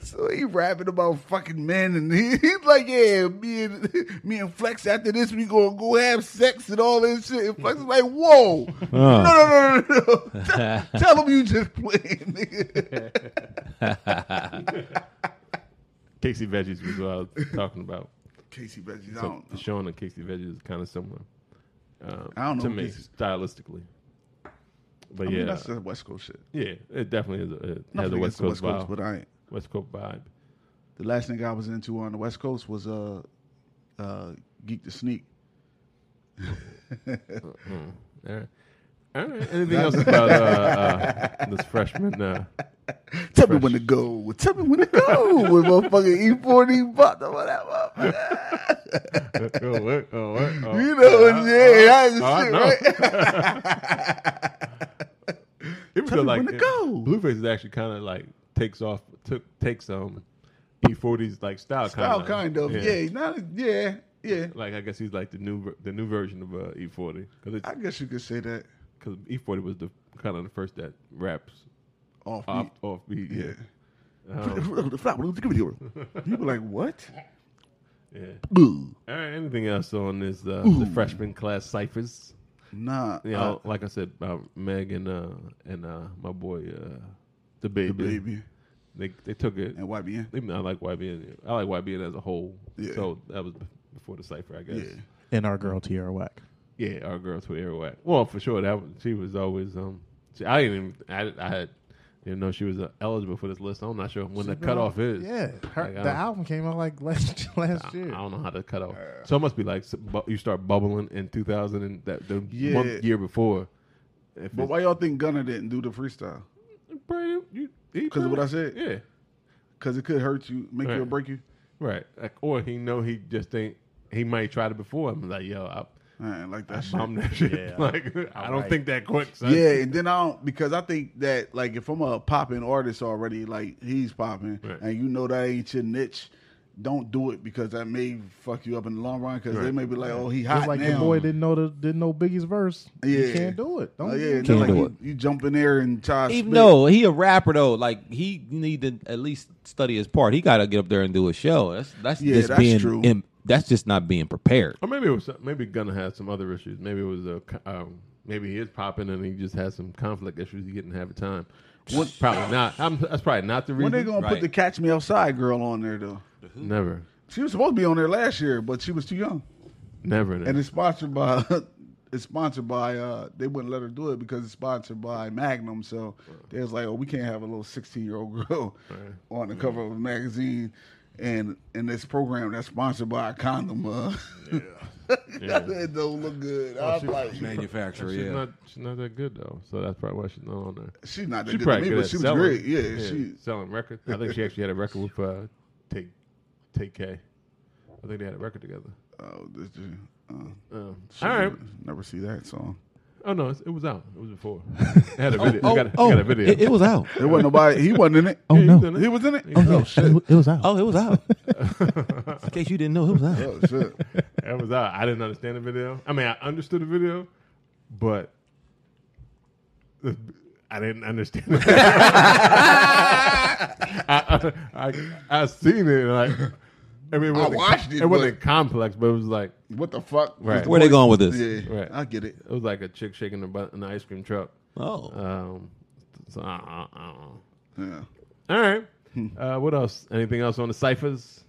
S3: So he rapping about fucking men, and he, he's like, "Yeah, me and me and Flex. After this, we gonna go have sex and all this shit." And Flex is like, "Whoa,
S1: Uh.
S3: no, no, no, no, no! Tell, tell him you just playing, nigga."
S1: Casey Veggies was what I was talking about.
S3: Casey Veggies, I
S1: So
S3: don't know.
S1: Sean and Casey Veggies is kind of similar. Um,
S3: I don't
S1: to
S3: know
S1: me
S3: Casey.
S1: stylistically. But
S3: I
S1: yeah,
S3: mean, that's the West Coast shit.
S1: Yeah, it definitely is. A, it has
S3: Nothing
S1: a West
S3: against the
S1: Coast, vibe.
S3: but I ain't.
S1: West Coast vibe.
S3: the last thing I was into on the West Coast was uh, uh, Geek the Sneak.
S1: All right. All right. Anything else about uh, uh, this freshman? Uh,
S3: Tell me when to go. Tell me when to go with motherfucking E forty bucks or whatever.
S1: oh, what? Oh, what? Oh.
S3: You know, yeah, that's
S1: I
S3: shit,
S1: know.
S3: right?
S1: Even
S3: Tell
S1: though,
S3: me
S1: like,
S3: when to go.
S1: Blueface is actually kind of like takes off, took takes um, E40's like style,
S3: Style,
S1: kinda.
S3: Oh, kind of. Yeah, not yeah, yeah.
S1: Like I guess he's like the new ver- the new version of uh, E40 because
S3: I guess you could say that
S1: because E40 E was the kind of the first that raps
S3: off
S1: off
S3: beat.
S1: off beat.
S3: Yeah.
S1: Yeah, Um,
S3: People like what?
S1: yeah.
S3: Boo.
S1: All right, anything else on this uh, the freshman class ciphers?
S3: Nah,
S1: You
S3: uh,
S1: know, Oh, like I said, uh, Meg and uh, and uh, my boy, uh, the baby,
S3: baby.
S1: They they took it.
S3: and YBN.
S1: I mean, I like YBN. I like YBN as a whole.
S3: Yeah.
S1: So that was before the cipher, I guess.
S3: Yeah.
S4: And our girl Tierra Whack.
S1: Yeah, our girl with Airwack. Well, for sure that was, she was always um. She, I didn't even I, I had didn't know she was uh, eligible for this list. I'm not sure when the cutoff is.
S4: Yeah, her,
S1: Like, I
S4: the
S1: don't-
S4: album came out like last last
S1: I
S4: year.
S1: don't know how to cut off. So it must be like s- bu- you start bubbling in 2000 and that the
S3: Yeah.
S1: month year before. If
S3: But
S1: it's-
S3: why y'all think Gunner didn't do the freestyle?
S1: Bro, you- he
S3: 'Cause of what I
S1: tried.
S3: said?
S1: Yeah,
S3: Because it could hurt you, make you or
S1: Right.
S3: break you.
S1: right. Like, or he know he just think he might try it before. I'm like, yo, I
S3: I ain't like that shit.
S1: bomb that shit.
S4: Yeah.
S1: like, I don't
S4: Alright.
S1: think that quick. Son.
S3: Yeah, and then I don't because I think that like if I'm a popping artist already, like he's popping,
S1: Right.
S3: and you know that ain't your niche, don't do it because that may fuck you up in the long run because they
S1: Right.
S3: may be like, oh, he hot
S4: Just like
S3: now.
S4: the boy didn't know the didn't know Biggie's verse.
S3: Yeah.
S4: you can't do it. Don't
S3: Oh, yeah,
S4: you
S3: and then,
S4: can't
S3: like,
S4: do
S3: you,
S4: it.
S3: you jump in there and try. to
S5: Even
S3: spit.
S5: though he a rapper though, like he need to at least study his part. He got to get up there and do a show. That's that's
S3: Yeah,
S5: just
S3: that's
S5: being
S3: true.
S5: im- that's just not being prepared.
S1: Or maybe it was maybe Gunna had some other issues. Maybe it was a co- um, maybe he is popping and he just had some conflict issues. He didn't have the time. Probably not. I'm, that's probably not the
S3: when
S1: reason.
S3: they gonna put
S5: Right.
S3: the Catch Me Outside girl on there though?
S1: never,
S3: She was supposed to be on there last year, but she was too young,
S1: never.
S3: and it's sponsored by. It's sponsored by uh they wouldn't let her do it because it's sponsored by Magnum. So they was like, Oh, we can't have a little sixteen year old girl on the cover of a magazine and in this program that's sponsored by a condom, uh it don't look good. I was like
S5: Manufacturer,
S1: Oh, she's not she's not that good though. So that's probably why she's not on there.
S3: she's not that
S1: She
S3: good to
S1: probably
S3: me,
S1: good
S3: but
S1: at
S3: she was
S1: selling.
S3: great. Yeah, she
S1: selling records. I think she actually had a record with uh, Take Take K. I think they had a record together.
S3: oh this dude, uh,
S1: Um,
S3: she
S1: all right.
S3: never, never see that song. Oh
S1: Oh no, it's, it was out. It was before. It had a video.
S5: Oh,
S1: it got a, it
S5: oh,
S1: got a video.
S5: It, it was out.
S3: There wasn't nobody he wasn't in it.
S4: Oh
S1: Yeah,
S4: no,
S1: he's in it.
S3: He was in it?
S1: He
S4: oh
S1: was
S4: no,
S1: in
S4: it was- it was out.
S5: Oh, it was out. In case you didn't know, it was out.
S3: Oh shit.
S1: That was out. I didn't understand the video. I mean, I understood the video, but I didn't understand it. I, I, I seen it. Like, I mean, it wasn't-
S3: watched it,
S1: It wasn't
S3: but-
S1: complex, but it was like
S3: What the fuck?
S1: Right.
S5: Where they going with this?
S3: Yeah,
S1: Right.
S3: I get it.
S1: it was like a chick shaking her butt in the ice cream truck.
S5: Oh,
S1: Um, so, uh, uh, uh.
S3: Yeah.
S1: all right. Uh, what else? Anything else on the ciphers?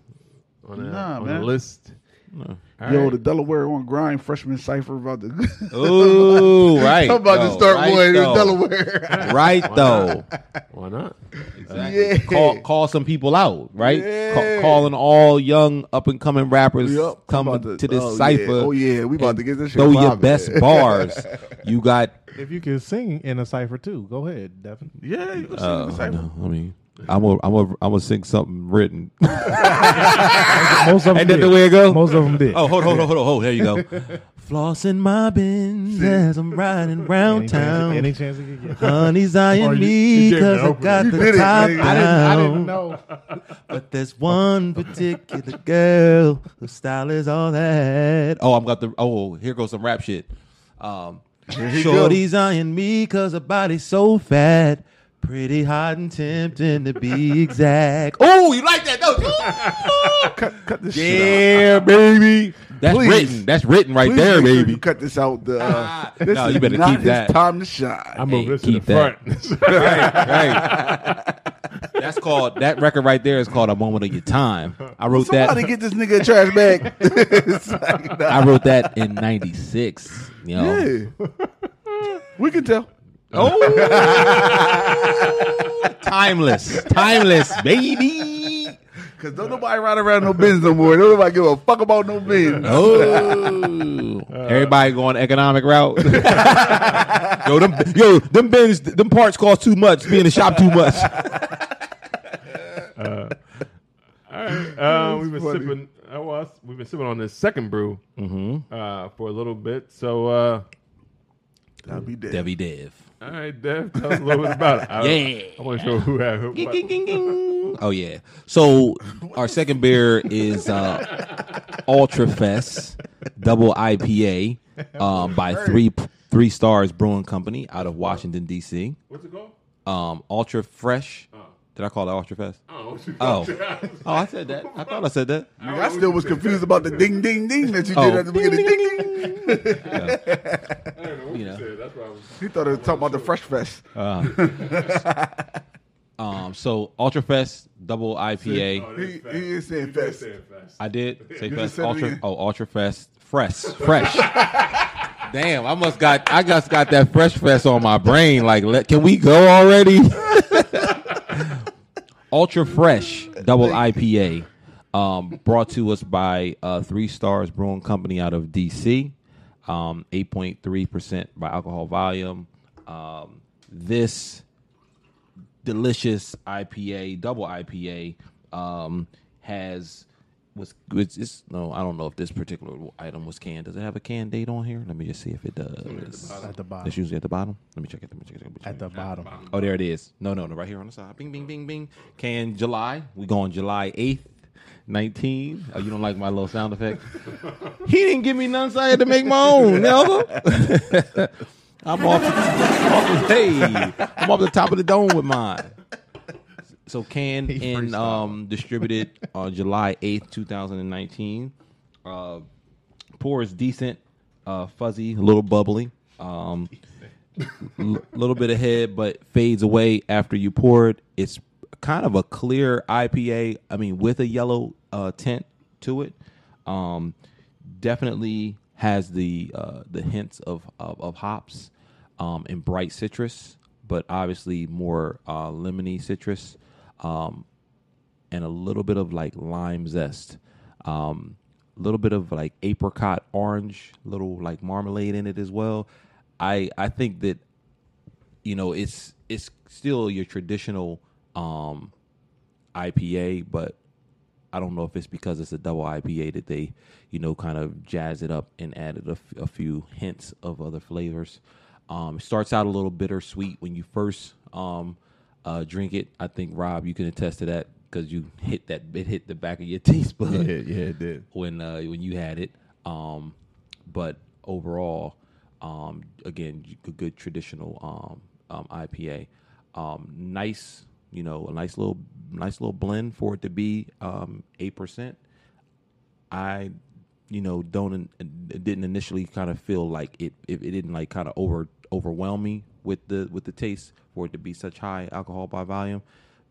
S1: On, the-
S3: Nah,
S1: on
S3: man.
S1: the list? All
S3: Yo,
S1: right.
S3: the Delaware on grind freshman cipher about the.
S5: oh, right.
S3: I'm about to
S5: though,
S3: start
S5: right
S3: one in
S5: though.
S3: Delaware.
S5: Right though.
S1: Why not?
S3: Yeah.
S5: call call some people out, right? Ca-
S3: Yeah.
S5: calling all young up and coming rappers
S3: Yup. I'm
S5: coming
S3: about
S5: to,
S3: to-
S5: this
S3: oh, yeah.
S5: cipher.
S3: Oh, yeah. We about
S5: and
S3: to get this shit
S5: Throw your
S3: poppin'.
S5: best bars. You got.
S4: If you can sing in a cipher too, go ahead, Devin.
S3: yeah, you was
S5: Uh, no, I mean, I'm a, I'm a, I'm gonna sing something written.
S4: Most of them
S5: Ain't that
S4: did.
S5: the way it go?
S4: Most of them did.
S5: Oh, hold on, hold on, hold on, hold on. There you go. Flossing my bins as I'm riding
S4: any
S5: round
S4: chance,
S5: town.
S4: any chance you could get.
S5: Honey's
S1: Or
S5: eyeing
S1: you-
S5: me
S1: you gave
S5: because
S1: the
S5: I
S3: Oh, You
S5: got
S1: opening.
S5: the
S3: did it,
S5: top
S3: nigga.
S4: I didn't, I didn't
S5: down.
S4: know.
S5: But there's one particular girl whose style is all that. Oh, I'm got the. Oh, here goes some rap shit. Um, shorty's eyeing me because her body's so fat. Pretty hot and tempting to be exact. Oh, you like that, don't you?
S3: Cut, cut this shit
S5: yeah, baby. That's
S3: Please.
S5: written. That's written right
S3: out. Please
S5: there,
S3: make sure
S5: baby.
S3: You cut this out. The, uh,
S5: Ah,
S3: this
S5: no,
S3: is
S5: you better
S3: not
S5: keep
S3: his
S5: that.
S3: time to shine.
S1: I
S5: Hey,
S1: move this to the
S5: keep that.
S1: front.
S5: That's called that record right there is called a moment of your time. I wrote
S3: Somebody
S5: that.
S3: get this nigga a trash bag. It's like, nah.
S5: I wrote that in '96. You know.
S3: Yeah. we can tell.
S5: Oh, timeless, timeless, baby.
S3: Because don't nobody ride around no bins no more. Don't nobody give a fuck about no bins.
S5: Oh, everybody going economic route. yo, them, yo, them bins, them parts cost too much. Be in the shop too much.
S1: All right. Uh, we've been
S3: funny.
S1: sipping. I was. We've been sipping on this second brew
S5: Mm-hmm.
S1: uh, for a little bit. So, uh,
S3: I'll be dead.
S5: Debbie Dev.
S1: all right, Dev, tell us a little bit about it. I,
S5: Yeah.
S1: I wasn't sure who had who.
S5: Ging, ging, ging, ging. Uh, Oh yeah. So our second beer is uh, Ultra Fest Double IPA um, by three three stars Brewing Company out of Washington D.C.
S1: What's it called?
S5: Um, Ultra Fresh. Did I call it Ultra Fest?
S1: Oh, what's it
S5: Oh.
S1: called?
S5: Oh, I said that. I thought I said that.
S3: I still was confused about the ding, ding, ding that you
S5: Oh.
S3: did at the beginning. Ding, ding, ding.
S1: I don't know what
S5: You
S1: you
S5: know.
S1: said. That's what I was.
S3: He thought it was talking about the Fresh Fest.
S5: Um, so Ultrafest Double IPA.
S3: He, he is saying fest.
S5: I did say
S3: You just
S5: fest
S3: said it
S5: ultra.
S3: again.
S5: Oh, ultra fest, fresh, fresh. Damn, I must got I just got that fresh fest on my brain. Like, let, can we go already? ultra fresh double IPA, um, brought to us by uh, Three Stars Brewing Company out of DC. Um, 8.3% by alcohol volume. Um, this delicious IPA, double IPA, um, has was it's, it's no, I don't know if this particular item was canned. Does it have a can date on here? Let me just see if it does.
S4: At the bottom.
S5: It's usually at the bottom. Let me check it. Let me check it. Let me check
S4: At
S5: it.
S4: the bottom.
S5: Oh, there it is. No, no, no, right here on the side. Bing, bing, bing, bing. Can July? We going July eighth, nineteen. Oh, you don't like my little sound effect? he didn't give me none, so I had to make my own. Never. I'm off. off- hey, I'm off the top of the dome with mine. So canned and um, distributed on July eighth, two thousand and nineteen. Uh, pour is decent, uh, fuzzy, a little bubbly. Um, l- little bit of head, but fades away after you pour it. It's kind of a clear IPA. I mean, with a yellow uh, tint to it. Um, definitely has the uh, the hints of of, of hops um, and bright citrus, but obviously more uh, lemony citrus. Um, and a little bit of like lime zest, a um, little bit of like apricot orange, little like marmalade in it as well. I I think that you know it's it's still your traditional um, IPA, but I don't know if it's because it's a double IPA that they you know kind of jazz it up and added a, f- a few hints of other flavors. Um, it starts out a little bittersweet when you first um, uh, drink it. I think Rob, you can attest to that because you hit that it hit the back of your teeth, but
S2: Yeah, yeah, it did.
S5: when uh, when you had it. Um, but overall, um, again, a good traditional um, um, IPA. Um, nice, you know, a nice little nice little blend for it to be um, eight percent. I, you know, don't it didn't initially kind of feel like it, it. It didn't like kind of over overwhelm me with the with the taste for it to be such high alcohol by volume,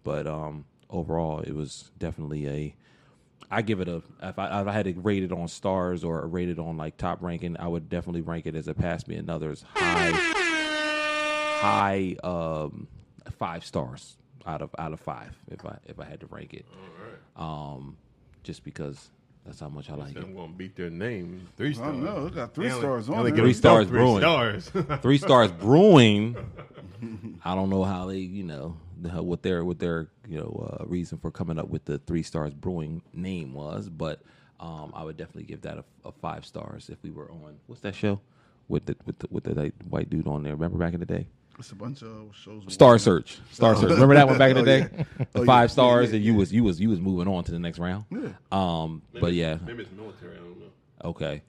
S5: but um overall it was definitely a. I give it a if I, if I had to rate it on stars or rate it on like top ranking, I would definitely rank it as a pass me another's high high um five stars out of out of five if I if I had to rank it. Um, just because that's how much I like it.
S2: I'm gonna beat their name. Three
S3: I
S2: stars.
S3: don't know. It got three
S1: Yeah, like-
S3: stars on
S2: Only
S3: it.
S2: give
S5: Three
S2: them
S5: stars
S2: three
S5: brewing.
S2: Stars.
S5: Three stars brewing. I don't know how they you know the hell- what their what their you know uh, reason for coming up with the three stars brewing name was, but um, I would definitely give that a, a five stars if we were on what's that show with the with the, with the like, white dude on there. Remember back in the day.
S3: It's a bunch of shows. we
S5: Star
S3: watch.
S5: Search, Star Search. Remember that one back in the
S3: Oh,
S5: day,
S3: yeah.
S5: the
S3: Oh,
S5: five
S3: yeah.
S5: stars,
S3: Yeah, yeah,
S5: and you was you was you was moving on to the next round. Um, but yeah,
S2: Maybe it's military. I don't know.
S5: okay.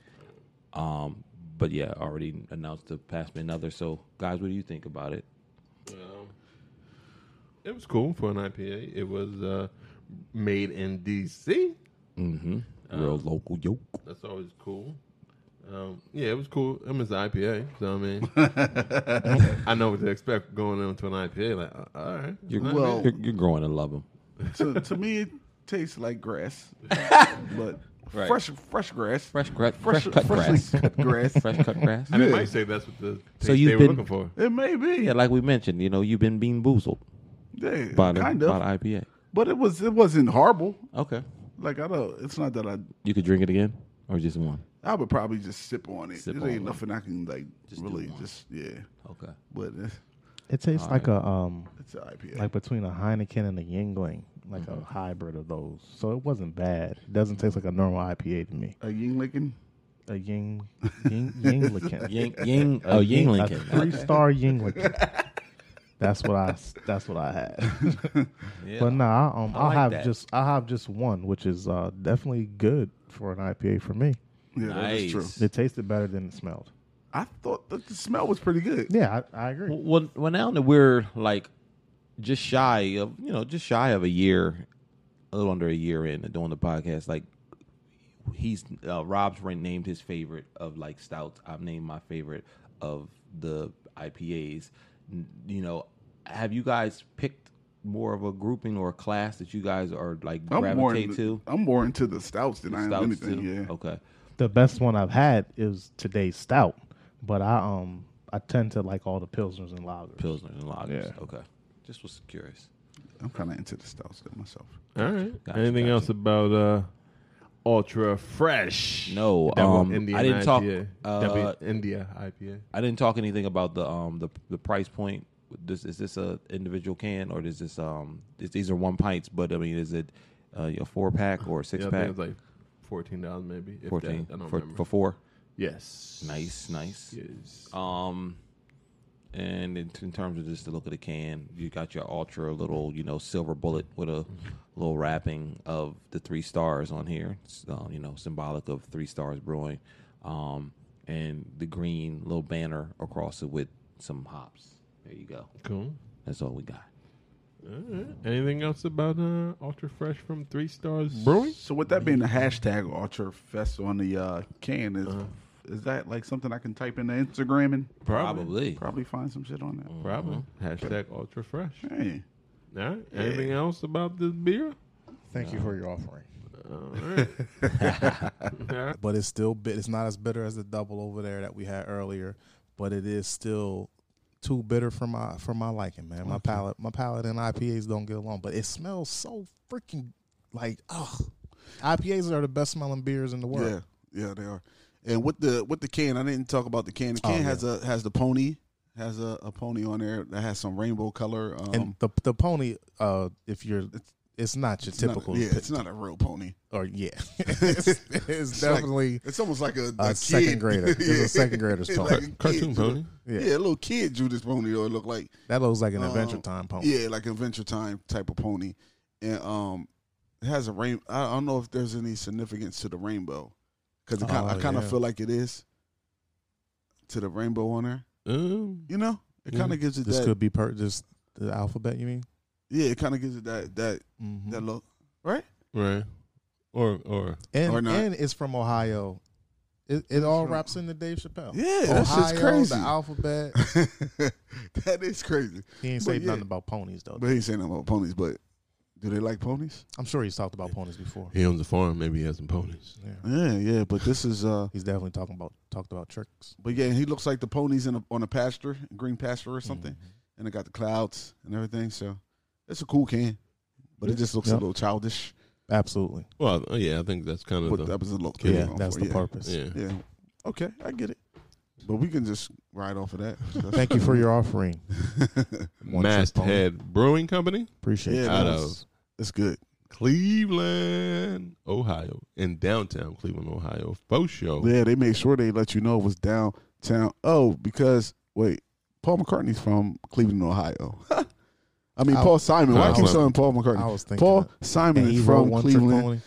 S5: Um, but yeah, already announced to pass me another. So guys, what do you think about it?
S2: Um, it was cool for an IPA. It was uh, made in DC.
S5: Mm-hmm. Real local yoke.
S2: That's always cool. Um, yeah, it was cool. I mean, it's an IPA, so I mean, I know what to expect going into an IPA. Like, uh, all right,
S5: You're,
S3: Well-
S5: you're, you're growing to love them.
S3: to, to me, it tastes like grass, but
S5: Right.
S3: fresh, fresh grass,
S5: Fresh cut, fresh,
S3: fresh,
S5: cut
S3: freshly
S5: grass.
S3: cut grass.
S5: fresh cut grass.
S2: and they might say that's what the
S5: So
S2: so they
S5: you've
S2: were
S5: been-
S2: looking for.
S3: It may be,
S5: Yeah, like we mentioned, you know, you've been being boozled
S3: yeah,
S5: by the,
S3: kind of,
S5: by the IPA.
S3: but it was it wasn't horrible.
S5: Okay,
S3: Like I don't, it's not that I.
S5: you could drink it again or just one.
S3: I would probably just sip on it.
S5: Sip
S3: it
S5: on
S3: ain't
S5: it.
S3: nothing I can like
S5: Just do
S3: really
S5: one.
S3: just yeah.
S5: Okay.
S3: But it's,
S4: It tastes like a um
S3: it's an IPA.
S4: like between a Heineken and a Yingling, like a hybrid of those. So it wasn't bad. It doesn't taste like a normal IPA to me.
S3: a Yingling.
S4: A Ying Ying Yinglican.
S5: Ying, ying, oh, Yinglinkin.
S4: Three star Yinglican. That's what I. That's what I had. But no, nah, I, um,
S5: I
S4: I'll
S5: like
S4: have
S5: that.
S4: just. I will have just one, which is uh, definitely good for an IPA for me.
S3: Yeah, that is true.
S5: Nice.
S4: It tasted better than it smelled.
S3: I thought that the smell was pretty good.
S4: Yeah, I, I agree.
S5: Well, well, now that we're like just shy of, you know, just shy of a year, a little under a year in and doing the podcast, like he's uh, Rob's re- named his favorite of like stouts. I've named my favorite of the IPAs. N- You know, have you guys picked more of a grouping or a class that you guys are like
S3: I'm more,
S5: gravitate
S3: into,
S5: to?
S3: I'm more into the stouts than I am
S5: Stouts
S3: anything.
S5: too?
S3: Yeah.
S5: Okay.
S4: The best one I've had is today's stout, but I um I tend to like all the pilsners and lagers.
S5: Pilsner and lagers.
S4: Yeah.
S5: Okay. Just was curious.
S3: I'm kind of into the stouts though myself.
S2: All right.
S5: Gotcha,
S2: Anything
S5: gotcha.
S2: else about uh, Ultra Fresh?
S5: No,
S2: Double
S5: um, I didn't talk.
S2: IPA.
S5: Uh,
S2: Double India IPA.
S5: I didn't talk anything about the um the the price point. Does, is this a individual can or is this um is, these are one pints? But I mean, is it uh, a four pack or a six
S2: Yeah, I think
S5: pack?
S2: it's like fourteen dollars maybe. if that-
S5: Fourteen
S2: I don't
S5: for,
S2: remember.
S5: for four.
S2: yes.
S5: Nice, nice.
S2: Yes.
S5: Um, and in, in terms of just the look of the can, you got your ultra little, you know, silver bullet with a little wrapping of the three stars on here. It's, uh, you know, symbolic of three stars brewing. Um, and the green little banner across it with some hops. There you go.
S2: Cool.
S5: That's all we got.
S2: Anything else about uh, Ultra Fresh from Three Stars Brewing?
S3: So with that being the hashtag Ultra Fest on the uh, can is
S5: Uh-huh.
S3: is that like something I can type into Instagram and
S5: Probably.
S3: probably find some shit on that?
S2: Probably. Hashtag Ultra Fresh. All
S5: Mm.
S3: Hey,
S2: right. Anything else about this beer?
S4: Thank you for your offering.
S2: All right.
S4: But it's still bit. It's not as bitter as the double over there that we had earlier, but it is still too bitter for my for my liking, man. My palate, my palate and IPAs don't get along, but it smells so freaking like oh, IPAs are the best smelling beers in the world.
S3: yeah, yeah, they are. And with the with the can, I didn't talk about the can.
S4: Oh,
S3: The can has a has the pony has a, a pony on there that has some rainbow color. Um,
S4: And the the pony, uh, if you're, it's not your
S3: it's not-
S4: typical,
S3: yeah, it's not a real pony.
S4: or yeah, it's, it's
S3: like-
S4: definitely
S3: It's almost like a,
S4: A
S3: kid.
S4: second grader. It's a
S3: Yeah.
S4: second grader's
S3: It's
S4: pony.
S3: like a kid
S2: Cartoon
S3: drew
S2: pony.
S3: the-
S4: Yeah.
S3: Yeah. a little kid drew this pony. Or it looked like
S4: that looks like an
S3: Um,
S4: Adventure Time pony.
S3: Yeah, like Adventure Time type of pony, and um, it has a rain. I I don't know if there's any significance to the rainbow, because I
S4: Oh,
S3: kind of
S4: yeah.
S3: feel like it is to the rainbow on there.
S2: Um,
S3: You know, it
S2: Yeah.
S3: kind of gives it
S4: This
S3: that.
S4: could be per just the alphabet. You mean?
S3: Yeah, it kind of gives it that that
S4: Mm-hmm.
S3: that look.
S2: right. Or or
S4: and
S3: or not.
S4: and it's from Ohio. It, it all wraps into Dave Chappelle.
S3: Yeah,
S4: Ohio,
S3: that's just crazy.
S4: The alphabet.
S3: that is crazy.
S4: He ain't
S3: But
S4: say
S3: yeah.
S4: nothing about ponies though.
S3: But he ain't saying nothing about ponies. But do they like ponies?
S4: I'm sure he's talked about ponies before.
S2: he owns a farm. Maybe he has some ponies.
S4: Yeah.
S3: Yeah, yeah. But this is uh.
S4: He's definitely talking about talked about tricks.
S3: But yeah, he looks like the ponies in a, on a pasture, green pasture
S4: Mm.
S3: or something,
S4: Mm-hmm.
S3: and it got the clouds and everything. So it's a cool can, but it just looks
S4: Yeah.
S3: a little childish.
S4: Absolutely.
S2: Well, uh, yeah, I think that's kind of
S3: But
S2: the
S3: that was a little
S4: Yeah, that's the purpose.
S2: yeah.
S3: Yeah. Okay, I get it. But we can just ride off of that.
S4: Thank you for your offering. One trick pony.
S2: Masthead Brewing Company,
S4: Appreciate
S3: Yeah,
S4: it.
S2: out
S3: that's-
S2: of
S3: That's good.
S2: Cleveland, Ohio, in downtown Cleveland, Ohio. Faux
S1: Oh.
S2: show.
S3: Yeah, they made sure they let you know it was downtown. Oh, because wait, Paul McCartney's from Cleveland, Ohio. I mean,
S4: I-
S3: Paul Simon. Why
S2: I
S3: I keep
S2: was-
S3: saying Paul McCartney?
S4: I was thinking.
S3: Paul
S4: that.
S3: Simon
S4: And he
S3: is
S4: wrote
S3: from
S4: one trick
S3: Cleveland,
S4: pony.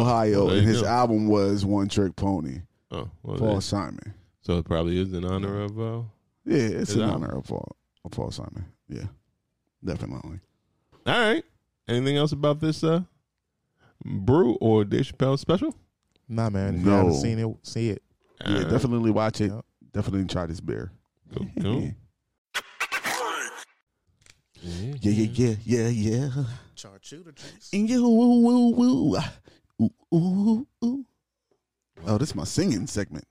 S3: Ohio,
S2: There
S3: and
S2: you
S3: his
S2: go.
S3: album was One Trick Pony.
S2: Oh, well,
S3: Paul
S2: that-
S3: Simon.
S2: so it probably is in honor of. Uh,
S3: Yeah, it's
S2: Is
S3: an
S2: that-
S3: honor of Paul, of Paul Simon. Yeah, definitely.
S2: all right. Anything else about this uh, brew or Dave Chappelle special? Uh,
S4: Nah, man. If
S3: No.
S4: you haven't seen it, see it.
S2: All
S3: yeah,
S2: right.
S3: definitely watch it.
S4: Yep.
S3: Definitely try this beer.
S2: Cool, cool.
S3: Yeah, yeah, yeah, yeah, yeah.
S4: Charcuterie cheese.
S3: And you, woo, woo, woo. Ooh, ooh, ooh. Oh, this is my singing segment.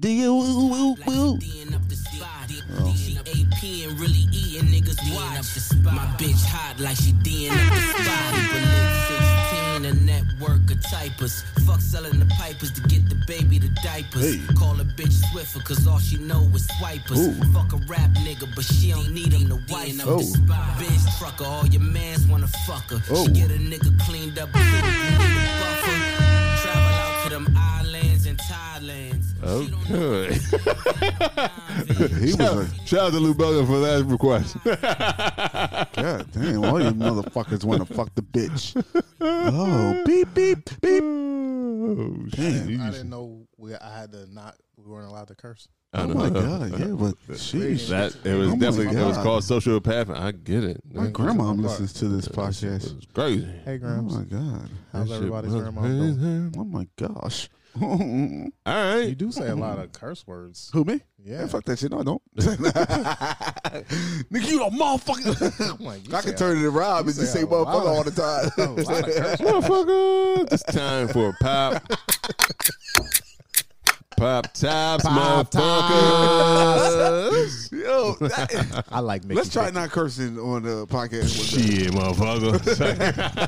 S3: Do you, woo, woo, woo.
S14: D'ing up the spot. She AP and really eating niggas. D'ing up the spot. My bitch hot like she D'ing up the spot. But live 16, a network of typers. Fuck selling the pipers to get the baby the diapers.
S3: Hey.
S14: Call a bitch Swiffer, cause all she know is swipers.
S3: Ooh.
S14: Fuck a rap nigga, but she don't need him to wipe up
S3: Oh.
S14: the spot. Bitch trucker, all your mans wanna fuck her.
S3: Oh.
S14: She get a nigga cleaned up. before you leave the buffer. Travel out to them islands and Thailands.
S1: Oh.
S14: She don't know
S2: Good.
S3: He was like,
S2: Shout out to Lou Belga for that request.
S3: God damn, all you motherfuckers want to fuck the bitch. Oh, beep, beep, beep.
S2: oh, shit.
S4: I didn't know we, I had to not. We
S15: we weren't allowed to curse.
S3: Oh my God, yeah, but sheesh.
S1: That it was
S3: Oh my
S1: definitely it was
S3: God.
S1: called sociopath. I get it.
S3: My grandma listens to this podcast.
S1: It's crazy.
S15: Hey, Grams.
S3: Oh my God.
S15: How's
S1: That shit
S15: everybody's
S1: was
S15: grandma?
S1: crazy.
S15: doing?
S3: Oh my gosh. All
S1: right.
S15: You do say a lot of curse words.
S3: Who me?
S15: Yeah.
S3: Man, fuck that shit. No, I don't. Nigga, you a motherfucker.
S15: I'm like, you
S3: I
S15: say
S3: can
S15: a-
S3: turn it
S15: you
S3: around and just
S15: say
S3: say
S15: a lot
S3: motherfucker
S15: of-
S3: all the time.
S15: a lot of curse words.
S1: Motherfucker, it's time for a pop. Pop tops,
S3: Uh,
S1: motherfuckers.
S3: Yo, that,
S4: I like Mickey.
S3: let's try
S4: Dick.
S3: not cursing on the podcast. one day.
S1: Shit, motherfucker.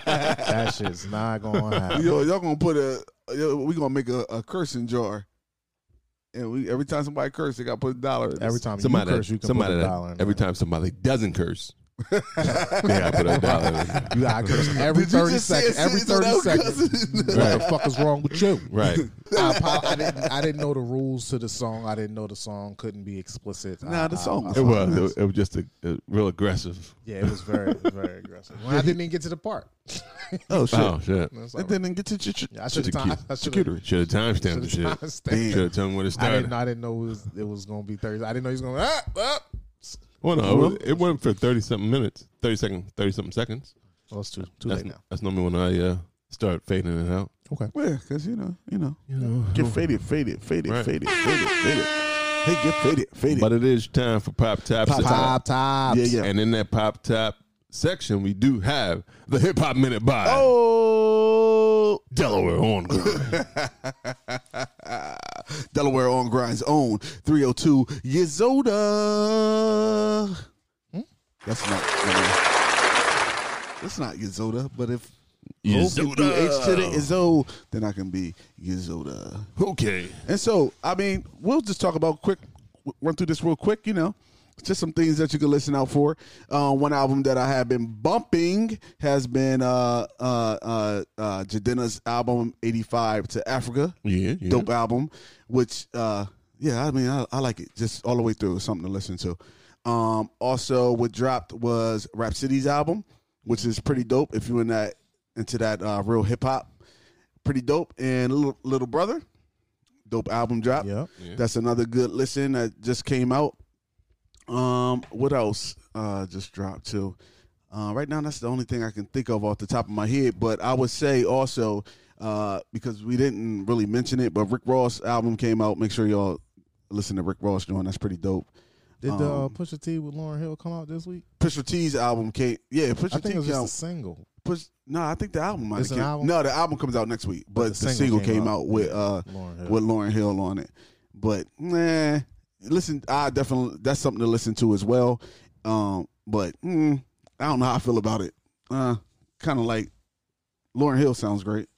S4: That shit's not going to happen.
S3: Yo, y'all gonna put a yo, we gonna make a, a cursing jar, and we every time somebody curse, they gotta put a dollar. in
S4: Every
S3: it.
S4: time
S1: somebody,
S4: you curse, you
S1: that,
S4: can put
S1: somebody
S4: a dollar
S1: that,
S4: in
S1: every
S4: there.
S1: time somebody doesn't curse, they I put a dollar. in there.
S4: You gotta curse every
S3: Did you
S4: 30
S3: just say
S4: seconds.
S3: it
S4: Every
S3: since
S4: 30
S3: without
S4: seconds.
S3: cussing?
S4: What the fuck is wrong with you?
S1: Right.
S4: I, apo- I didn't. I didn't know the rules to the song. I didn't know the song couldn't be explicit.
S3: Nah, the
S4: I- I-
S3: song was
S4: I-
S1: It was. It, it was just a, a real aggressive.
S4: yeah, it was very, very aggressive. Well, I didn't even get to the part.
S3: Oh shit!
S1: Oh shit!
S4: That's all
S3: That
S4: right.
S3: didn't get to ch- ch-
S4: I should
S1: Should
S4: have. I should have.
S1: have timestamped the shit.
S3: Damn.
S1: Should have told him where it
S4: I didn't.
S1: started.
S4: I didn't know it was, it was going to be thirty. I didn't know he was going. Ah, ah.
S1: Well, no, it, was, it went for thirty something minutes, thirty seconds, thirty something seconds.
S4: Well, it's too too
S1: That's,
S4: late now.
S1: that's normally when I uh, start fading it out.
S3: Well, cause you know, you know,
S1: You know,
S3: get faded, faded, faded,
S1: Right.
S3: faded, faded, faded. Hey, get faded, faded.
S1: But it is time for pop tops.
S4: Pop top tops.
S3: yeah, yeah.
S1: And in that pop top section, we do have the hip hop minute by
S3: oh,
S1: Delaware on.
S3: Delaware on grind's own 302 Yazoda.
S1: Hmm?
S3: That's not. That's not Yazoda, but if Hope can do H to the Izzo, then I can be Yazoda.
S1: Okay.
S3: And so, I mean, we'll just talk about quick, run through this real quick, you know. Just some things that you can listen out for. Uh, one album that I have been bumping has been uh, uh, uh, uh, Jadena's album "85 to Africa."
S1: Yeah, yeah.
S3: dope album. Which, uh, yeah, I mean, I, I like it just all the way through. It's something to listen to. Um, also, what dropped was Rhapsody's album, which is pretty dope. If you're in that into that uh, real hip hop, pretty dope. And little, little brother, dope album drop.
S4: Yep.
S3: That's another good listen that just came out. Um, what else uh, just dropped too? Uh, right now, that's the only thing I can think of off the top of my head. But I would say also uh, because we didn't really mention it, but Rick Ross album came out. Make sure y'all listen to Rick Ross doing. That's pretty dope.
S4: Did the uh,
S3: Um,
S4: Pusha T with Lauren Hill come out this week?
S3: Pusha T's album came. Yeah, Pusha
S4: I think it
S3: T
S4: was just
S3: came
S4: a single.
S3: Push, no, I think the album might
S4: It's
S3: have
S4: an
S3: came-
S4: album?
S3: No, the album comes out next week, but, the, single, came out, with uh
S4: Lauryn Hill.
S3: with Lauren Hill on it. But nah, listen, I definitely that's something to listen to as well. Um, but mm, I don't know how I feel about it. Uh, kind of like Lauren Hill sounds great.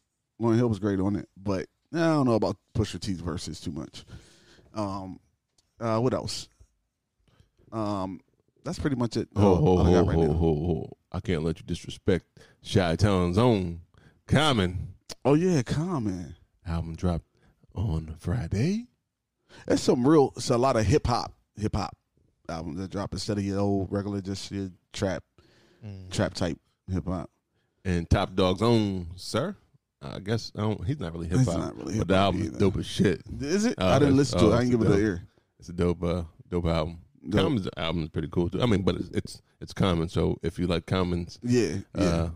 S3: Lauren Hill was great on it, but I don't know about Pusher T's verses too much. Um, uh, what else? Um, that's pretty much it.
S1: Ho,
S3: uh,
S1: ho,
S3: all I
S1: ho,
S3: got right
S1: ho,
S3: now.
S1: ho, ho. I can't let you disrespect Shy Town's own Common
S3: Oh yeah, comment.
S1: album dropped on Friday.
S3: It's some real. It's a lot of hip hop, hip hop albums that drop instead of your old regular just your trap,
S1: Mm-hmm.
S3: trap type hip hop.
S1: And Top Dog's own, sir. I guess I don't, he's not really hip
S3: He's
S1: hop,
S3: not really
S1: but
S3: hip
S1: the
S3: hop
S1: album's
S3: either.
S1: dope as shit.
S3: Is it?
S1: Oh,
S3: I didn't
S1: that's-
S3: listen to
S1: oh,
S3: it. I didn't
S1: that's
S3: give it an
S1: dope.
S3: ear.
S1: It's a dope, uh, dope album.
S3: Dope.
S1: Common's album is pretty cool too. I mean, but it's it's, it's Common, so if you like Common's,
S3: Yeah, yeah.
S1: uh,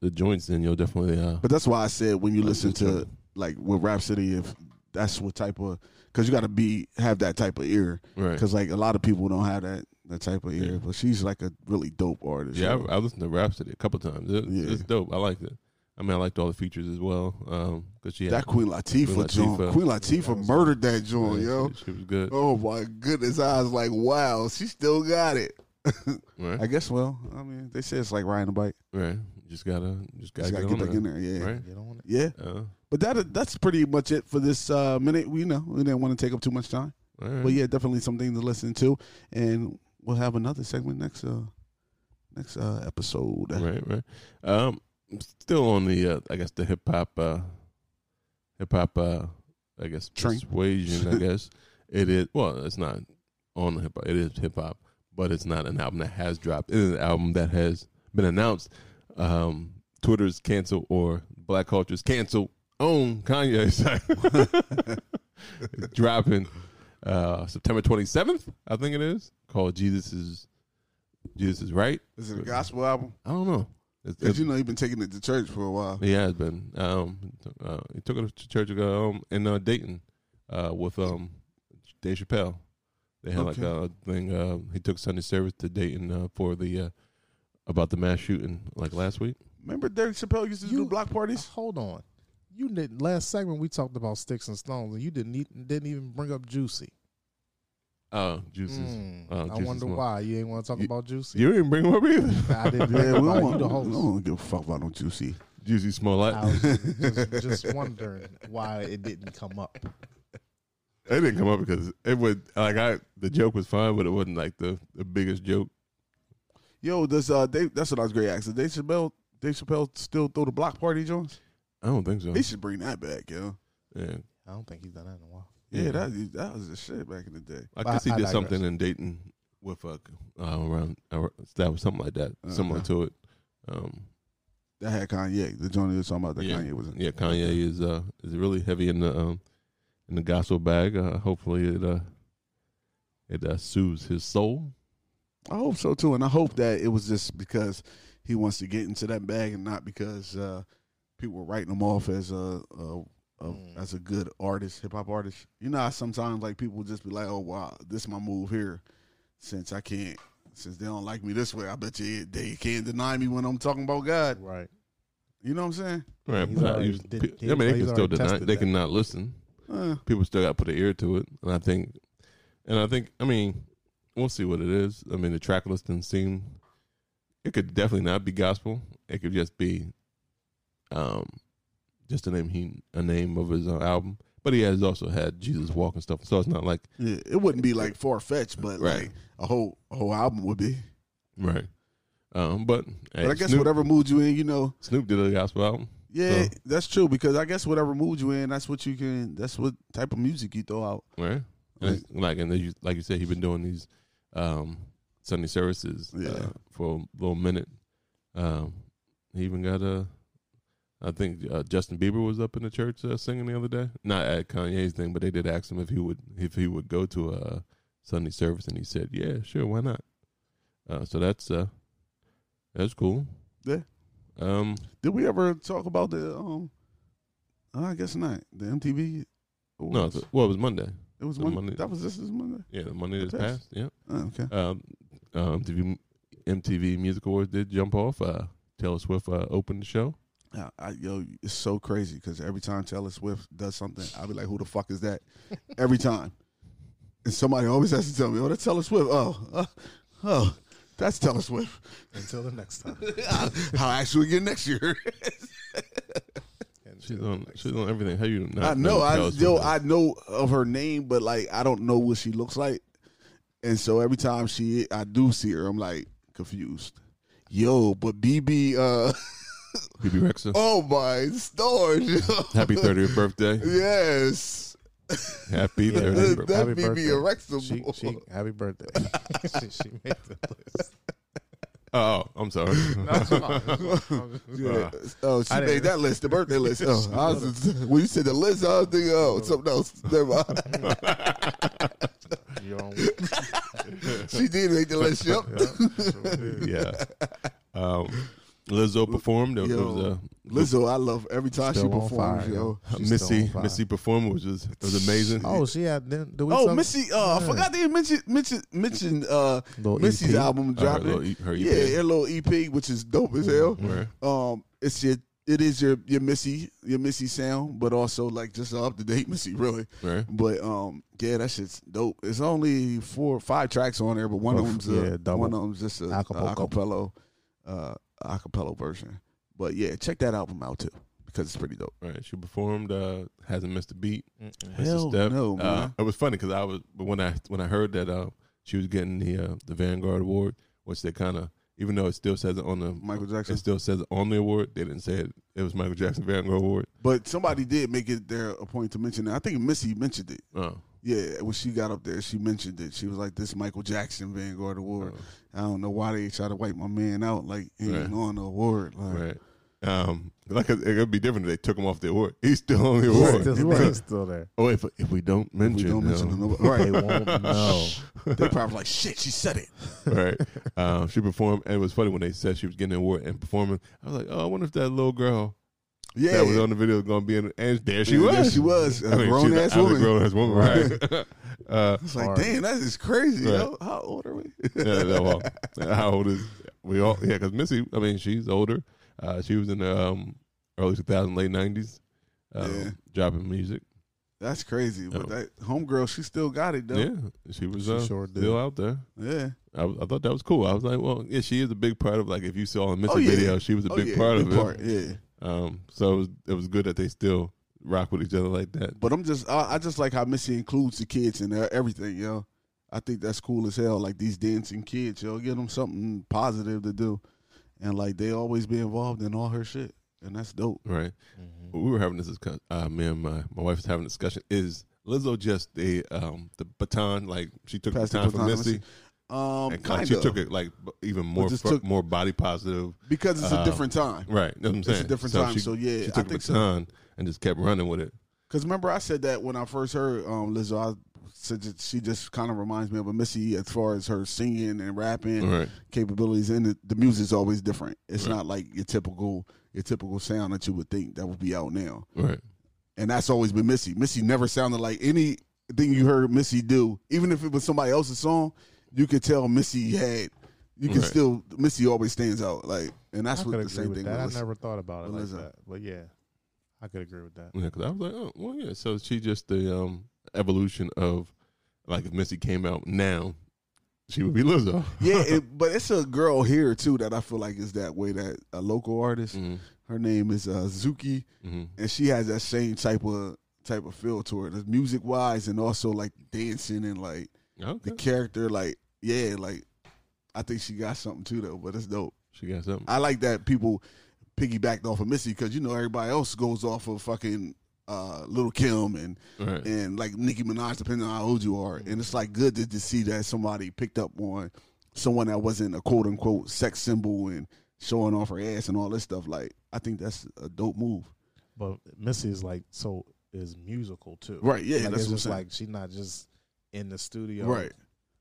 S1: the joints, then you'll definitely. Uh,
S3: but that's why I said when you listen
S1: listen to
S3: to like with Rhapsody, if that's what type of because you got to be have that type of ear
S1: right.
S3: because like a lot of people don't have that that type of ear. But she's like a really dope artist.
S1: Yeah,
S3: so-
S1: I, I listened to Rhapsody a couple times. It-
S3: Yeah.
S1: It's dope. I liked it. I mean, I liked all the features as well. Um, cause she had,
S3: that Queen Latifah,
S1: Queen Latifah.
S3: joint. Queen Latifah murdered that joint,
S1: yeah,
S3: yo.
S1: she, she was good.
S3: Oh my goodness! I was like, wow, she still got it.
S1: Right,
S3: I guess. Well, I mean, they say it's like riding a bike.
S1: right. Just gotta, just gotta,
S3: Just gotta
S1: get,
S3: get back
S1: on
S3: in
S1: there.
S3: there. Yeah,
S1: Right.
S4: Get on it.
S3: yeah.
S1: Uh,
S3: But that that's pretty much it for this uh, minute. We know we didn't want to take up too much time,
S1: all right.
S3: but yeah, definitely something to listen to, and we'll have another segment next uh next uh episode.
S1: Right, right. Um, still on the, uh, I guess the hip hop, uh, hip hop, uh, I guess
S3: Train.
S1: persuasion. I guess it is. Well, it's not on the hip hop. It is hip hop, but it's not an album that has dropped. It is an album that has been announced. Um, Twitter's canceled or Black Culture's canceled. Own Kanye. dropping uh, September 27th, I think it is, called Jesus is Jesus is right.
S3: Is it a gospel album?
S1: I don't know. It's,
S3: Because you know you've been taking it to church for a while.
S1: He has been. Um, uh, he took it to church um, in uh, Dayton uh, with um, Dave Chappelle. They had like a
S3: Okay.
S1: thing. Uh, he took Sunday service to Dayton uh, for the uh, about the mass shooting like last week.
S3: Remember Derek Chappelle used to do block parties?
S15: Hold on. You didn't last segment we talked about sticks and stones and you didn't e- didn't even bring up Juicy.
S1: Oh, juices.
S15: Mm,
S1: Oh,
S15: I
S1: Juices
S15: wonder
S1: Small.
S15: why you ain't want to talk about Juicy.
S1: You didn't bring him up either.
S15: I didn't
S3: Yeah, we
S15: bring him up.
S3: don't,
S15: You
S3: want,
S15: the
S3: we
S15: host.
S3: don't give a fuck about no juicy.
S1: Juicy small
S15: I
S1: light.
S15: was just, just wondering why it didn't come up.
S1: It didn't come up because it would like I the joke was fine, but it wasn't like the, the biggest joke.
S3: Yo, does uh, Dave, that's what I was great asking. Dave Chappelle, Dave Chappelle still throw the block party, Jones?
S1: I don't think so.
S3: He should bring that back, yo.
S1: Yeah,
S15: I don't think he's done that in a while.
S3: Yeah,
S1: Yeah.
S3: that that was the shit back in the day.
S1: I
S15: But
S1: guess he
S15: I
S1: did
S15: digress.
S1: something in Dayton with uh, uh around uh, that was something like that, similar
S3: Okay.
S1: to it. Um,
S3: That had Kanye. The joint you was talking about that
S1: yeah,
S3: Kanye was in.
S1: yeah, Kanye is uh is really heavy in the um in the gospel bag. Uh, hopefully it uh it uh, soothes his soul.
S3: I hope so too, and I hope that it was just because he wants to get into that bag, and not because uh, people were writing him off as a, a, a
S1: Mm.
S3: as a good artist, hip hop artist. You know, how sometimes like people just be like, "Oh wow, this my move here," since I can't, since they don't like me this way. I bet you they can't deny me when I'm talking about God.
S15: Right.
S3: You know what I'm saying?
S1: Right,
S15: He's
S1: but I,
S15: already
S1: you-
S15: did-
S1: pe-
S15: he's-
S1: I mean, they
S15: he's
S1: can still
S15: already
S1: deny.
S15: tested
S1: They
S15: that.
S1: can not listen.
S3: Uh,
S1: people still got to put an ear to it, and I think, and I think, I mean, we'll see what it is. I mean, the track list doesn't seem. It could definitely not be gospel. It could just be, um, just a name he a name of his uh, album. But he has also had Jesus Walk and stuff, so it's not like
S3: yeah, it wouldn't be like far fetched, but
S1: Right.
S3: like a whole a whole album would be.
S1: right. Um, but
S3: But
S1: hey,
S3: I guess
S1: Snoop,
S3: whatever mood you in, you know,
S1: Snoop did a gospel album.
S3: Yeah,
S1: So-
S3: that's true because I guess whatever mood you in, that's what you can. That's what type of music you throw out.
S1: Right. And it's- like and then you, like you said, he's been doing these um, Sunday services
S3: Yeah.
S1: uh, for a little minute. Um, he even got a, I think uh, Justin Bieber was up in the church uh, singing the other day. Not at Kanye's thing, but they did ask him if he would if he would go to a uh, Sunday service, and he said, "Yeah, sure, why not?" Uh, so that's uh, that's cool.
S3: Yeah.
S1: Um,
S3: Did we ever talk about the? um uh, I guess not. The MTV.
S1: no,
S3: Awards?
S1: it's- well, it was Monday.
S3: it was
S1: the
S3: Monday.
S1: Monday-
S3: That was this is Monday.
S1: Yeah, the Monday that's
S3: Yes.
S1: passed. Yeah.
S3: Oh, okay.
S1: um, um, MTV, MTV Music Awards did jump off. Uh, Taylor Swift uh, opened the show.
S3: I, I, yo, it's so crazy because every time Taylor Swift does something, I'll be like, "Who the fuck is that?" every time, and somebody always has to tell me, "Oh, that's Taylor Swift." Oh, uh, oh, that's Taylor Swift.
S15: Until the next time.
S3: How actually get next year?
S1: She's on. She's on everything. How you not?
S3: I know. I
S1: Taylor Swift
S3: yo,
S1: is?
S3: I know of her name, but like I don't know what she looks like, and so every time she, I do see her, I'm like confused. Yo, but BB, uh,
S1: BB Rexa.
S3: oh my stars, yo.
S1: Happy 30th birthday.
S3: yes,
S1: Happy
S15: Yeah,
S3: that
S1: 30th birthday.
S15: happy
S3: BB
S15: birthday.
S3: Erectable.
S15: She, she, happy birthday. she, she made the list.
S1: Oh, I'm sorry.
S3: Yeah. oh, she
S15: I
S3: made
S15: didn't-
S3: that list, the birthday list. Oh, I was just, when you said the list, I was thinking, oh, something else. Never mind.
S15: Your own
S3: she did make the list. Yep.
S1: yeah. Um, Lizzo performed. There, there was uh,
S3: Yo,
S1: a
S3: Lizzo, I love every time she
S15: Still on
S3: performs.
S15: fire,
S3: yo.
S15: yo. She's
S1: uh, Missy.
S15: still on
S1: Missy performed, which was it was amazing. Uh,
S15: Oh, she had. Then, do we
S3: Oh,
S15: talk-
S3: Missy! Uh, I
S15: Yeah.
S3: forgot they mentioned mentioned mentioned uh,
S4: Little
S3: Missy's
S4: EP.
S3: album
S1: her
S3: dropping.
S1: little E- her EP.
S3: Yeah, her little EP, which is dope as hell.
S1: Right.
S3: Um, it's your it is your your Missy your Missy sound, but also like just up to date Missy, really.
S1: Right.
S3: But um, yeah, that shit's dope. It's only four five tracks on there, but one of
S4: Oh,
S3: them's
S4: yeah,
S3: a,
S4: double.
S3: one of them's just a
S4: Acapulco.
S3: acapello uh acapello version. But yeah, check that album out too because it's pretty dope.
S1: Right, she performed. Uh, hasn't missed a beat. Missed
S3: Hell
S1: a step.
S3: no,
S1: Uh,
S3: man.
S1: it was funny because I was but when I when I heard that uh, she was getting the uh, the Vanguard Award, which they kind of even though it still says it on the
S3: Michael Jackson?
S1: it still says it on the award. They didn't say it. It was Michael Jackson Vanguard Award.
S3: But somebody did make it their a point to mention that. I think Missy mentioned it.
S1: Oh,
S3: Yeah, when she got up there, she mentioned it. She was like, "This Michael Jackson
S1: uh, Oh.
S3: Vanguard Award." I don't know why they try to wipe my man out like he ain't
S1: Right.
S3: on the award. Like,
S1: right. Um, like it would be different if they took him off the award. He's still on the award.
S4: still-
S1: Because-
S4: he's still there.
S1: Oh, if if we don't mention,
S3: don't mention
S1: him,
S3: him, nobody- right.
S4: They won't know.
S3: They probably like, shit, she said it.
S1: right. Um, she performed, and it was funny when they said she was getting an award and performing. I was like, oh, I wonder if that little girl
S3: Yeah.
S1: that was on the video is going to be in. And there she
S3: Yeah,
S1: was.
S3: there she was, a grown-ass woman.
S1: grown ass woman, right? uh,
S3: It's like, damn, that is crazy.
S1: Right.
S3: How, how old are we?
S1: yeah, no, well, how old is we all? Yeah, because Missy, I mean, she's older. Uh, she was in the um, early 2000s, late 90s, um,
S3: Yeah.
S1: dropping music.
S3: That's crazy. But
S1: No.
S3: that homegirl, she still got it though.
S1: Yeah, she was
S4: She
S1: uh,
S4: sure did.
S1: still out there.
S3: Yeah.
S1: I, was- I thought that was cool. I was like, well, yeah, she is a big part of like if you saw the Missy
S3: Oh, yeah.
S1: video, she was a
S3: Oh,
S1: big
S3: yeah,
S1: part
S3: big
S1: of it.
S3: part, yeah.
S1: Um, so it was, it was good that they still rock with each other like that.
S3: But I'm just, I, I just like how Missy includes the kids in there, everything, yo. I think that's cool as hell. Like these dancing kids, yo, give them something positive to do, and like they always be involved in all her shit, and that's dope.
S1: Right. We were having this discussion. Uh, me and my, my wife was having a discussion. Is Lizzo just the um the baton? Like she took
S3: Pass
S1: the
S3: the
S1: baton from
S3: baton to
S1: Missy.
S3: Missy. Um,
S1: and like, she
S3: kinda.
S1: took it like b- even more
S3: just
S1: fr-
S3: took-
S1: more body positive
S3: Because it's a
S1: um,
S3: different time.
S1: Right. That's what I'm
S3: It's a
S1: saying.
S3: different time, so yeah,
S1: she
S3: I
S1: took the
S3: think so.
S1: baton and just kept running with it.
S3: Because remember, I said that when I first heard um, Lizzo, I said that she just kind of reminds me of a Missy as far as her singing and rapping
S1: Right.
S3: capabilities. And the, the music's always different. It's not like your typical your typical sound that you would think that would be out now.
S1: Right.
S3: And that's always been Missy. Missy never sounded like anything you heard Missy do, even if it was somebody else's song. You could tell Missy had. You can
S1: Right.
S3: still Missy always stands out like, and that's
S4: I
S3: what
S4: could
S3: the
S4: agree
S3: same
S4: with
S3: thing.
S4: that. I
S3: was.
S4: never thought about it
S3: with
S4: like
S3: Lizzo.
S4: that. But yeah, I could agree with that.
S1: Yeah, 'cause I was like, oh, well, yeah. So she just the um, evolution of, like, if Missy came out now, she would be Lizzo.
S3: yeah, it, but it's a girl here too that I feel like is that way. That a local artist,
S1: Mm. Mm-hmm.
S3: her name is uh, Zuki, and she has that same type of type of feel to her, music wise, and also like dancing and like
S1: Okay.
S3: the character. Like yeah, like I think she got something too though. But it's dope.
S1: She got something.
S3: I like that people piggybacked off of Missy because you know everybody else goes off of fucking uh, Little Kim and
S1: Right.
S3: and like Nicki Minaj, depending on how old you are. And it's like good to, to see that somebody picked up on someone that wasn't a quote unquote sex symbol and showing off her ass and all this stuff. Like I think that's a dope move.
S4: But Missy is like so is musical too.
S3: Right, yeah,
S4: Like,
S3: that's
S4: it's
S3: what I'm
S4: just
S3: saying.
S4: like she's not just in the studio
S3: Right.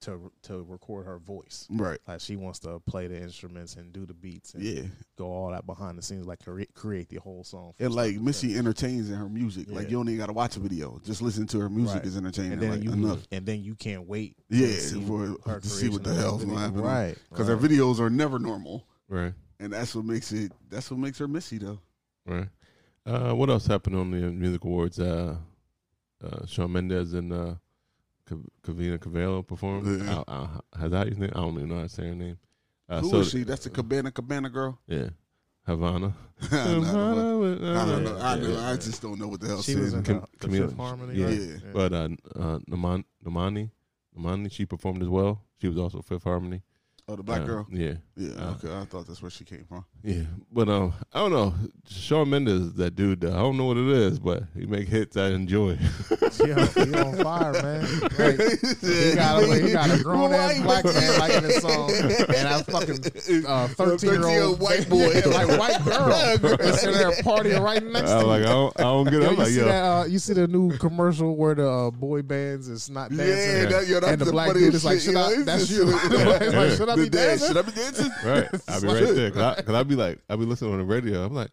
S4: to to record her voice.
S3: Right.
S4: Like she wants to play the instruments and do the beats and
S3: Yeah.
S4: go all that behind the scenes, like cre- create the whole song. from
S3: And
S4: start
S3: like
S4: to
S3: Missy
S4: finish.
S3: entertains in her music. Like
S4: Yeah.
S3: you don't even gotta watch a video. Just listen to her music
S4: Right.
S3: is entertaining.
S4: and then
S3: like,
S4: you
S3: enough.
S4: and then you can't wait. to
S3: Yeah,
S4: see
S3: for,
S4: her
S3: to see what
S4: creation
S3: the
S4: of
S3: hell's
S4: video.
S3: gonna happen.
S4: Right,
S3: Because
S4: right.
S3: her videos are never normal.
S1: Right.
S3: And that's what makes it that's what makes her Missy though.
S1: Right. Uh, what else happened on the music awards? Uh, uh, Shawn Mendes and uh, Cav- Kavina Cavallo performed.
S3: Yeah.
S1: I, I, how's that your name? I don't even know how to say her name. Uh,
S3: Who
S1: so-
S3: is she? That's the Cabana Cabana girl.
S1: Yeah, Havana.
S3: I don't know. I don't
S1: Yeah,
S3: know. I,
S1: yeah,
S3: know.
S1: yeah.
S3: I just don't know what the hell Oh,
S4: She
S3: said.
S4: was in
S1: Cam-
S4: the, the
S1: Camila-
S4: Fifth Harmony.
S1: yeah.
S4: right?
S3: Yeah.
S1: But uh, uh, Naman, Namani, Namani, she performed as well. She was also Fifth Harmony.
S3: Oh, the black
S1: Uh,
S3: girl.
S1: Yeah,
S3: Yeah.
S1: uh,
S3: okay, I thought that's where she came from.
S1: yeah. But um, I don't know. Shawn Mendes, that dude. though, I don't know what it is, but he make hits I enjoy.
S4: She on, he on fire, man. Right. He got a, he got a grown ass black man like in his song, and a fucking uh, thirteen year
S3: 13-year-old
S4: old
S3: white boy.
S4: like white girl, is sitting there partying right next
S1: I
S4: to
S1: like.
S4: him.
S1: I don't, I don't get it.
S4: Yo,
S1: I'm
S4: you
S1: like,
S4: see
S1: yo,
S4: that? Uh, you see the new commercial where the uh, boy bands is not dancing,
S3: Yeah, that, yo, that's
S4: and the, black
S3: funniest
S4: dude is like,
S3: shit,
S4: "Should
S3: yo.
S4: I?
S3: It's
S4: That's
S3: just-
S4: you." It's like, should I
S3: The
S4: be
S3: dance,
S4: dancing?
S3: Should I be dancing?
S1: Right. I'll be right there. Cause I, cause I be like, I'll be listening on the radio. I'm like,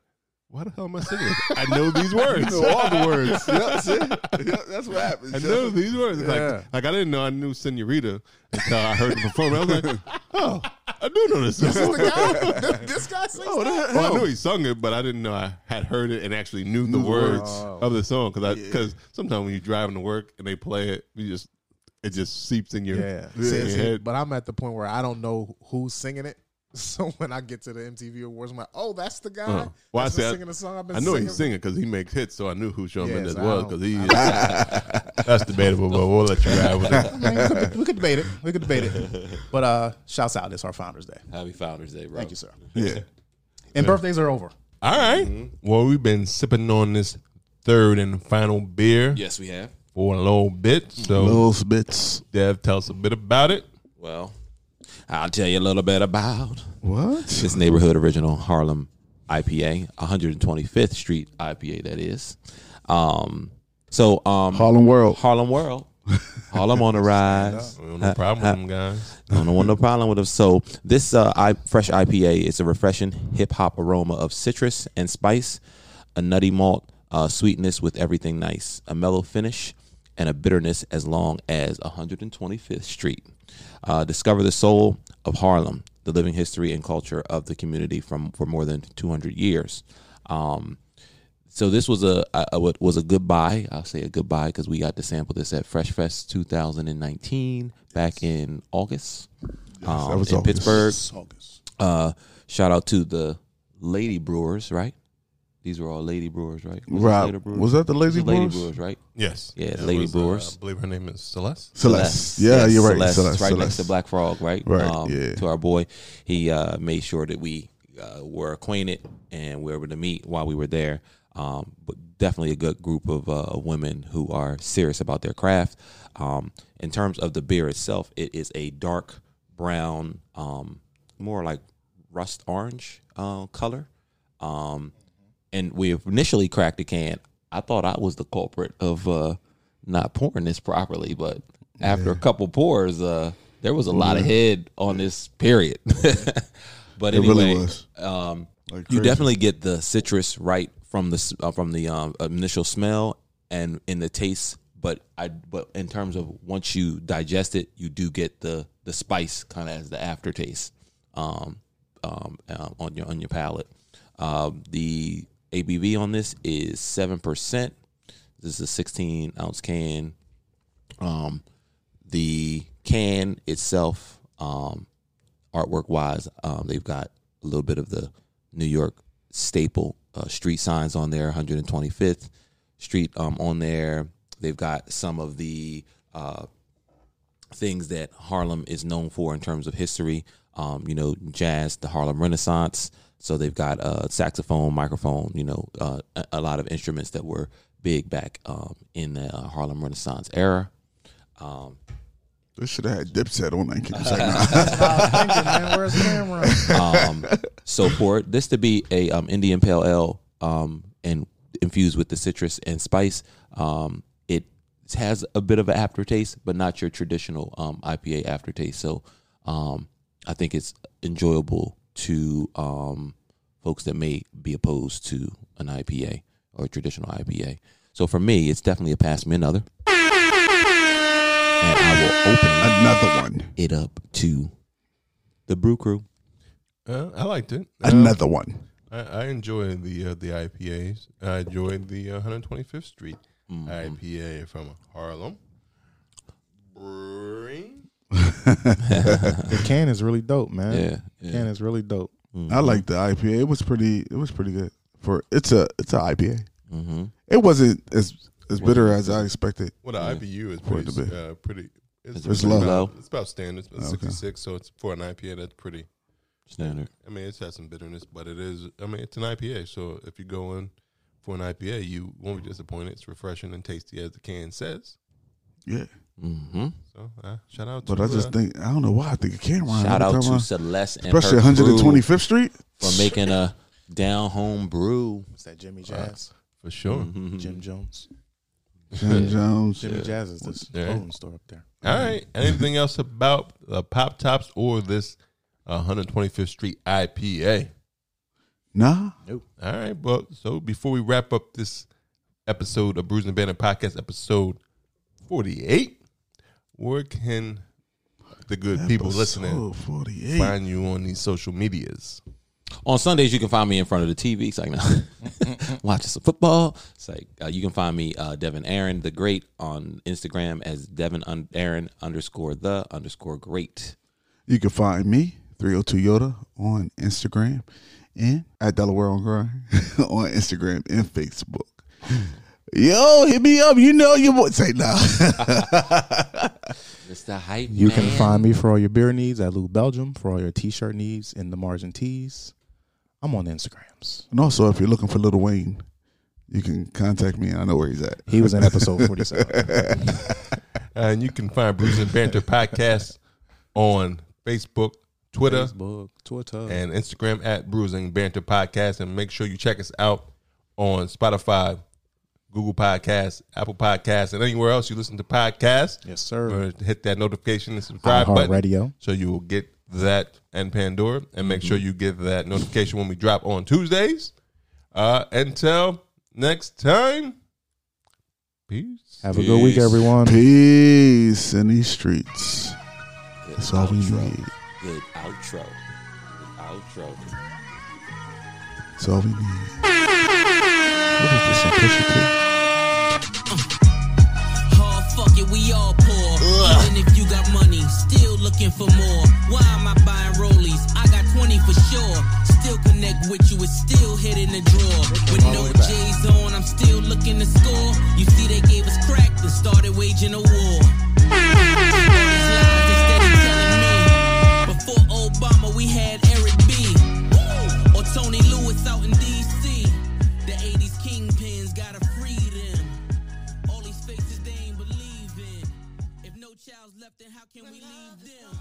S1: why the hell am I singing this? I know these words.
S3: You know all the words. Yep, see? Yep, that's what happens.
S1: I
S3: yo.
S1: know these words. It's
S4: Yeah.
S1: Like, like I didn't know I knew Senorita until I heard the performance. I was like, oh, I do know this. song.
S4: this guy sings
S3: Oh,
S4: that?
S3: the
S1: Well, I
S3: hell?
S1: knew he sung it, but I didn't know I had heard it and actually knew the
S3: Knew the
S1: words
S4: words.
S1: of the song. Because
S3: Yeah.
S1: because sometimes when you're driving to work and they play it, you just it just seeps in your,
S4: Yeah.
S1: in
S4: See,
S1: your
S4: see,
S1: head.
S4: but I'm at the point where I don't know who's singing it. So when I get to the MTV Awards, I'm like, oh, that's the guy.
S1: Uh-huh. Well, I
S4: that's
S1: see, I-
S4: been singing the song I've been
S1: I know
S4: singing.
S1: he's singing because he makes hits, so I knew who Shawn
S4: Yeah,
S1: Mendes
S4: so I
S1: was
S4: don't-
S1: because he. that's debatable, but we'll let you ride with it.
S4: I mean, we, could, we could debate it. We could debate it. But uh, shouts out. It's our Founders Day.
S5: Happy Founders Day, bro.
S4: Thank you, sir.
S1: Yeah.
S4: And birthdays are over.
S1: All right.
S4: Mm-hmm.
S1: Well, we've been sipping on this third and final beer
S5: Yes, we have.
S1: for a little bit. So,
S3: Those bits.
S1: Dev, tell us a bit about it.
S5: Well, I'll tell you a little bit about
S3: What?
S5: this neighborhood original Harlem IPA, 125th Street IPA. That is. Um, so um,
S3: Harlem World,
S5: Harlem World, Harlem on the rise.
S1: Stand up. We don't no problem with them guys.
S5: No, no, no problem with them. So this uh, I, fresh IPA is a refreshing hip hop aroma of citrus and spice, a nutty malt uh, sweetness with everything nice, a mellow finish, and a bitterness as long as 125th Street. Uh, discover the soul of Harlem, the living history and culture of the community from for more than 200 years. Um, so this was a, a, a what was a goodbye. I'll say a goodbye because we got to sample this at Fresh Fest 2019 back in August um,
S3: that was
S5: in
S3: August.
S5: Pittsburgh.
S3: August.
S5: Uh, shout out to the lady brewers, right? These were all lady brewers, right? Was
S3: Right.
S5: this Lady Brewers?
S3: Was that the Lazy
S5: It was
S3: Brewers?
S5: right?
S1: Yes.
S5: Yeah,
S1: It
S5: lady
S1: was, uh,
S5: brewers.
S1: I believe her name is Celeste.
S3: Celeste. Yeah, you're right.
S5: Celeste,
S3: Celeste,
S5: right next
S3: Celeste.
S5: to Black Frog, right? Um,
S3: Right, yeah.
S5: To our boy, he uh, made sure that we uh, were acquainted and we were able to meet while we were there. Um, but definitely a good group of uh, women who are serious about their craft. Um, in terms of the beer itself, it is a dark brown, um, more like rust orange uh, color. Um, and we initially cracked the can. I thought I was the culprit of uh, not pouring this properly, but after a couple pours, uh, there was a lot of head on this period. but
S3: It
S5: anyway,
S3: really was.
S5: Um,
S3: Like
S5: you
S3: crazy.
S5: definitely get the citrus right from the s- uh, from the um, initial smell and in the taste. But I but in terms of once you digest it, you do get the the spice kind of as the aftertaste um, um, uh, on your on your palate. Um, the ABV on this is seven percent. This is a sixteen ounce can. Um, the can itself, um, artwork wise, um, they've got a little bit of the New York staple uh, street signs on there, 125th Street um, on there. They've got some of the uh, things that Harlem is known for in terms of history. Um, you know, jazz, the Harlem Renaissance. So they've got uh, saxophone, microphone. You know, uh, a, a lot of instruments that were big back um, in the uh, Harlem Renaissance era. Um,
S3: They should have had Dipset on that. Keep a second.
S15: man, where's the camera?
S5: um, so for this to be a um, Indian Pale Ale um, and infused with the citrus and spice, um, it has a bit of an aftertaste, but not your traditional um, IPA aftertaste. So um, I think it's enjoyable to um, folks that may be opposed to an IPA or a traditional IPA. So for me, it's definitely a pass me another. And I will open
S3: Another one.
S5: it up to the brew crew.
S1: Uh, I liked it. Uh,
S3: Another one.
S1: I, I enjoyed the uh, the IPAs. I enjoyed the uh, 125th Street
S4: Mm-hmm.
S1: IPA from Harlem. Brewery.
S4: The can is really dope, man.
S5: Yeah, yeah.
S4: can is really dope.
S5: Mm-hmm.
S3: I like the IPA. It was pretty. It was pretty good for. It's a. It's an IPA.
S5: Mm-hmm.
S3: It wasn't as as bitter as I expected.
S1: Well, the IBU is
S3: For it to
S1: pretty.
S3: be.
S1: Uh, pretty it's,
S5: It's
S1: pretty
S3: low.
S1: About, it's about standard. It's
S3: Okay.
S1: 66, so it's for an IPA that's pretty.
S5: Standard.
S1: I mean, it's has some bitterness, but it is. I mean, it's an IPA, so if you go in for an IPA, you won't be disappointed. It's refreshing and tasty, as the can says.
S3: Yeah,
S5: Mm-hmm.
S1: So, uh, shout out.
S3: but
S1: to,
S3: I just
S1: uh,
S3: think I don't know why I think it can rhyme.
S5: Shout
S3: every
S5: out
S3: time I-
S5: to Celeste and
S3: especially
S5: her crew
S3: 125th Street.
S5: for making a down home brew.
S4: What's that Jimmy Jazz?
S1: for sure.
S4: Uh,
S3: Mm-hmm.
S4: Jim Jones.
S3: Jim Jones.
S4: Jimmy Jazz is this
S1: Yeah.
S4: clothing store up there.
S1: All right. Anything else about the Pop Tops or this uh, 125th Street IPA?
S3: Nah.
S1: All right, well, so before we wrap up this episode of Bruising Banner Podcast, episode 48, where can the good people listening
S3: Episode 48.
S1: find you on these social medias?
S5: On Sundays, you can find me in front of the TV. It's like, no, watching some football. It's like, uh, you can find me, uh, Devin Aaron the Great, on Instagram as Devin un- Aaron underscore the underscore great.
S3: You can find me, 302 Yoda, on Instagram and at Delaware on Grind on Instagram and Facebook. Yo, hit me up. You know you would say nah.
S5: Mr. Hype.
S4: You can
S5: Man.
S4: find me for all your beer needs at Lou Belgium, for all your t shirt needs in the margin tees. I'm on the Instagrams.
S3: and also, if you're looking for Little Wayne, you can contact me. I know where he's at.
S4: He was in episode 47.
S1: And you can find Bruising Banter Podcast on Facebook,
S2: Twitter,
S5: Facebook, Twitter.
S2: and Instagram at Bruising Banter Podcast. And make sure you check us out on Spotify, Google Podcasts, Apple Podcasts, and anywhere else you listen to podcasts.
S4: Yes, sir.
S2: Hit that notification and subscribe button.
S4: iHeartRadio.
S2: So you will get that and Pandora. And make
S4: Mm-hmm.
S2: sure you get that notification when we drop on Tuesdays. Uh, until next time, peace.
S4: Have a good week, everyone.
S3: Peace in these streets. That's all we need.
S5: Good outro. Good outro.
S3: That's all we need. What is this? on Pusha T?
S14: Hard fuck it, we all poor. Even if you got money, still looking for more. Why am I buying rollies? I got 20 for sure. Still connect with you, it's still hit in the drawer. With
S5: all the
S14: no
S5: way back.
S14: J's on, I'm still looking to score. You see, they gave us crack and started waging a war. All these lies they steady telling me. Before Obama, we had Eric B. Woo! Or Tony Lewis out in D.C. The 80s kingpins gotta free them. All these faces they ain't believe in. If no child's left, then how can we leave them?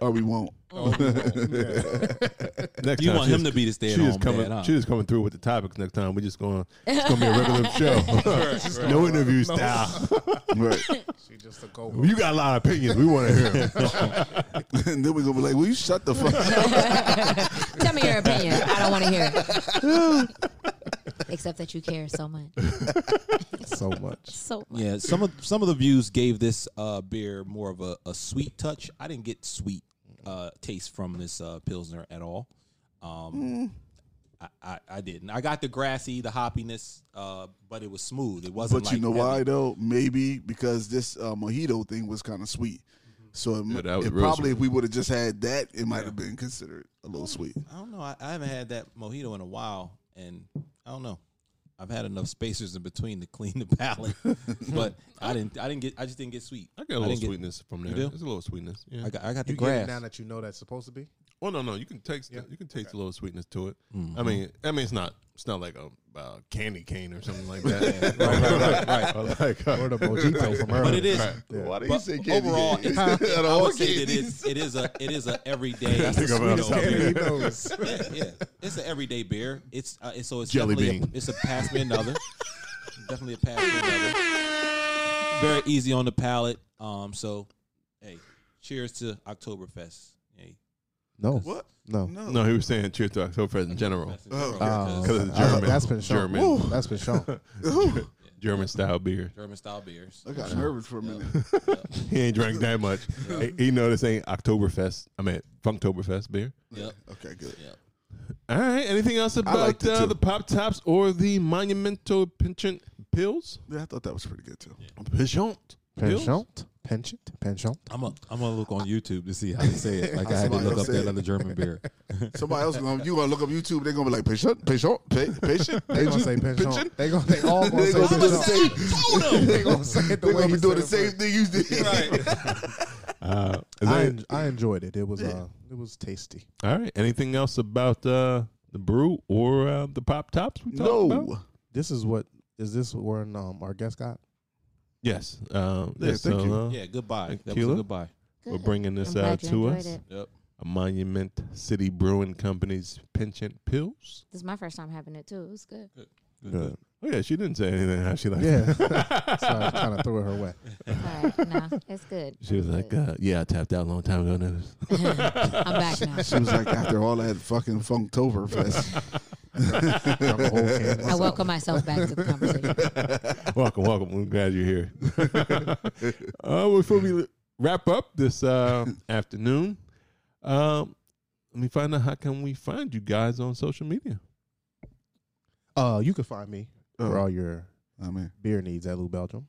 S3: Or we won't.
S1: next
S5: You
S1: time
S5: want
S1: she
S5: him
S1: just-
S5: to be the stay-at-home
S1: she just coming,
S5: dad, huh?
S1: She just coming through with the topics next time. We're just going. It's going to be a regular
S16: Right,
S1: show.
S16: right.
S1: no
S16: No.
S1: interview style.
S3: Right.
S16: She just took over.
S1: You got a lot of opinions. We want to hear. 'em.
S3: and then we're gonna be like, "Will you shut the fuck up?"
S6: Tell me your opinion. I don't want to hear it. Except that you care so much.
S4: so much.
S6: So much.
S5: Yeah, some of some of the views gave this uh, beer more of a, a sweet touch. I didn't get sweet uh, taste from this uh, pilsner at all. Um, I, I, I didn't. I got the grassy, the hoppiness, uh, but it was smooth. It wasn't.
S3: But
S5: like
S3: you know
S5: heavy.
S3: why though? Maybe because this uh, mojito thing was kind of sweet. So it,
S2: Yeah, that was
S3: it
S2: real
S3: probably
S2: sweet.
S3: if we would have just had that, it might have been considered a little sweet.
S5: I don't know. I, I haven't had that mojito in a while, and I don't know. I've had enough spacers in between to clean the palate, but I didn't. I didn't get. I just didn't get sweet.
S2: I got a little
S5: didn't get-
S2: sweetness from
S5: You
S2: there.
S5: do?
S2: There's a little sweetness. Yeah.
S5: I got. I got the
S16: You get it now
S5: grass.
S16: that you know that's supposed to be.
S2: Oh no, no, you can taste you can taste a little sweetness to it. I
S1: Mm-hmm.
S5: Mhm.
S2: mean, I mean, it's not it's not like a uh, candy cane or something like that.
S5: Right, right, right,
S2: Or like, uh,
S4: Or the mojito from earlier.
S5: But it is.
S3: Why do
S5: But overall, it's,
S3: Out of
S5: I
S3: all
S5: would say that
S3: candies.
S5: it's, it is a it is a everyday.
S1: the sweetest
S5: you know,
S1: candy
S5: beer.
S1: he
S16: knows.
S5: yeah, yeah, it's an everyday beer. It's uh, it's- so it's
S2: Jelly
S5: definitely
S2: bean.
S5: A, it's a pass me another. definitely a pass me another. Very easy on the palate. Um, so hey, cheers to Oktoberfest. Hey,
S4: No.
S3: What?
S4: No.
S1: No, he was saying cheers to Oktoberfest in general
S5: that's-
S3: Oh.
S4: Oh,
S1: 'Cause it's
S4: I-
S1: German.
S4: that's been shown.
S1: German.
S4: Woo, That's been shown.
S1: German style beer.
S5: German style beers.
S3: I got nervous for a minute.
S1: He ain't drank that much. He- He know this ain't Oktoberfest. I mean, Funktoberfest beer.
S5: Yep.
S3: Okay, good.
S5: Yep.
S1: All right. Anything else about
S3: liked it,
S1: uh,
S3: too.
S1: the pop tops or the monumental penchant pills?
S3: Yeah, I thought that was pretty good too.
S1: Penchant. Pills?
S4: Penchant? Penchant? Penchant?
S5: I'm a, I'm gonna look on YouTube to see how to say it. Like I had to
S3: Somebody
S5: look up
S3: say
S5: that
S3: it.
S5: other German beer.
S3: Somebody else gonna you gonna look up YouTube. They're gonna be like patient, patient, pa- patient.
S4: They gonna say penchant. They gonna they all gonna
S3: They
S4: say
S3: gonna be the
S4: penchant.
S3: same.
S4: They gonna say it the
S3: They
S4: way
S3: gonna
S4: he
S3: be doing the
S4: said
S3: same
S4: it,
S3: thing you did.
S1: Uh,
S4: but
S1: is
S4: I,
S1: there-
S4: en- I enjoyed it. It was uh, it was tasty.
S1: all right. Anything else about uh, the brew or uh, the pop tops? We talked about?
S3: No.
S4: This is what is this where um, our guest got?
S1: Yes. Um,
S3: Yeah,
S1: yes,
S3: thank
S1: so,
S3: you.
S1: uh,
S5: Yeah, goodbye. That was a
S1: Tequila?
S5: goodbye.
S1: We're
S6: Good.
S1: bringing this
S6: I'm
S2: uh,
S6: glad
S1: out
S6: you
S1: to
S6: enjoyed
S1: us.
S6: it.
S5: Yep.
S1: A Monument City Brewing Company's Penchant Pills.
S6: This is my first time having it too. It was good.
S4: Good.
S1: Oh yeah, she didn't say anything how she liked it.
S4: Yeah. so I kind of threw it her way.
S6: But no, it's good.
S1: She
S6: It
S1: was like,
S6: good.
S1: uh, "Yeah, I tapped out a long time ago." Now.
S6: I'm back now.
S3: She was like, after all that fucking Funktoberfest.
S4: Drunk the whole can
S6: I
S4: myself.
S6: welcome myself back to the conversation.
S1: welcome, welcome. We're glad you're here. uh, before we wrap up this uh, afternoon, um, let me find out how can we find you guys on social media.
S4: Uh, you can find me
S2: Uh-huh.
S4: for
S3: Oh,
S4: all your
S3: I mean,
S4: beer needs at Lou Belgium.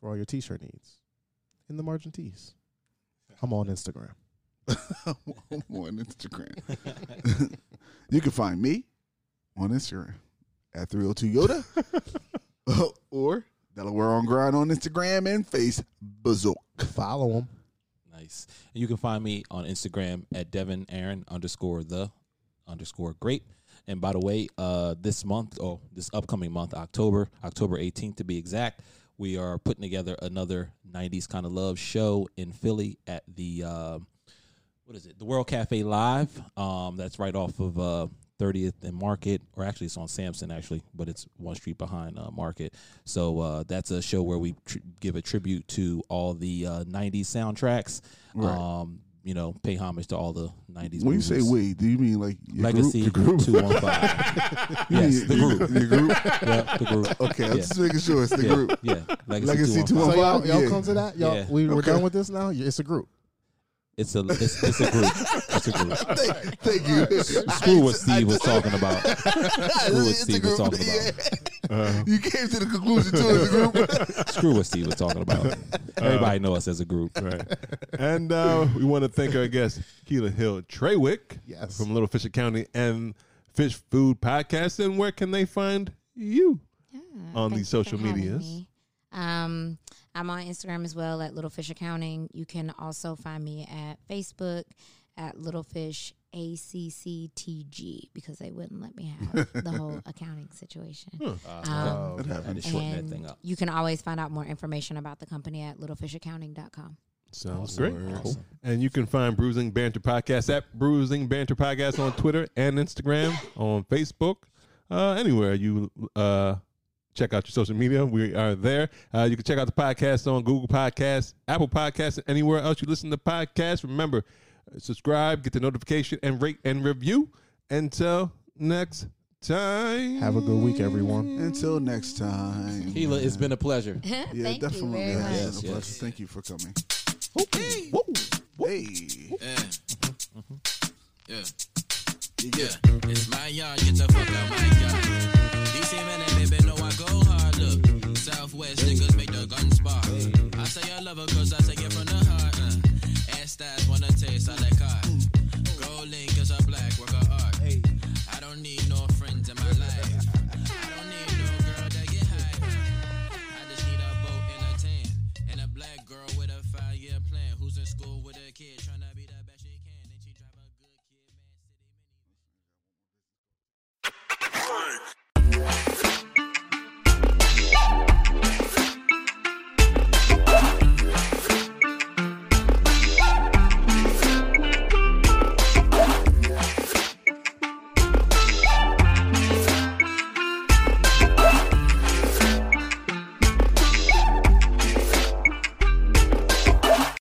S4: For all your t-shirt needs, in the Margin Tees. I'm on Instagram.
S3: I'm on Instagram. you can find me on Instagram at 302 Yoda or Delaware on Grind on Instagram and Facebook.
S4: Follow them.
S5: Nice. And you can find me on Instagram at Devin Aaron underscore the underscore great. And by the way, uh, this month or this upcoming month, October, October 18th to be exact, we are putting together another 90s kind of love show in Philly at the, uh, what is it, the World Cafe Live. Um, that's right off of uh, 30th and Market, or actually it's on Sampson actually, but it's one street behind uh, Market. So uh, that's a show where we tr- give a tribute to all the uh, '90s soundtracks.
S3: Right.
S5: Um, you know, pay homage to all the
S3: When
S5: '90s.
S3: you
S5: movies.
S3: say we, do you mean like your
S5: Legacy
S3: group?
S5: two
S3: Your
S5: one
S3: group?
S5: five.
S3: You
S5: Yes,
S3: mean
S5: the
S3: your-
S5: group.
S3: Your group?
S5: Yeah, the group.
S3: Okay, I'm
S5: Yeah.
S3: just making sure it's the
S5: Yeah,
S3: group.
S5: yeah. Legacy
S3: Legacy
S5: 215.
S3: two
S5: So
S3: one
S5: y'all-
S3: five.
S5: y'all
S3: yeah.
S5: come
S4: to that? Y'all,
S5: Yeah.
S4: we, We're
S3: Okay.
S4: done with this now? Yeah, It's a group.
S5: It's a it's, it's a group. It's a group.
S3: thank, thank you.
S5: Screw what Steve was talking about. Screw
S3: It's
S5: what
S3: a
S5: Steve was
S3: group,
S5: talking about.
S3: You came to the conclusion too as a group.
S5: Screw what Steve was talking about.
S3: Uh,
S5: Everybody know us as a group.
S1: Right. And uh, we want to thank our guest, Keela Hill Treywick
S4: Yes.
S1: from Little Fisher County and Fish Food Podcast. And where can they find you
S6: Mm,
S1: on
S6: Thank you
S1: these social
S6: for having
S1: medias?
S6: me. Um, I'm on Instagram as well at Little Fish Accounting. You can also find me at Facebook at Little Fish ACCTG because they wouldn't let me have the whole accounting situation. Um,
S5: That had to shorten that thing
S6: and
S5: up.
S6: You can always find out more information about the company at littlefishaccounting.com.
S1: Sounds great. Cool. And you can find Bruising Banter Podcast at Bruising Banter Podcast on Twitter and Instagram, on Facebook, uh, anywhere you uh, check out your social media. We are there. Uh, you can check out the podcast on Google Podcasts, Apple Podcasts, and anywhere else you listen to podcasts. Remember, uh, subscribe, get the notification, and rate and review. Until next time.
S4: Have a good week, everyone.
S3: Until next time.
S5: Keela, it's been a pleasure.
S3: Yeah,
S6: Thank you
S3: definitely.
S6: very
S3: has
S6: much.
S3: been a
S5: Yes,
S3: pleasure.
S5: yes.
S3: Thank you for coming.
S14: Hey.
S3: Hey.
S14: Yeah. Yeah. It's my yard, get the fuck out my yard. uh.